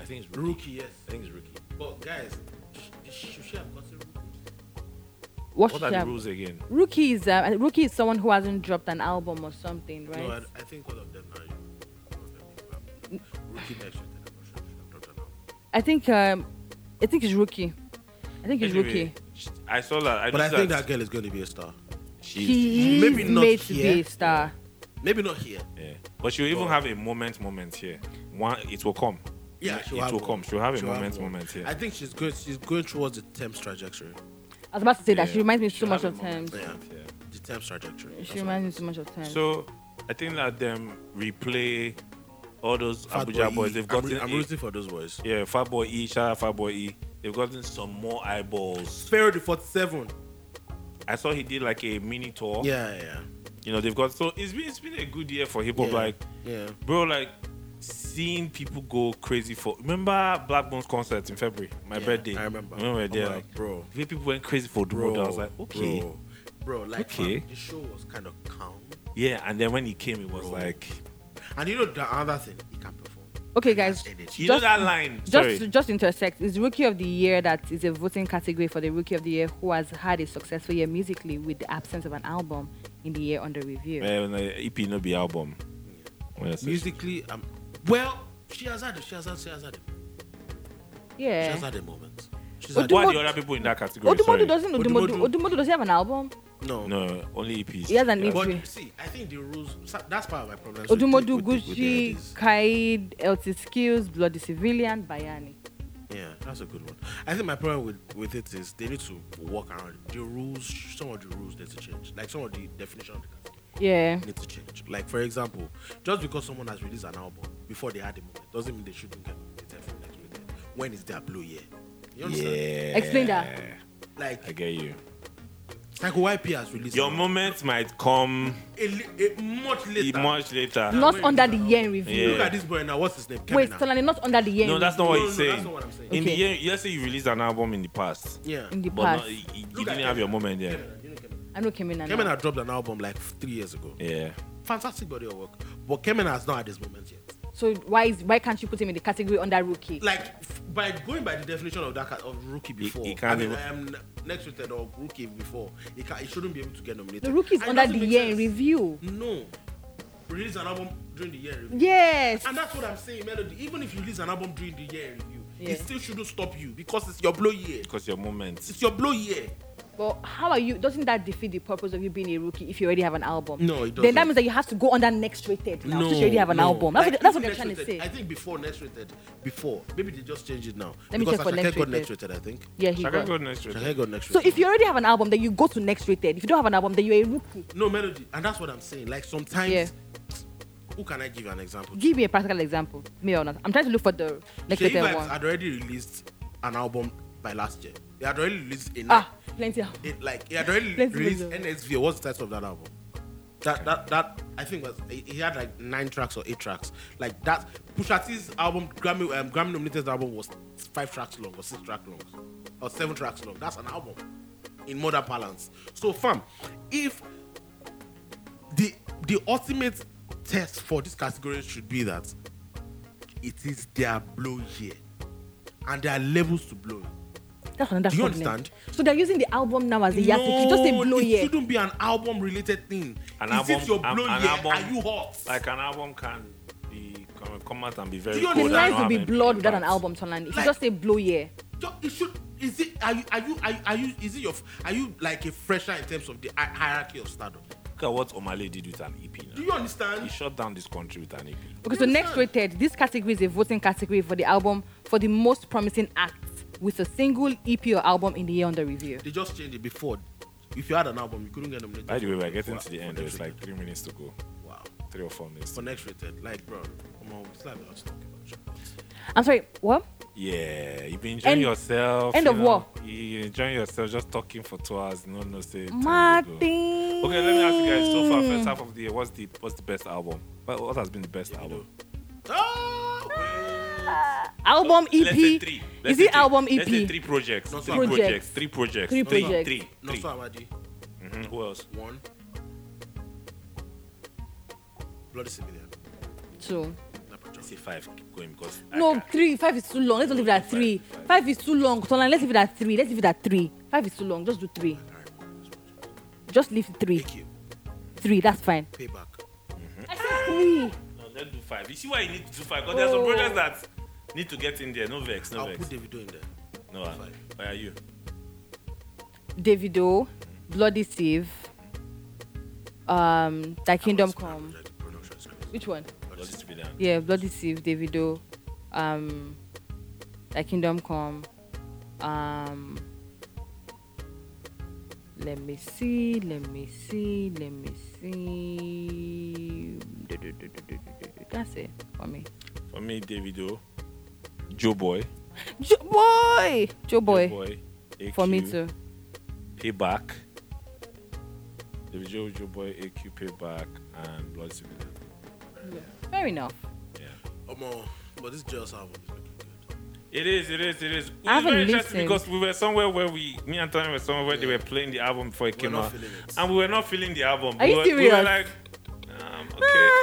I think it's rookie. Yes, I think it's rookie. But guys, sh- should she have gotten rookie? What What are the shape? rules again? Rookie is uh, rookie is someone who hasn't dropped an album or something, right? No, I, I think all of them are. all of them are rap. Rookie next year, I'm not sure. if I've dropped an album. I think um, I think it's rookie. I think it's Anyway, rookie. sh- I saw that. I But I just think that girl is going to be a star. she's, She is Maybe not made to here. be a star. Maybe not here. Yeah. But she'll even Well- have a moment moment here. One it will come. Yeah, it, she'll it have will one. come. She'll have a She'll have moment one. moment here. I think she's going. She's going towards the Thames trajectory. I was about to say that Yeah. she reminds me so She'll much have of a moment times. moment, yeah. The Thames trajectory. That's She what reminds me so much of times. So I think that them replay all those Fat Abuja Boy boys. E. They've I'm, gotten roo- I'm a- rooting for those boys. yeah, Fat Boy E, shout out Fat Boy E. They've gotten some more eyeballs. Pharaoh the 47. I saw he did like a mini tour. Yeah, yeah, You know, they've got so it's been it's been a good year for hip hop. yeah. Like yeah. bro, like seeing people go crazy for. Remember Blackbone's concert in February, my Yeah, birthday. I remember. When we were I'm there, like, like, bro. the way people went crazy for the mode. I was like, okay, Bro, bro like, Okay. fam, the show was kind of calm. yeah. And then when he came, it was Bro. like, And you know the other thing, he can perform. okay, guys, He has you Just- know that line. just Sorry. just intersect. It's rookie of the year that is a voting category for the rookie of the year who has had a successful year musically with the absence of an album in the year under review. Eh, when the EP no be album. When I say- Musically, um, well, she has had, she has had, she has had, she has Yeah. had a moment. She's Oh, had, do- What are Odumodu- the other people in that category? Sorry. Odumodu doesn't Odumodu, Odumodu- Odumodu, does he have an album? no, No, only E EPs. He has an Yeah. E EP. But Gucci. see, I think the rules. so- That's part of my problem. So Odumodu, we take- we take Gucci, with the Kaid, LT Skills, Bloody Civilian, Bayani. ideas. Yeah, that's a good one. I think my problem with with it is they need to work around it. the rules. Some of the rules need to change. Like some of the definition of the category Yeah. need to change. Like for example, just because someone has released an album before they had a moment doesn't mean they shouldn't get nominated for next weekend. When is their blue year? You understand? Yeah. Explain that. I Like get you. Psycho YP has released Your an- moment might come a, li- a much later. much later. Not wait, under the year in Yeah. review. Look at this boy now. What's his name? Wait, Kevin. Solani, not under the year no, in that's not what review. No, he's no, that's saying. not what I'm saying. In the Okay. year, let's say you released an album in the past. yeah. In the but past. not, you, you Look didn't at have your Kevin. moment yet. Kevin, you know Kevin. I know Kemena. Kemen now. had dropped an album like three years ago. Yeah. Fantastic body of work. But Kemen has not had this moment yet. So why is why can't you put him in the category under rookie? Like f- by going by the definition of that ca- of rookie before, he can't I mean, even- I am next with the rookie before, he, can, he shouldn't be able to get nominated. The rookie is And it under doesn't the make year in sense. review. No, release an album during the year in review. Yes. And that's what I'm saying, Melody. Even if you release an album during the year in review, Yeah. it still shouldn't stop you because it's your blow year. because your moment. It's your blow year. But how are you? Doesn't that defeat the purpose of you being a rookie if you already have an album? No, it Then that doesn't. means that you have to go under next rated now. no, since you already have an no. album. That's, Like, what, that's what even they're trying next to say. rated, I think before next rated, before maybe they just change it now. Let me because check for Asake next got rated. next rated, I think. yeah, he I can got. go next week. Asake got next So rated. if you already have an album, then you go to next rated. If you don't have an album, then you're a rookie. no melody, and that's what I'm saying. Like sometimes, Yeah. who can I give an example? to? Give me a practical example. Me or not? I'm trying to look for the next Shea rated Vibes one. had already released an album by last year. They had already released a ah, plenty. of- it like he had already Let's released move on. NSV. What's the title of that album? That that that I think was he he had like nine tracks or eight tracks. Like that Pusha T's album Grammy um, Grammy nominated album was five tracks long or six tracks long or seven tracks long. That's an album in modern balance. So fam, if the the ultimate test for this category should be that it is their blow year and there are levels to blow. That's another Do you problem. understand? So they're using the album now as a yardstick. You just say blow it yeah. shouldn't be an album related thing. An Is album- it your an- blow an year? album- Are you hot? Like an album can be come, come out and be very. Do you good It's and understand? not nice to have be any blood without an impact. album, Tolan. If you Like- just say blow yeah. Yo, it should. Is it? Are you? Are you? Are you? Are you is it your? f- Are you like a fresher in terms of the hi- hierarchy of stardom? Look at what Omale did with an EP. Do Now. you He understand? shut down this country with an E EP. Okay, so next rated, this category is a voting category for the album for the most promising act with a single EP or album in the year under review. They just changed it before. If you had an album, you couldn't get nominated. By the way, for- we're getting for- to the for end. next There's like rated. three minutes to go, wow. three or four minutes. For next rated, like bro, come on, it's like we're not talking about shit. I'm sorry, what? Yeah, you've been enjoying End- yourself. end you of know, war. You enjoying yourself, just talking for two hours. No, no, say. time to go. Martin. Okay, let me ask you guys. So far, first half of the year, what's the what's the best album? What, what has been the best album? Oh, wait. Album EP. Let's say three. Let's is say it album E three. EP? Let's say three projects. Not three so- projects. Projects. Three projects. Three projects. Three. No, three. so Amadi, Mhm. Who else? one. Bloody civilian. Two. Let's say five. Keep going because. I No, can't. three. Five is too long. Let's not leave it at three. Five, is too long. Tolan, let's leave it at three. Let's leave it at three. Five is too long. Just do three. Just leave three. Thank you. Three. That's fine. Payback. I said three. No, let's do five. You see why you need to do five? Because there's some Oh. projects that need to get in there. No vex. No I'll vex. put Davido in there. No. I- five. Why are you? Davido, Bloody Sieve, um, Thy Kingdom Come. Which one? What is to be done? Yeah, Bloody Sieve, Davido, um, Thy Kingdom Come. Um, let me see, let me see, let me see. Du- du- du- du- du- du- du- That's it for me. For me, Davido, Joe Boy, Joe Boy! Joe Joe Boy. Boy, AQ, For me too. Payback, Davido, Joe Boy, AQ, Payback, and Blood Civilian. Fair enough. Yeah. Omo, but this Jail's album is looking good. It is, it is, it is. I It's very haven't interesting listened. because we were somewhere where we, me and Tony were somewhere where they were playing the album before it We're came not out, feeling it. and we were not feeling the album. Are we you were, We were serious? Ah. like, um, okay.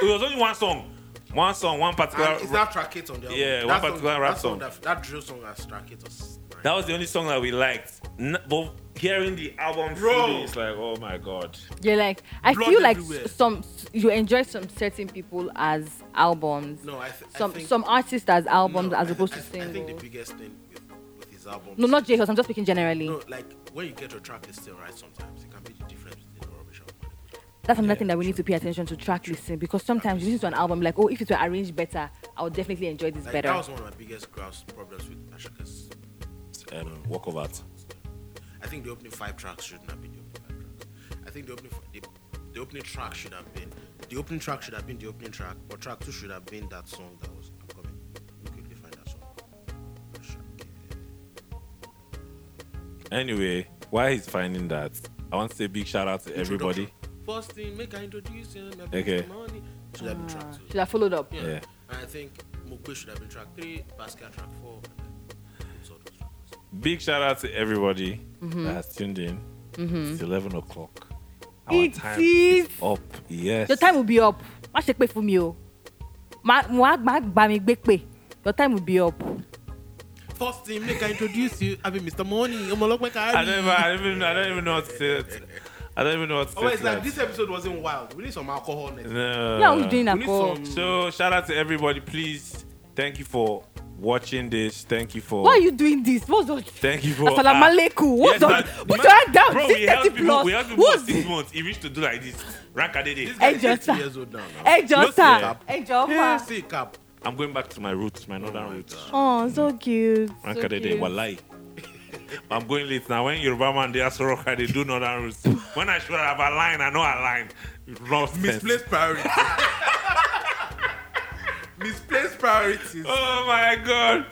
It was only one song, one song, one particular. And it's that track it on the album. Yeah, That one particular rap that song. That, that drill song as track it was. nice. That was the only song that we liked. N- but hearing the album, Bro. fully, it's like, oh my god. You're like, I Blood feel like everywhere. s- some you enjoy some certain people as albums, no, I, th- some I think, some artists as albums no, as I- opposed I, to I think the singles. biggest thing with, with his album. No, not J-House. I'm just speaking generally. No, like when you get your track listing right, sometimes it can be the difference between rubbish and money. That's another thing that we need to pay attention to track listing because sometimes you listen to an album like, oh, if it were arranged better, I would definitely enjoy this Like better. that was one of my biggest grouse problems with Ashaka's. Um, walk over it. I think the opening five tracks shouldn't have been the opening five tracks. I think the opening f- the, the opening track should have been the opening track should have been the opening track, but track two should have been that song that was I'm coming. We quickly find that song. Anyway, while he's finding that, I want to say big shout out to everybody. Introduction. First thing, make I introduce you. my Okay. best money. Should have been track two. Should I followed up? Yeah. Yeah. And I think Mukwe should have been track three, Basquiat track four, and then it's all those tracks. Big shout out to everybody Mm-hmm. that has tuned in. It's 11 o'clock. Our It time is. is. up. Yes. Your time will be up. Má ṣe pé fún mi o. Má má má gbà mí gbé pé. Your time will be up. First thing, make I introduce you. I be Mr. Money. I'm a lot I don't, even, I, don't even, I don't even know what to say. that- I don't even know what to say. Oh, it's to like that. this episode wasn't wild. We need some alcohol next. No. Yeah, I was doing We need alcohol. some. So shout out to everybody, please. Thank you for watching this. Thank you for. Why are you doing this? What's that? Thank you for. Assalamu ah, alaikum. What's yes, that? ah, Put man- your hand down. Bro, This we help 30 people. plus. We help people for What's six this? months. He reached to do like this. Rank a day. This guy is Hey, Johnson. 80 years old now. now. yeah. Hey, Jossa. Hey, Yeah, Joffa. see cap. I'm going back to my roots, my northern roots. Oh, so cute. Rank so a day. cute. Wallahi. I'm going late now. When Yoruba man they ask Roka, they do northern roots. When I should have a line, I know a line. Nonsense. Misplaced priority. Misplaced priorities. Oh my god.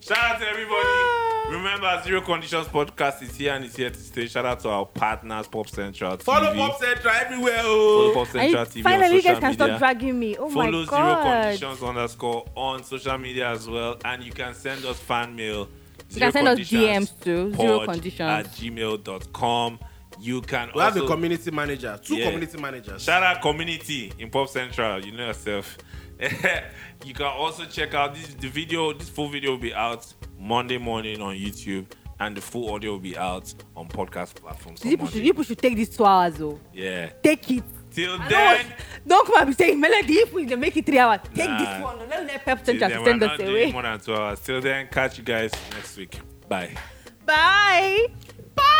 Shout out to everybody. Ah. Remember, Zero Conditions Podcast is here and it's here to stay. Shout out to our partners, Pop Central. TV. Follow Pop Central everywhere. Follow Oh. Pop Are you- Central TV. on finally, you social guys can media. stop dragging me. Oh Follow my god. Zero Conditions underscore on social media as well. And you can send us fan mail. You can send us DMs too, Zero Conditions. At gmail.com. You can We have also a community manager, two Yeah. community managers. Shout out community in Pop Central. You know yourself. you can also check out this the video. This full video will be out Monday morning on YouTube, and the full audio will be out on podcast platforms. On You should, Monday. you should take this two hours, though. Yeah. Take it. Till I don't then, want- don't come and be saying, Melody, if we make it three hours, take Nah. this one. Let let Pep till Central then, send we're us not doing away. more than two hours. Till then, catch you guys next week. Bye. Bye. Bye.